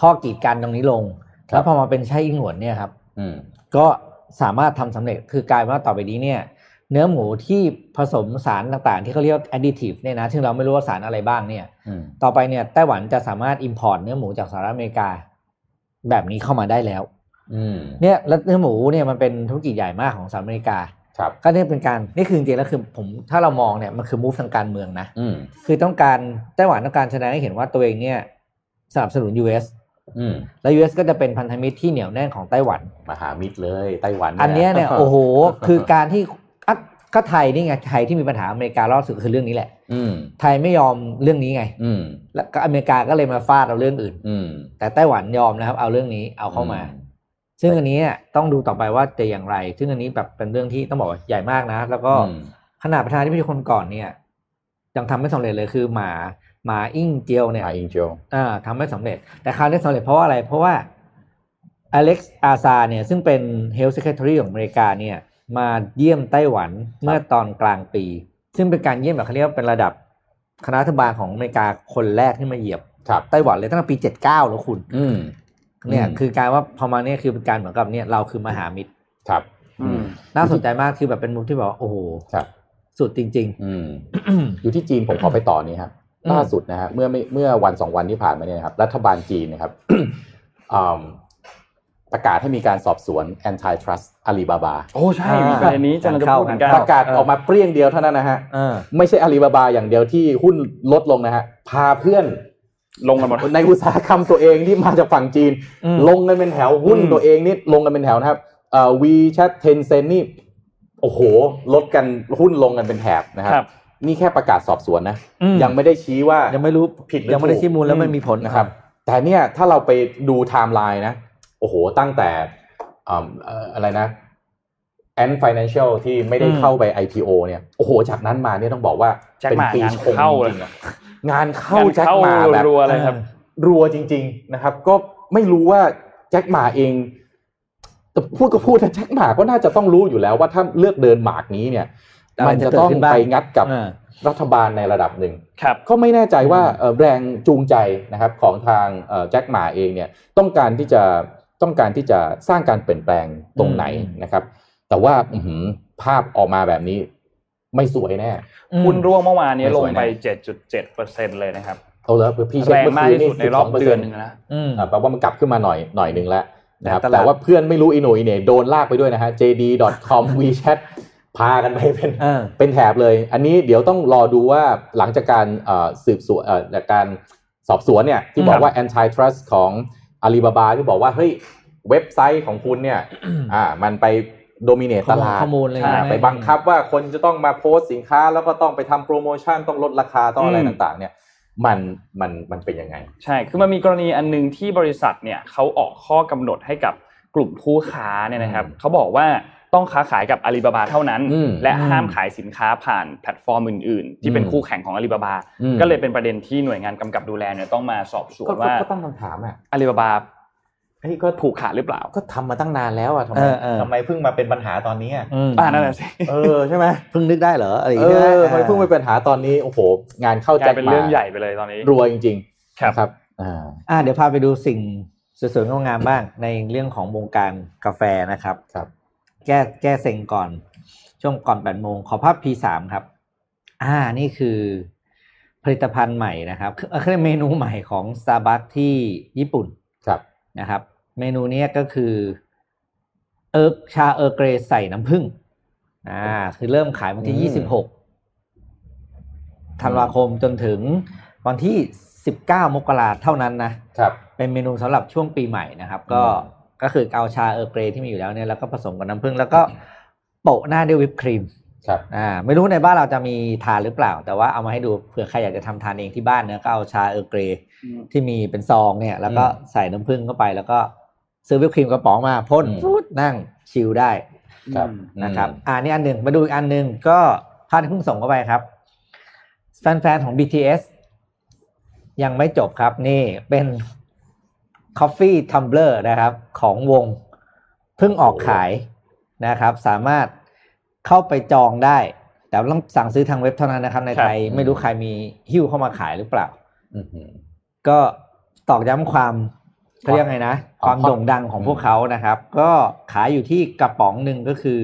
Speaker 4: ข้อกีดกันตรงนี้ลง
Speaker 3: ครับ
Speaker 4: แล้วพอมาเป็นไช่อิงหวนเนี่ยครับ
Speaker 3: อืม
Speaker 4: ก็สามารถทำสำเร็จคือกลายเป็นว่าต่อไปนี้เนี่ย เนื้อหมูที่ผสมสารต่างๆ ที่เขาเรียกว่า additive เนี่ยนะซึ่งเราไม่รู้ว่าสารอะไรบ้างเนี่ย
Speaker 3: อืม
Speaker 4: ต่อไปเนี่ยไต้หวันจะสามารถ import เนื้อหมูจากสหรัฐอเมริกา แบบนี้เข้ามาได้แล้ว
Speaker 3: อืม
Speaker 4: เนี่ยแล้วเนื้อหมูเนี่ยมันเป็นธุรกิจใหญ่มากของสหรัฐอเมริกา
Speaker 3: ครับ
Speaker 4: ก็เนี่ยเป็นการนี่คือจริงๆแล้วคือผมถ้าเรามองเนี่ยมันคือ move ทางการเมืองนะ
Speaker 3: อืม
Speaker 4: คือต้องการไต้หวันต้องการแสดงให้เห็นว่าตัวเองเนี่ยสนับสนุน US
Speaker 3: อืม
Speaker 4: และ US ก็จะเป็นพันธมิตรที่เหนียวแน่นของไต้หวัน
Speaker 3: มหามิตรเลยไต้หวัน
Speaker 4: อันเนี้ยเนี่ย โอ้โห คือการที่อ่ะก็ไทยนี่ไงไทยที่มีปัญหาอเมริการอบสุดคือเรื่องนี้แหละ
Speaker 3: อืม
Speaker 4: ไทยไม่ยอมเรื่องนี้ไง
Speaker 3: อืม
Speaker 4: แล้วก็อเมริกาก็เลยมาฟาดเอาเรื่องอื่น
Speaker 3: อืม
Speaker 4: แต่ไต้หวันยอมนะครับ เอาเรื่องนี้เอาเข้ามา ซึ่งอันนี้เนี่ยต้องดูต่อไปว่าจะอย่างไร ซึ่งอันนี้แบบเป็นเรื่องที่ต้องบอกว่าใหญ่มากนะ แล้วก็
Speaker 3: อืม
Speaker 4: ขนาดประธานาธิบดีคนก่อนเนี่ยยังทำไม่สำเร็จเลยคือหมาหมาอิงเจียวเนี่ย
Speaker 3: หาอิงโจ
Speaker 4: อ่าทำไม่สำเร็จ แต่คราวนี้สำเร็จเพราะว่าอะไร เพราะว่าอเล็กซ์อาซาเนี่ยซึ่งเป็น Health Secretary ของอเมริกาเนี่ยมาเยี่ยมไต้หวันเมื่อตอนกลางปี ซึ่งเป็นการเยี่ยมแบบเขาเรียกว่าเป็นระดับคณะรัฐบาลของอเมริกาคนแรกที่มาเหยียบ
Speaker 3: ครับ
Speaker 4: ไต้หวันเลยตั้งแต่ปี 79 แล้วคุณ
Speaker 3: อืม
Speaker 4: เนี่ย
Speaker 3: อืม
Speaker 4: คือการว่าพอมาเนี่ยคือเป็นการเหมือนกับเนี่ยเราคือมหามิตร
Speaker 3: ครับ
Speaker 2: อืม
Speaker 4: น่าสนใจมากคือแบบเป็นมุมที่แบบว่าโอ้โห
Speaker 3: ครับ
Speaker 4: สุดจริง
Speaker 3: อืม
Speaker 4: ๆ
Speaker 3: อยู่ที่จีนผมขอไปต่อนี้ครับ
Speaker 4: อืม
Speaker 3: ล่าสุดนะฮะเมื่อไม่เมื่อวันสองวันที่ผ่านมาเนี่ยนะครับ รัฐบาลจีนนะครับ *coughs* อืมประกาศให้มีการสอบสวน antitrust Alibaba
Speaker 2: โอ้ใช่
Speaker 4: อ่ามี
Speaker 2: มีประเด็นนี้จะเราจะพูดเหมือนกัน
Speaker 4: ค
Speaker 3: ป
Speaker 4: บ
Speaker 3: ระกาศออกมาเปรี้ยงเดียวเท่านั้นนะฮะ
Speaker 4: เออ
Speaker 3: ไม่ใช่ Alibaba อย่างเดียวที่หุ้นลดลงนะฮะ พาเพื่อน
Speaker 2: ลงกันหมด
Speaker 3: ในอุตสาหกรรมตัวเองที่มาจากฝั่งจีน
Speaker 4: อืม
Speaker 3: ลงกันเป็นแถวหุ้น
Speaker 2: อืม
Speaker 3: ตัวเองนี่ลงกันเป็นแถวนะครับเอ่อ WeChat Tencent นี่ โอ้โห ลดกันหุ้นลงกันเป็นแถบนะครับ
Speaker 2: ครับ
Speaker 3: นี่แค่ประกาศสอบสวนนะ
Speaker 4: อืม
Speaker 3: ยังไม่ได้ชี้ว่า
Speaker 4: ยังไม่รู้
Speaker 3: ผิดหรือ
Speaker 4: ยังไม่ได้
Speaker 3: ถูก
Speaker 4: ชี้มูลแล้วไม่มีผล
Speaker 3: นะครับ แต่เนี่ยถ้าเราไปดูไทม์ไลน์นะ โอ้โห ตั้งแต่อ่ำเอ่ออะไรนะ Ant Financial ที่ไม่ได้
Speaker 4: อืม
Speaker 3: เข้าไป IPO เนี่ย โอ้โห จากนั้นมาเนี่ยต้องบอกว่า
Speaker 2: แจ็ค
Speaker 3: เป็น
Speaker 2: หม่า
Speaker 3: ปี
Speaker 2: งาน
Speaker 3: ชง
Speaker 2: เข้า
Speaker 3: จ
Speaker 2: เลย
Speaker 3: ริงๆอะงานเข้าง
Speaker 2: น
Speaker 3: แจ็ค
Speaker 2: เข้า
Speaker 3: หมาแบบ
Speaker 2: รัวๆเลยครับ
Speaker 3: รัวจริง ๆ นะครับ ก็ไม่รู้ว่าแจ็คหมาเองแต่พูดก็พูดแต่แจ็คหมาก็น่าจะต้องรู้อยู่แล้วว่าถ้าเลือกเดินหมากนี้เนี่ย
Speaker 4: อะไร
Speaker 3: มัน
Speaker 4: จะ
Speaker 3: จะ
Speaker 4: เกิด
Speaker 3: ต้อง
Speaker 4: ขึ้นบ้าง
Speaker 3: ไปงัดกับ
Speaker 4: อ่า
Speaker 3: รัฐบาลในระดับหนึ่ง
Speaker 2: ครับ
Speaker 3: ก็ไม่แน่ใจว่าเอ่อแรงจูงใจนะครับของทางเอ่อแจ็คหมาเองเนี่ยต้องการที่จะต้องการที่จะสร้างการเปลี่ยนแปลงตรงไหน
Speaker 4: อืม
Speaker 3: นะครับ แต่ว่าอื้อหือภาพออกมาแบบนี้ไม่สวยแน่
Speaker 2: หุ้นร่วงเมื่อวานนี้
Speaker 3: ไม่
Speaker 2: ล
Speaker 3: ส
Speaker 2: ง
Speaker 3: วยนะ
Speaker 2: ไป 7.7เปอร์เซ็นต์เลยนะครับ
Speaker 3: เอาแล้วพี่เช็
Speaker 2: แร
Speaker 3: ค
Speaker 2: ง
Speaker 3: เมื่อ
Speaker 2: มาก
Speaker 3: คืน
Speaker 2: ที่
Speaker 3: นี่
Speaker 2: สุดใน
Speaker 3: สิบ
Speaker 2: ร
Speaker 3: ส
Speaker 2: อ
Speaker 3: อบ งเปอร์
Speaker 2: เดื
Speaker 3: เซ็
Speaker 2: อน น
Speaker 3: ต์
Speaker 2: หนึ่งนะ
Speaker 4: อืม
Speaker 3: แปลว่ามันกลับขึ้นมาหน่อยหน่อยหนึ่งแล้วนะครับ
Speaker 4: ในตลาด
Speaker 3: แต่ว่าเพื่อนไม่รู้อีโหนอีเหน่โดนลากไปด้วยนะฮะ JD.com WeChat พากันไปเป็น
Speaker 4: เออ
Speaker 3: เป็นแถบเลย อันนี้เดี๋ยวต้องรอดูว่าหลังจากการเอ่อสืบสวนเอ่อจากการสอบสวนเนี่ยที่บอ
Speaker 4: ครั
Speaker 3: ก
Speaker 4: บ
Speaker 3: ว่า antitrust ของ Alibaba ที่บอกว่าเฮ้ยเว็บไซต์ของคุณเนี่ยอ่ามันไปโดมิเนตตลาด
Speaker 4: ข้อมูลอะไร
Speaker 3: อ่า
Speaker 4: เงี้ย
Speaker 3: ไปบังคับว่าคนจะต้องมาโพสต์สินค้า แล้วก็ต้องไปทำโปรโมชั่นต้องลดราคาต้องอะไรต่างๆ เนี่ย มันมันมันเป็นยังไง
Speaker 2: ใช่ คือมันมีกรณีอันหนึงที่บริษัทเนี่ยเขาออกข้อกำหนดให้กับกลุ่มผู้ค้าเนี่ยนะครับ
Speaker 3: อืม
Speaker 2: เขาบอกว่าต้องค้าขายกับอาลีบาบาเท่านั้น
Speaker 3: อืม
Speaker 2: และห้ามขายสินค้าผ่านแพลตฟอร์มอื่นๆ ที่เป็น
Speaker 3: อืม
Speaker 2: คู่แข่งของอาลีบาบา
Speaker 3: อืม
Speaker 2: ก็เลยเป็นประเด็นที่หน่วยงานกำกับดูแลเนี่ยต้องมาสอบสวน
Speaker 3: ก็ก็
Speaker 2: ว่า
Speaker 3: ก็ตั้งคำถามอ่ะ
Speaker 2: อาลีบาบา
Speaker 3: เฮ้ยก็
Speaker 2: ผูกขาดหรือเปล่า
Speaker 3: ก็ทำมาตั้งนานแล้วอ่ะทำไม
Speaker 4: เออเออ
Speaker 3: ทำไมเพิ่งมาเป็นปัญหาตอนนี้อะ
Speaker 4: อืม
Speaker 2: อ่านั่นแหละสิ
Speaker 3: เออใช่ไหม
Speaker 4: เพิ่งนึกได้เหรออะไรอย่าง
Speaker 3: เอ
Speaker 4: เงี้ย
Speaker 3: อทำไมเพิ่งไปปัญหาตอนนี้โอ้โห งานเข้าก ใจ
Speaker 2: ลายเป็นเรื่องใหญ่ไปเลยตอนนี้
Speaker 3: รัวจริงๆ
Speaker 2: ครับ
Speaker 3: นะครับอ่า
Speaker 4: อ่าเดี๋ยวพาไปดูสิ่งสวยๆงามๆบ้าง ในเรื่องของวงการกาแฟนะครับ
Speaker 3: ครับ
Speaker 4: แก้แก้เซ็งก่อน ช่วงก่อนแปดโมงขอภาพ P3 ครับ อ่านี่คือผลิตภัณฑ์ใหม่นะครับคือเขาเรียกเมนูใหม่ของ Starbucks ที่ญี่ปุ่น
Speaker 3: ครับ
Speaker 4: นะครับ เมนูเนี้ยก็คือเอิร์กชาเอิร์กเกรย์ใส่น้ำผึ้งอ่า คือเริ่มขายวันที่
Speaker 3: อืม
Speaker 4: 26ธันวาคมจนถึงวันที่ 19 มกราเท่านั้นนะ
Speaker 3: ครับ
Speaker 4: เป็นเมนูสำหรับช่วงปีใหม่นะครับ ก็
Speaker 3: อืม
Speaker 4: ก็คือเอาชาเออร์เกรย์ที่มีอยู่แล้วเนี่ยแล้วก็ผสมกับน้ำผึ้งแล้วก็โปะหน้าด้วยวิปครีม
Speaker 3: ครับ
Speaker 4: อ่าไม่รู้ในบ้านเราจะมีทานหรือเปล่า แต่ว่าเอามาให้ดูเผื่อใครอยากจะทำทานเองที่บ้านเนี่ยก็เอาชาเออร์เกรย์ที่มีเป็นซองเนี่ย แล้วก็
Speaker 3: อืม
Speaker 4: ใส่น้ำผึ้งเข้าไป แล้วก็ซื้อวิปครีมกระป๋องมาพ่น
Speaker 3: อืม
Speaker 4: ฟูดนั่งชิลได้
Speaker 3: ครับ
Speaker 4: นะครับอ่านี่อันหนึ่งมาดูอีกอันหนึ่งก็พาดเพิ่งส่งเข้าไปครับ แฟนๆของ BTS ยังไม่จบครับนี่เป็น Coffee Tumbler นะครับ ของวงเพิ่งออกขายนะครับ สามารถเข้าไปจองได้ แต่ต้องสั่งซื้อทางเว็บเท่านั้นนะครับ ในไทย
Speaker 3: ครับ
Speaker 4: ไม่รู้ใครมีหิ้วเข้ามาขายหรือเปล่า
Speaker 3: อื้อหือ
Speaker 4: ก็ตอกย้ำความเขาเรียกไงนะ ความโด่งดังของพวกเขานะครับ ก็ขายอยู่ที่กระป๋องหนึ่งก็คือ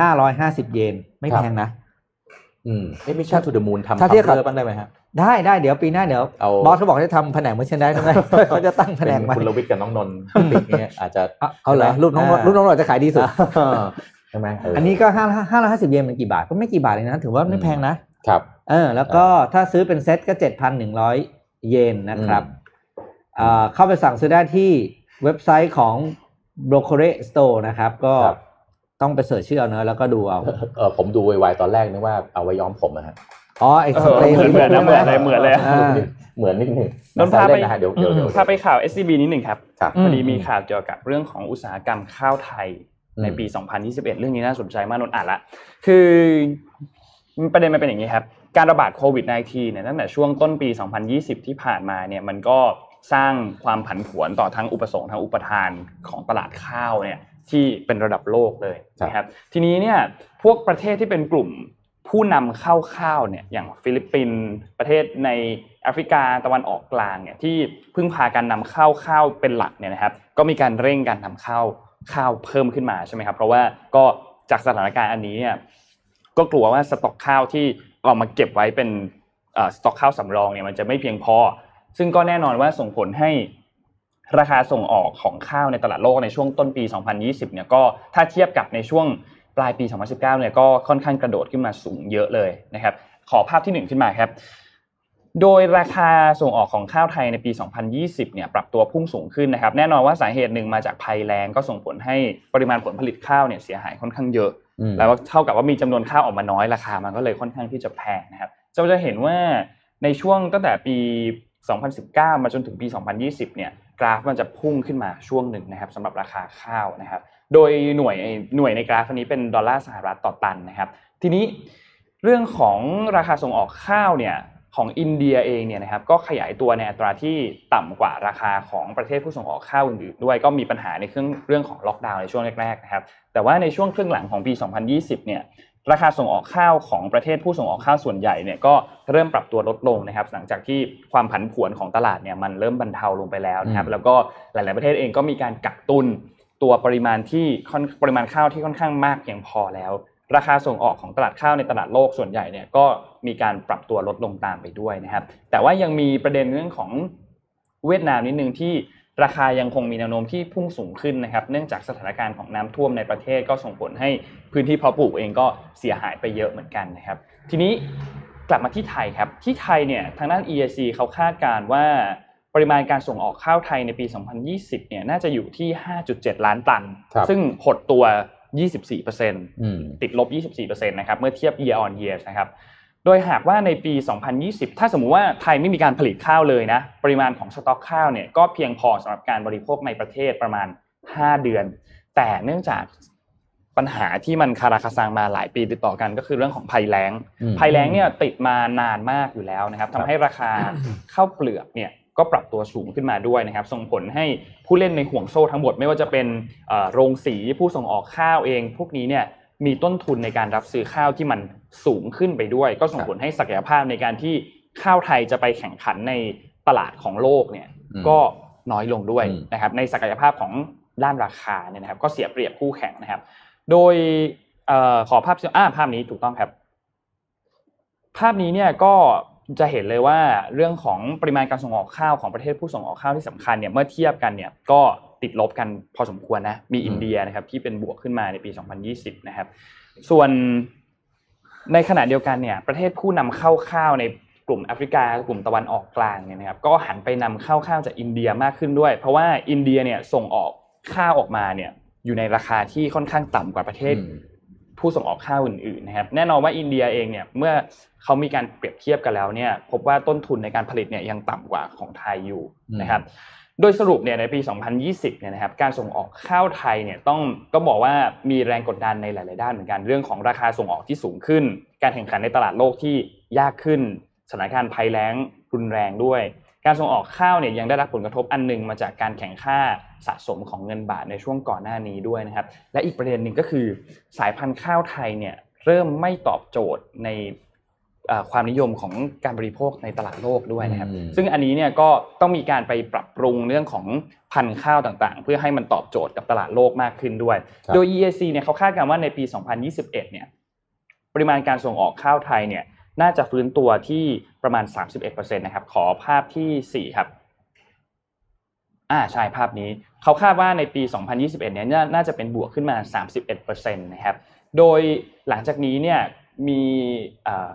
Speaker 4: ห้าร้อยห้าสิบเยนไม่
Speaker 3: ครับ
Speaker 4: แพงนะ
Speaker 3: อืมเอ้มิชชั่นทูเดอะมูนทำ
Speaker 4: ถ้าเทียบกับ
Speaker 3: บ้างได้ไหมฮะ
Speaker 4: ได้ได้เดี๋ยวปีหน้าเดี๋ยว
Speaker 3: เอา
Speaker 4: บอสเขาบอกจะทำแผนกเมื่อเช่นได้ใช่ไหม เขาจะตั้ *laughs* งแผนก
Speaker 3: เป็
Speaker 4: มา
Speaker 3: คุณลวิทย์กับน้องนนท์ติด
Speaker 4: *laughs*
Speaker 3: เนี่ยอาจจะ
Speaker 4: เอาเอาเหรอ
Speaker 3: ใช่ไหม
Speaker 4: รูปน้อง
Speaker 3: อ่า
Speaker 4: รูปน้องหล่อจะขายดีสุด
Speaker 3: ใช่ไหมเ
Speaker 4: อันนี้ก็ห้าห้าร้อยห้าสิบเยนมันกี่บาทก็ไม่กี่บาทเลยนะ ถือว่าไม่แพงนะ
Speaker 3: ครับ
Speaker 4: เออ แล้วก็ถ้าซื้อเป็นเซ็ตก็เจ็ดพันหนึ่งร้อยเยนนะครับอ่าเข้าไปสั่งซื้อได้ที่เว็บไซต์ของ b r o c o r e Store นะครับ ก็
Speaker 3: ครับ
Speaker 4: ต้องไปเสิร์ชชื่อเอาเนอะแล้วก็
Speaker 2: *laughs*
Speaker 4: ดูเอา
Speaker 3: เออผมดูไวๆตอนแรกนึกว่าเอาไว้ย้อมผมนะฮะ
Speaker 4: อ๋อไอ้
Speaker 2: เอ
Speaker 4: ส
Speaker 2: อ
Speaker 4: เปรย์
Speaker 2: เหมือนเหมือนนะเหมือนเลยเหมือนเลย
Speaker 4: า
Speaker 3: เหมือนนิด
Speaker 4: อ่
Speaker 3: หนึง
Speaker 2: นนท์พาไป
Speaker 3: เล่นะฮะเดี๋ยวเดี๋ยวเดี๋ยว
Speaker 2: พาไปข่าว SCB นิดหนึ่งครับ
Speaker 3: ครับ
Speaker 2: พอดีมีข่าวเกี่ยวกับเรื่องของอุตสาหกรรมข้าวไทยในปี 2021 เรื่องนี้น่าสนใจมากนนท์อ่านละ คือประเด็นมันเป็นอย่างนี้ครับ การระบาดโควิด -19 เนี่ยตั้งแต่ช่วงต้นปี 2020 ที่ผ่านมาเนี่ยมันก็สร้างความผันผวนต่อทั้งอุปสงค์ทั้งอุปทานของตลาดข้าวเนี่ยที่เป็นระดับโลกเลยนะครับ ทีนี้เนี่ยพวกประเทศที่เป็นกลุ่ม ผู้นำเข้าข้าวเนี่ยอย่างฟิลิปปินส์ประเทศในแอฟริกาตะวันออกกลางเนี่ยที่พึ่งพาการนำเข้าข้าวเป็นหลักเนี่ยนะครับ ก็มีการเร่งการนำเข้าข้าวเพิ่มขึ้นมาใช่ไหมครับ เพราะว่าก็จากสถานการณ์อันนี้เนี่ยก็กลัวว่าสต็อกข้าวที่เอามาเก็บไว้เป็นเอ่อสต็อกข้าวสำรองเนี่ยมันจะไม่เพียงพอ ซึ่งก็แน่นอนว่าส่งผลให้ราคาส่งออกของข้าวในตลาดโลกในช่วงต้นปี 2020 เนี่ยก็ถ้าเทียบกับในช่วงปลายปี 2019 เนี่ยก็ค่อนข้างกระโดดขึ้นมาสูงเยอะเลยนะครับ ขอภาพที่หนึ่งขึ้นมาครับ โดยราคาส่งออกของข้าวไทยในปี 2020 เนี่ยปรับตัวพุ่งสูงขึ้นนะครับ แน่นอนว่าสาเหตุหนึ่งมาจากภัยแล้งก็ส่งผลให้ปริมาณผลผลิตข้าวเนี่ยเสียหายค่อนข้างเยอะ
Speaker 3: อืม
Speaker 2: แล้วก็เท่ากับว่ามีจำนวนข้าวออกมาน้อยราคามันก็เลยค่อนข้างที่จะแพงนะครับเราจะเห็นว่าในช่วงตั้งแต่ปี 2019 มาจนถึงปี 2020 เนี่ยกราฟมันจะพุ่งขึ้นมาช่วงหนึ่งนะครับสำหรับราคาข้าวนะครับ โดยหน่วยหน่วยในกราฟอันนี้เป็นดอลลาร์สหรัฐต่อตันนะครับ ทีนี้เรื่องของราคาส่งออกข้าวเนี่ยของอินเดียเองเนี่ยนะครับก็ขยายตัวในอัตราที่ต่ำกว่าราคาของประเทศผู้ส่งออกข้าวอื่นๆด้วยก็มีปัญหาในเครื่องเรื่องของล็อกดาวน์ในช่วงแรกๆนะครับ แต่ว่าในช่วงครึ่งหลังของปี 2020 เนี่ย ราคาส่งออกข้าวของประเทศผู้ส่งออกข้าวส่วนใหญ่เนี่ยก็เริ่มปรับตัวลดลงนะครับ หลังจากที่ความผันผวนของตลาดเนี่ยมันเริ่มบรรเทาลงไปแล้วนะครับ
Speaker 3: อืม
Speaker 2: แล้วก็หลาย ๆ ประเทศเองก็มีการกักตุนตัวปริมาณที่ค่อนปริมาณข้าวที่ค่อนข้างมากเพียงพอแล้ว ราคาส่งออกของตลาดข้าวในตลาดโลกส่วนใหญ่เนี่ยก็มีการปรับตัวลดลงตามไปด้วยนะครับ แต่ว่ายังมีประเด็นเรื่องของเวียดนามนิดนึงที่ราคายังคงมีแนวโน้มที่พุ่งสูงขึ้นนะครับ เนื่องจากสถานการณ์ของน้ำท่วมในประเทศก็ส่งผลให้พื้นที่เพาะปลูกเองก็เสียหายไปเยอะเหมือนกันนะครับ ทีนี้กลับมาที่ไทยครับ ที่ไทยเนี่ยทางด้าน EIC เขาคาดการณ์ว่าปริมาณการส่งออกข้าวไทยในปี 2020 เนี่ยน่าจะอยู่ที่ 5.7 ล้านตัน
Speaker 3: ครับ
Speaker 2: ซึ่งหดตัว 24%เ
Speaker 3: อืม
Speaker 2: ติดลบ 24%นะครับ เมื่อเทียบ year on year นะครับ โดยหากว่าในปี 2020 ถ้าสมมุติว่าไทยไม่มีการผลิตข้าวเลยนะ ปริมาณของสต็อกข้าวเนี่ยก็เพียงพอสำหรับการบริโภคในประเทศประมาณ 5 เดือน แต่เนื่องจากปัญหาที่มันคาราคาซังมาหลายปีติดต่อกันก็คือเรื่องของภัยแล้ง
Speaker 3: อืม
Speaker 2: ภัยแล้งเนี่ยติดมานานมากอยู่แล้วนะครับทำให้ราค *coughs* าข้าวเปลือกเนี่ยก็ปรับตัวสูงขึ้นมาด้วยนะครับ ส่งผลให้ผู้เล่นในห่วงโซ่ทั้งหมด ไม่ว่าจะเป็นเอ่อโรงสีผู้ส่งออกข้าวเอง พวกนี้เนี่ยมีต้นทุนในการรับซื้อข้าวที่มันสูงขึ้นไปด้วย ก็ส่งผลให้ศักยภาพในการที่ข้าวไทยจะไปแข่งขันในตลาดของโลกเนี่ย
Speaker 3: อืม
Speaker 2: ก็น้อยลงด้วย
Speaker 3: อืม
Speaker 2: นะครับในศักยภาพของด้านราคาเนี่ยนะครับ ก็เสียเปรียบคู่แข่งนะครับ โดยเออขอภาพอ่าภาพนี้ถูกต้องครับ ภาพนี้เนี่ยก็จะเห็นเลยว่าเรื่องของปริมาณการส่งออกข้าวของประเทศผู้ส่งออกข้าวที่สำคัญเนี่ยเมื่อเทียบกันเนี่ยก็ติดลบกันพอสมควรนะมีอินเดียนะครับที่เป็นบวกขึ้นมาในปี 2020 นะครับ ส่วนในขณะเดียวกันเนี่ยประเทศผู้นำเข้าข้าวในกลุ่มแอฟริกากลุ่มตะวันออกกลางเนี่ยนะครับก็หันไปนำเข้าข้าวจากอินเดียมากขึ้นด้วย เพราะว่าอินเดียเนี่ยส่งออกข้าวออกมาเนี่ยอยู่ในราคาที่ค่อนข้างต่ำกว่าประเทศ
Speaker 3: อืม
Speaker 2: ผู้ส่งออกข้าวอื่นๆนะครับแน่นอนว่าอินเดียเองเนี่ยเมื่อเขามีการเปรียบเทียบกันแล้วเนี่ยพบว่าต้นทุนในการผลิตเนี่ยยังต่ำกว่าของไทยอยู่
Speaker 3: อืม
Speaker 2: นะครับโดยสรุปเนี่ยในปี 2020 เนี่ยนะครับการส่งออกข้าวไทยเนี่ยต้องก็บอกว่ามีแรงกดดันในหลาย ๆ ด้านเหมือนกันเรื่องของราคาส่งออกที่สูงขึ้น การแข่งขันในตลาดโลกที่ยากขึ้นสถานการณ์ภัยแล้งรุนแรงด้วย การส่งออกข้าวเนี่ยยังได้รับผลกระทบอันหนึ่งมาจากการแข่งค่าสะสมของเงินบาทในช่วงก่อนหน้านี้ด้วยนะครับ และอีกประเด็นหนึ่งก็คือสายพันธุ์ข้าวไทยเนี่ยเริ่มไม่ตอบโจทย์ในเอ่อความนิยมของการบริโภคในตลาดโลกด้วยนะครับ
Speaker 3: อืม
Speaker 2: ซึ่งอันนี้เนี่ยก็ต้องมีการไปปรับปรุงเรื่องของพันธุ์ข้าวต่างๆ เพื่อให้มันตอบโจทย์กับตลาดโลกมากขึ้นด้วย
Speaker 3: ครับ
Speaker 2: โดย EAC เนี่ยเขาคาดการณ์ว่าในปี 2021 เนี่ยปริมาณการส่งออกข้าวไทยเนี่ยน่าจะฟื้นตัวที่ประมาณ 31%นะครับ ขอภาพทีสี่4 ครับ อ่าใช่ภาพนี้ เขาคาดว่าในปี 2021 เนี่ยน่าน่าจะเป็นบวกขึ้นมา 31%นะครับ โดยหลังจากนี้เนี่ยมีเอ่อ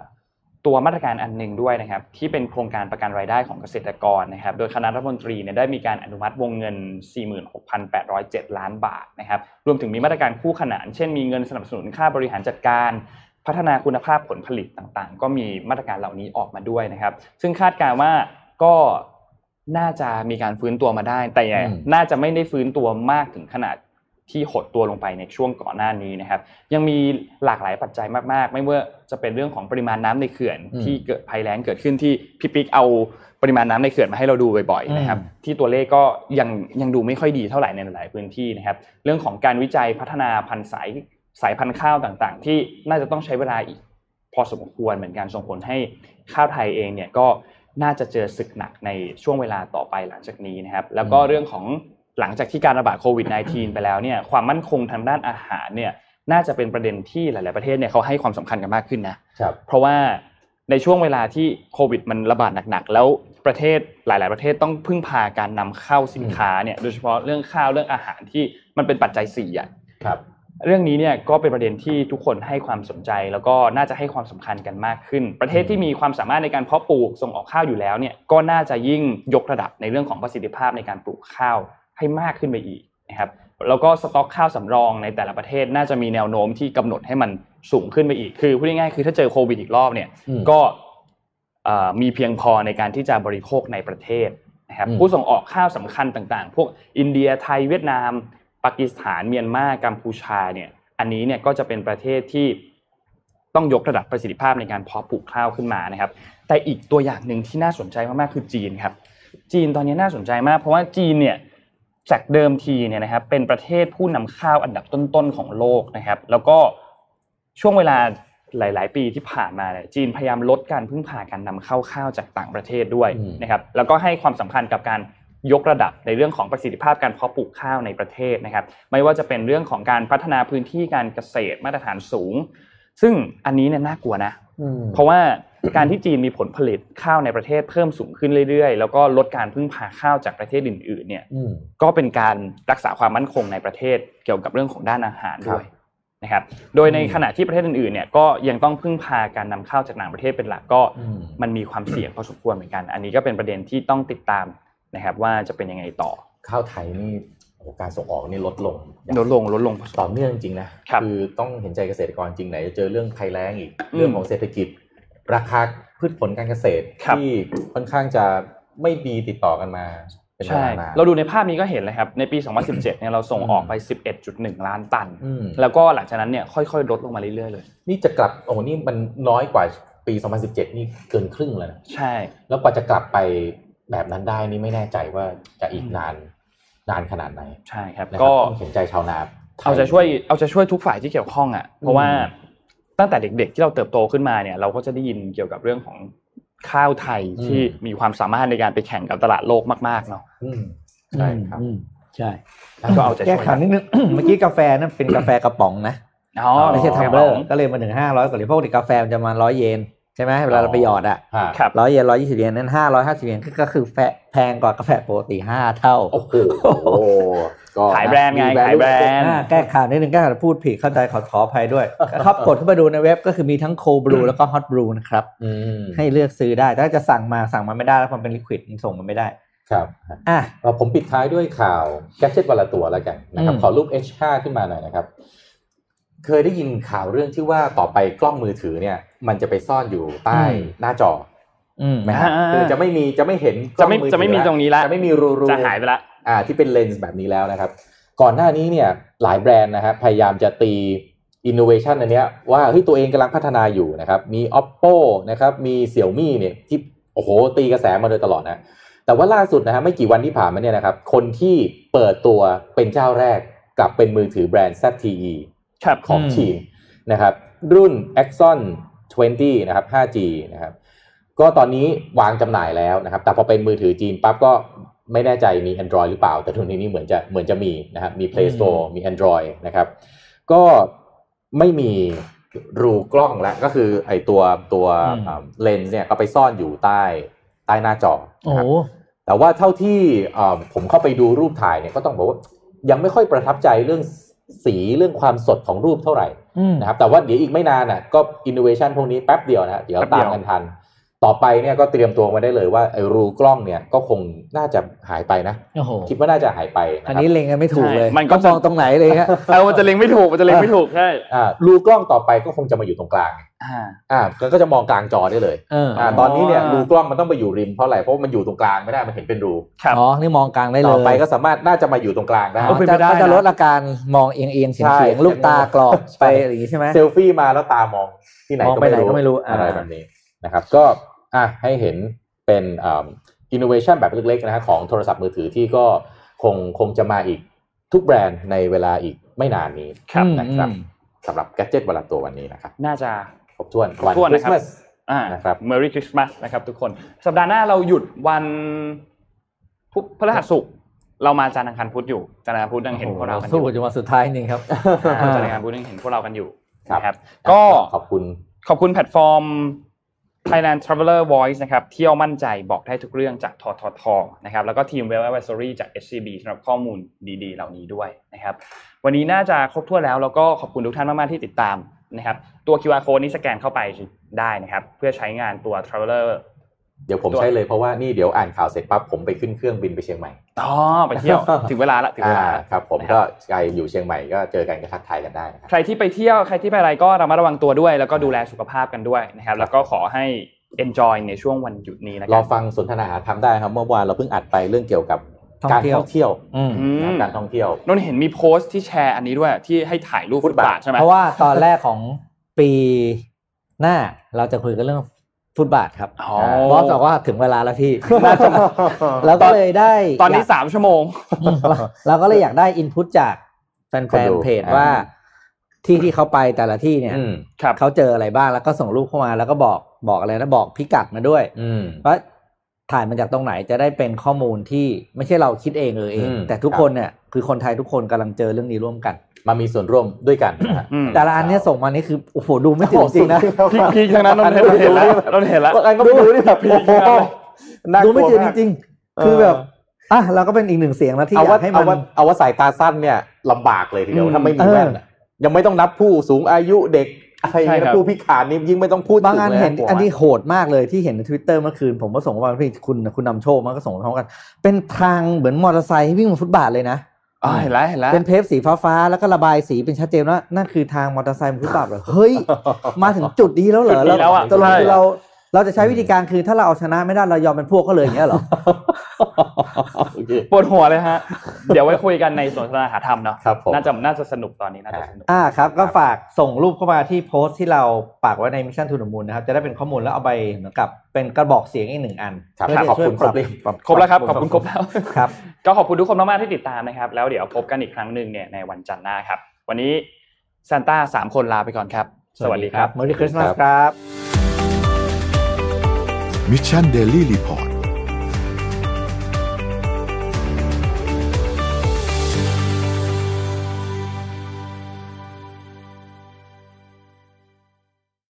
Speaker 2: ตัวมาตรการอันหนึ่งด้วยนะครับ ที่เป็นโครงการประกันรายได้ของเกษตรกรนะครับ โดยคณะรัฐมนตรีเนี่ยได้มีการอนุมัติวงเงิน 46,807 ล้านบาทนะครับ รวมถึงมีมาตรการคู่ขนาน เช่นมีเงินสนับสนุนค่าบริหารจัดการ พัฒนาคุณภาพผลผลิตต่างๆ ก็มีมาตรการเหล่านี้ออกมาด้วยนะครับ ซึ่งคาดการณ์ว่าก็น่าจะมีการฟื้นตัวมาได้ แต่
Speaker 3: อืม
Speaker 2: น่าจะไม่ได้ฟื้นตัวมากถึงขนาดที่หดตัวลงไปในช่วงก่อนหน้านี้นะครับ ยังมีหลากหลายปัจจัยมากๆ ไม่ว่าจะเป็นเรื่องของปริมาณน้ำในเขื่อน
Speaker 3: อืม
Speaker 2: ที่เกิดภัยแล้งเกิดขึ้นที่พี่ปิ๊กเอาปริมาณน้ำในเขื่อนมาให้เราดูบ่อยๆนะครับ
Speaker 3: อืม
Speaker 2: ที่ตัวเลขก็ยังยังดูไม่ค่อยดีเท่าไหร่ในหลายพื้นที่นะครับ เรื่องของการวิจัยพัฒนาพันธุ์สายสายพันธุ์ข้าวต่างๆ ที่น่าจะต้องใช้เวลาอีก พอสมควรเหมือนกันส่งผลให้ข้าวไทยเองเนี่ยก็น่าจะเจอศึกหนักในช่วงเวลาต่อไปหลังจากนี้นะครับ แล้วก็
Speaker 4: อืม
Speaker 2: เรื่องของหลังจากที่การระบาดโควิด -19 ไปแล้วเนี่ยความมั่นคงทางด้านอาหารเนี่ยน่าจะเป็นประเด็นที่หลาย ๆประเทศเนี่ยเขาให้ความสำคัญกันมากขึ้นนะ
Speaker 3: ครับ
Speaker 2: เพราะว่าในช่วงเวลาที่โควิดมันระบาดหนักๆ แล้วประเทศหลาย ๆ ประเทศต้องพึ่งพาการนำเข้าสินค้าเนี่ยโดยเฉพาะเรื่องข้าวเรื่องอาหารที่มันเป็นปัจจัยสี่อ่ะ
Speaker 3: ครับ
Speaker 2: เรื่องนี้เนี่ยก็เป็นประเด็นที่ทุกคนให้ความสนใจแล้วก็น่าจะให้ความสำคัญกันมากขึ้น ประเทศที่มีความสามารถในการเพาะปลูกส่งออกข้าวอยู่แล้วเนี่ยก็น่าจะยิ่งยกระดับในเรื่องของประสิทธิภาพในการปลูกข้าวให้มากขึ้นไปอีกนะครับแล้วก็สต็อกข้าวสำรองในแต่ละประเทศน่าจะมีแนวโน้มที่กำหนดให้มันสูงขึ้นไปอีกคือพูดง่ายๆคือถ้าเจอโควิดอีกรอบเนี่ย
Speaker 3: อืม
Speaker 2: ก็เอ่อมีเพียงพอในการที่จะบริโภคในประเทศนะครับ
Speaker 3: อืม
Speaker 2: ผู้ส่งออกข้าวสำคัญต่างๆ พวกอินเดียไทยเวียดนาม ปากีสถานเมียนมากัมพูชาเนี่ยอันนี้เนี่ยก็จะเป็นประเทศที่ต้องยกระดับประสิทธิภาพในการเพาะปลูกข้าวขึ้นมานะครับ แต่อีกตัวอย่างหนึ่งที่น่าสนใจมากๆคือจีนครับ จีนตอนนี้น่าสนใจมาก เพราะว่าจีนเนี่ยจากเดิมทีเนี่ยนะครับเป็นประเทศผู้นำข้าวอันดับต้นๆของโลกนะครับ แล้วก็ช่วงเวลาหลาย ๆ ปีที่ผ่านมาเนี่ยจีนพยายามลดการพึ่งพาการนำเข้าข้าวจากต่างประเทศด้วย
Speaker 3: อืม
Speaker 2: นะครับ แล้วก็ให้ความสำคัญกับการยกระดับในเรื่องของประสิทธิภาพการเพาะปลูกข้าวในประเทศนะครับ ไม่ว่าจะเป็นเรื่องของการพัฒนาพื้นที่การเกษตรมาตรฐานสูง ซึ่งอันนี้เนี่ยน่ากลัวนะ
Speaker 3: อืม
Speaker 2: เพราะว่าการที่จีนมีผลผลิตข้าวในประเทศเพิ่มสูงขึ้นเรื่อยๆ แล้วก็ลดการพึ่งพาข้าวจากประเทศอื่นๆเนี่ย
Speaker 3: อืม
Speaker 2: ก็เป็นการรักษาความมั่นคงในประเทศเกี่ยวกับเรื่องของด้านอาหารด้วยนะครับโดยในขณะที่ประเทศอื่นๆเนี่ยก็ยังต้องพึ่งพาการนำเข้าจากต่างประเทศเป็นหลักก็
Speaker 3: อืม
Speaker 2: มันมีความเสี่ยงพอสมควรเหมือนกัน อันนี้ก็เป็นประเด็นที่ต้องติดตามนะครับว่าจะเป็นยังไงต่อ
Speaker 3: ข้าวไทยนี่โอ้การส่งออกนี่ลดลงอย่าง
Speaker 2: ลดลงลดลงพอสมควร
Speaker 3: ต่อเนื่องจริงๆนะครับ อต้องเห็นใจเกษตรกรจริงไหนจะเจอเรื่องภัยแล้งอีก
Speaker 2: อืม
Speaker 3: เรื่องของเศรษฐกิจ ราคาพืชผลการเกษตร
Speaker 2: ครับ
Speaker 3: ที่ค่อนข้างจะไม่ดีติดต่อกันมาเป็นเว
Speaker 2: ใช่
Speaker 3: ลานาน
Speaker 2: เราดูในภาพนี้ก็เห็นเลยครับในปี 2017เนี่ยเราส่งออก
Speaker 3: อืม
Speaker 2: ไป 11.1 ล้านตัน
Speaker 3: อืม
Speaker 2: แล้วก็หลังจากนั้นเนี่ยค่อยๆ ลดลงมาเรื่อยๆเลย
Speaker 3: นี่จะกลับโอ้โหนี่มันน้อยกว่าปี 2017 นี่เกินครึ่งแล้วนะ
Speaker 2: ใช่
Speaker 3: แล้วกว่าจะกลับไปแบบนั้นได้นี่ไม่แน่ใจว่าจะอีกนานนานขนาดไหน
Speaker 2: ใช่ครับ
Speaker 3: นะครับ
Speaker 2: ก็
Speaker 3: ต้องเห็นใจชาวนาไท
Speaker 2: เอาใจช่วยเอาใจช่วยทุกฝ่ายที่เกี่ยวข้องอ่ะเพราะว่า
Speaker 3: อืม
Speaker 2: ตั้งแต่เด็กๆ ที่เราเติบโตขึ้นมาเนี่ยเราก็จะได้ยินเกี่ยวกับเรื่องของข้าวไทย
Speaker 3: อืม
Speaker 2: ที่มีความสามารถในการไปแข่งกับตลาดโลกมากๆเนาะ
Speaker 3: อืมใช่ครับ
Speaker 4: อืมใช่
Speaker 2: ก็เอาใจช่
Speaker 4: แก้
Speaker 2: วย
Speaker 4: ข่าวนิดนึง *coughs* เมื่อกี้กาแฟนั่นเป็นกาแฟกระป๋องนะ
Speaker 2: อ๋อ
Speaker 4: ไม่ใช่
Speaker 2: ค
Speaker 4: ทัม
Speaker 2: บ
Speaker 4: เบอร์
Speaker 2: ผม
Speaker 4: ก็เลยมาถึงห้าร้อยกว่าเหรียญพวกเด็กกาแฟมันจะมาร้อยเยนใช่ไหมเวลาเราไปหยอดอ่ะ
Speaker 3: ฮะ
Speaker 2: ครับ
Speaker 4: ร้อยเยนร้อยยี่สิบเยนนั้นห้าร้อยห้าสิบเยนก็คือแฟแพงกว่ากาแฟปกติห้าเท่า
Speaker 3: โอ้โหก็
Speaker 2: ขายแบรนด์ไง
Speaker 3: มี
Speaker 2: ขายแบรนด์
Speaker 4: อ่าแก้ข่าวนิดนึงแก้ข่าวพูดผิดเข้าใจขอขออภัยด้วยครับ กดเข้าไปดูในเว็บก็คือมีทั้งโคบลูแล้วก็ฮอตบลูนะครับ
Speaker 3: อืม
Speaker 4: ให้เลือกซื้อได้ ถ้าจะสั่งมาสั่งมาไม่ได้แล้วมันเป็นลิควิดส่งมาไม่ได้
Speaker 3: ครับ
Speaker 4: อ่ะ
Speaker 3: เราผมปิดท้ายด้วยข่าวแกจ e ตวันละตัวแล้วกันนะครับ
Speaker 4: อืม
Speaker 3: ขอรูป H5 ขึ้นมาหน่อยนะครับ เคยได้ยินข่าวเรื่องที่ว่าต่อไปกล้องมือถือเนี่ย มันจะไปซ่อนอยู่ใต้หน้าจอ
Speaker 4: อืม
Speaker 3: ไหมฮะ
Speaker 2: อ่า
Speaker 3: คือจะไม่มีจะไม่เห็นกล้
Speaker 2: จะ
Speaker 3: อง
Speaker 2: ไม่
Speaker 3: อถือ
Speaker 2: จะไม่มีตรงนี้ละ
Speaker 3: จะไม่มีรูรู
Speaker 2: จะหายไปละ
Speaker 3: อ่าที่เป็นเลนส์แบบนี้แล้วนะครับ ก่อนหน้านี้เนี่ยหลายแบรนด์นะครับพยายามจะตีอินโนเวชันอันเนี้ยว่าเฮ้ยตัวเองกำลังพัฒนาอยู่นะครับ มี oppo นะครับมี xiaomi เนี่ยที่โอ้โหตีกระแสมาโดยตลอดนะ แต่ว่าล่าสุดนะฮะไม่กี่วันที่ผ่านมาเนี่ยนะครับ คนที่เปิดตัวเป็นเจ้าแรกกลับเป็นมือถือแบรนด์ ZTE
Speaker 2: ครับ
Speaker 3: ของ
Speaker 4: อืม
Speaker 3: จีนนะครับ รุ่น Axon 20 นะครับ 5G นะครับ ก็ตอนนี้วางจำหน่ายแล้วนะครับ แต่พอเป็นมือถือจีนปั๊บก็ไม่แน่ใจมี Android หรือเปล่า แต่ทุนนี้นี่เหมือนจะเหมือนจะมีนะครับ มี Play Store มี Android นะครับ ก็ไม่มีรูกล้องแล้ว ก็คือไอตัวตัว
Speaker 4: อืม
Speaker 3: เลนส์เนี่ยก็ไปซ่อนอยู่ใต้ใต้หน้าจอ
Speaker 4: โอ้
Speaker 3: นะค
Speaker 4: โห
Speaker 3: รับ แต่ว่าเท่าที่เอ่อผมเข้าไปดูรูปถ่ายเนี่ยก็ต้องบอกว่ายังไม่ค่อยประทับใจเรื่องสีเรื่องความสดของรูปเท่าไหร่
Speaker 4: อืม
Speaker 3: นะครับแต่ว่าเดี๋ยวอีกไม่นานน่ะก็อินโนเวชันพวกนี้แป๊บเดียวนะฮะเดี๋ยวตามกันทัน ต่อไปเนี่ยก็เตรียมตัวมาได้เลยว่าไอ้รูกล้องเนี่ยก็คงน่าจะหายไปนะ
Speaker 4: โอ้โห
Speaker 3: คิดว่าน่าจะหายไปนะ
Speaker 4: อัน
Speaker 3: ครั
Speaker 4: นี้
Speaker 3: บ
Speaker 4: เล็งกันไม่ถูกเลย
Speaker 2: ใช่มันก็จะ
Speaker 4: มองตรงไหนเลยฮะ
Speaker 2: เออมันจะเล็งไม่ถูกมันจะเล็งไม่ถูกใช่
Speaker 3: อ่ารูกล้องต่อไปก็คงจะมาอยู่ตรงกลาง
Speaker 2: อ่า
Speaker 3: อ่าก็ก็จะมองกลางจอได้เลย
Speaker 4: เออ
Speaker 3: อ่า
Speaker 4: อ่ะ
Speaker 3: ตอนนี้เนี่ย
Speaker 2: อ๋อ
Speaker 3: รูกล้องมันต้องไปอยู่ริมเพราะอะไรเพราะว่ามันอยู่ตรงกลางไม่ได้มันเห็นเป็นรู
Speaker 2: ครับ
Speaker 4: อ๋อ นี่มองกลางได้เลย
Speaker 3: ต่อไปก็สามารถน่าจะมาอยู่ตรงกลางได้
Speaker 4: อ๋อ
Speaker 2: ก็เป็นไปได้นะ
Speaker 4: ก็จะลดอาการมองเอียงเอียงๆเฉียง
Speaker 3: ใช่
Speaker 4: เฉียงลูกตากรอบ
Speaker 3: ใช่
Speaker 4: ไปอะไรอย่างงี้ใช่ไหม
Speaker 3: เซลฟี่มาแล้วตามองที่ไหน
Speaker 4: มอง
Speaker 3: ก็
Speaker 4: ไป
Speaker 3: ไม่
Speaker 4: ไหน
Speaker 3: รู้
Speaker 4: ก็ไม่รู้อ่า
Speaker 3: อะไรแบบนี้นะครับ ก็อ่ะให้เห็นเป็นอินโนเวชันแบบเล็กๆนะฮะของโทรศัพท์มือถือที่ก็คงคงจะมาอีกทุกแบรนด์ในเวลาอีกไม่นานนี้
Speaker 2: ครับ
Speaker 4: อืม
Speaker 3: นะครับสำหรับแกจ e ตวันละตัววันนี้นะครับ
Speaker 2: น่าจะ
Speaker 3: ครบถ้วนวัน
Speaker 2: ครบถ้วน
Speaker 3: ค
Speaker 2: นะ
Speaker 3: ริส
Speaker 2: ครับ
Speaker 3: ต์มาส
Speaker 2: อ่า
Speaker 3: นะครับ
Speaker 2: Merry Christmas นะครับทุกคน สัปดาห์หน้าเราหยุดวันพุธพฤหัสศุกร์เรามาจันทร์อังคารพุธอยู่จันทร์อังคารพุธยังเห็นพวกเรากันอ
Speaker 4: สู้
Speaker 2: ยู่
Speaker 4: จนวันสุดท้ายนี่ครับ
Speaker 2: อ่าจันทร์อังคารพุธยังเห็นพวกเรากันอยู่
Speaker 3: ครับ
Speaker 2: นะครับ ก็
Speaker 3: ขอบคุณ
Speaker 2: ขอบคุณแพลตฟอร์ม Thailand Traveler Voice นะครับ เที่ยวมั่นใจบอกได้ทุกเรื่องจากทททนะครับ แล้วก็ทีม Web Advisory จาก SCB สำหรับข้อมูลดีๆ เหล่านี้ด้วยนะครับ วันนี้น่าจะครบถ้วนแล้วแล้วก็ขอบคุณทุกท่านมาก ๆ ที่ติดตามนะครับตัว QR code นี้สแกนเข้าไปได้นะครับ เพื่อใช้งานตัว Traveler
Speaker 3: เดี๋ยวผมใช้เลยเพราะว่านี่เดี๋ยวอ่านข่าวเสร็จปั๊บผมไปขึ้นเครื่องบินไปเชียงใหม่
Speaker 2: อ๋อไปเที่
Speaker 3: *laughs*
Speaker 2: ยว ถึงเวลาละถึงเว
Speaker 3: อ่า
Speaker 2: ลา
Speaker 3: ครับผม
Speaker 2: นะครับ
Speaker 3: ก็ใครอยู่เชียงใหม่ก็เจอกันก็ทักทายกันได้นะครับ
Speaker 2: ใครที่ไปเที่ยวใครที่ไปอะไรก็ระมัดระวังตัวด้วย แล้วก็ดูแลสุขภาพกันด้วยนะครับ แล้วก็ขอให้ enjoy ในช่วงวันหยุดนี้นะค
Speaker 3: ร
Speaker 2: รั
Speaker 3: อบ ฟังสนทนาหาธรรมได้ครับ เมื่อวานเราเพิ่งอัดไปเรื่องเกี่ยวกับ
Speaker 4: ท่อง
Speaker 3: การ
Speaker 4: เที่ยว
Speaker 3: ท่องเที่ยว
Speaker 4: อืม
Speaker 2: อืม
Speaker 3: นะการท่องเที่ยว
Speaker 2: นนท์เห็นมีโพสต์ที่แชร์อันนี้ด้วยที่ให้ถ่ายรูป
Speaker 3: ฟุ
Speaker 2: ฟุ
Speaker 3: ต
Speaker 2: ต
Speaker 3: บาท
Speaker 2: บาทใช่ไหม
Speaker 4: เพ *laughs* ราะว่าตอนแรกของปีหน้าเราจะคุยกันเรื่องฟุตบาทครับ
Speaker 2: อ๋อบ
Speaker 4: อสบอกว่าถึงเวลาแล้วพี่ น่าจะแล้วก็เลยได้
Speaker 2: ตอนนี้
Speaker 4: ยาก
Speaker 2: สามชั่วโมง
Speaker 4: เราก็เลยอยากได้อินพุตจากแฟ
Speaker 3: คน
Speaker 4: น
Speaker 3: ดู
Speaker 4: ๆเพจ
Speaker 3: อ่า
Speaker 4: ว่าที่ที่เขาไปแต่ละที่เนี่ย
Speaker 3: อืม
Speaker 2: ครับ
Speaker 4: เขาเจออะไรบ้างแล้วก็ส่งรูปเข้ามาแล้วก็บอกบอกอะไรนะบอกพิกัดมาด้วย
Speaker 3: อืม
Speaker 4: ว่าถ่ายมาจากตรงไหนจะได้เป็นข้อมูลที่ไม่ใช่เราคิดเองเออเอง
Speaker 3: อืม
Speaker 4: แต่ทุกคนเนี่ยคือคนไทยทุกคนกำลังเจอเรื่องนี้ร่วมกัน
Speaker 3: มามีส่วนร่วมด้วยกันนะฮะ
Speaker 2: อืม
Speaker 4: แต่ละอันเนี่ยส่งมานี่คือโอ้โหดูไม่ถึงจริงๆนะ
Speaker 2: พีคพีคทั้งนั้นนนท์เห็นแล้วนนท์เห็นแล้ว
Speaker 3: อันก็ไม่รู้นี่แบบ
Speaker 2: โอ้โห
Speaker 3: น่าก
Speaker 4: ดู
Speaker 3: ลัว
Speaker 4: ไม่ถึงจริง
Speaker 3: เออ
Speaker 4: ๆคือแบบอ่ะเราก็เป็นอีกหนึ่งเสียงนะที่อ
Speaker 3: เอา
Speaker 4: ยา
Speaker 3: ว่าก
Speaker 4: ให้มั
Speaker 3: เอา
Speaker 4: น
Speaker 3: ว่าเอาว่าสายตาสั้นเนี่ยลำบากเลยทีเดียว
Speaker 2: อืม
Speaker 3: ถ้าไม่มี
Speaker 4: เออ
Speaker 3: แว่นอะยังไม่ต้องนับผู้สูงอายุเด็กอะไรอย่างเงี้ย
Speaker 2: ใช่ครับ
Speaker 3: ผู้พิการนี่ยิ่งไม่ต้องพูด
Speaker 4: บางอัน
Speaker 3: ถึลย
Speaker 4: เห็น
Speaker 3: กลัว
Speaker 4: อันนี้
Speaker 3: มาก
Speaker 4: โหดมากเลยที่เห็นในทวิตเตอร์เมื่อคืนผมก็ส่งมาพี่คุณคุณนำโชคมันก็ส่งมาพร้อมกัน เป็นทางเหมือนมอเตอร์ไซค์ที่วิ่งบนฟุตบาทเลยนะ
Speaker 2: อ๋อเห็นแล้วเห็นแล้ว
Speaker 4: เป็นเพฟสีฟ้าๆ แล้วก็ระบายสีเป็นชัดเจนว่านั่นคือทางมอเตอร์ไซค์บนฟุตบาทเหรอ เฮ้ย มาถึงจุดนี้แล้วเหรอ
Speaker 2: จุดนี้แล้วอะ
Speaker 4: ตกลง
Speaker 2: ใช่
Speaker 4: คือเราเราจะใช้วิธีการคือถ้าเราเอาชนะไม่ได้เรายอมเป็นพวกก็เลยอย่างเงี้ยเหรอ
Speaker 3: โอเค
Speaker 2: ปวดหัวเลยฮะ เดี๋ยวไว้คุยกันในสนทนาหาธรรมเนาะ
Speaker 3: ครับผม
Speaker 2: น่าจะน่าจะสนุกตอนนี้น่าจะสนุก
Speaker 4: อ่าครับ ก็ฝากส่งรูปเข้ามาที่โพสต์ที่เราปากไว้ในมิชชั่นทูนมูลนะครับ จะได้เป็นข้อมูลแล้วเอาไปเหมือนกับเป็นกระบอกเสียงอีกหนึ่งอัน
Speaker 3: ครับ
Speaker 4: เพื่จะ
Speaker 3: ขอบคุณ
Speaker 4: ช่วย
Speaker 3: ครับ
Speaker 4: ปรับ
Speaker 2: ครบแล้วครับขอบคุณครบแล้ว
Speaker 4: ครับ
Speaker 2: ก็ขอบคุณทุกคนมากๆที่ติดตามนะครับ แล้วเดี๋ยวพบกันอีกครั้งหนึ่งเนี่ยในวันจันทร์หน้าครับ วันนี้ซานต้าสามคนลาไปก่อนครับ สวัสดีครับ
Speaker 4: Merry Christmas ครับ
Speaker 1: มิชชันเดลี่รีพอร์ต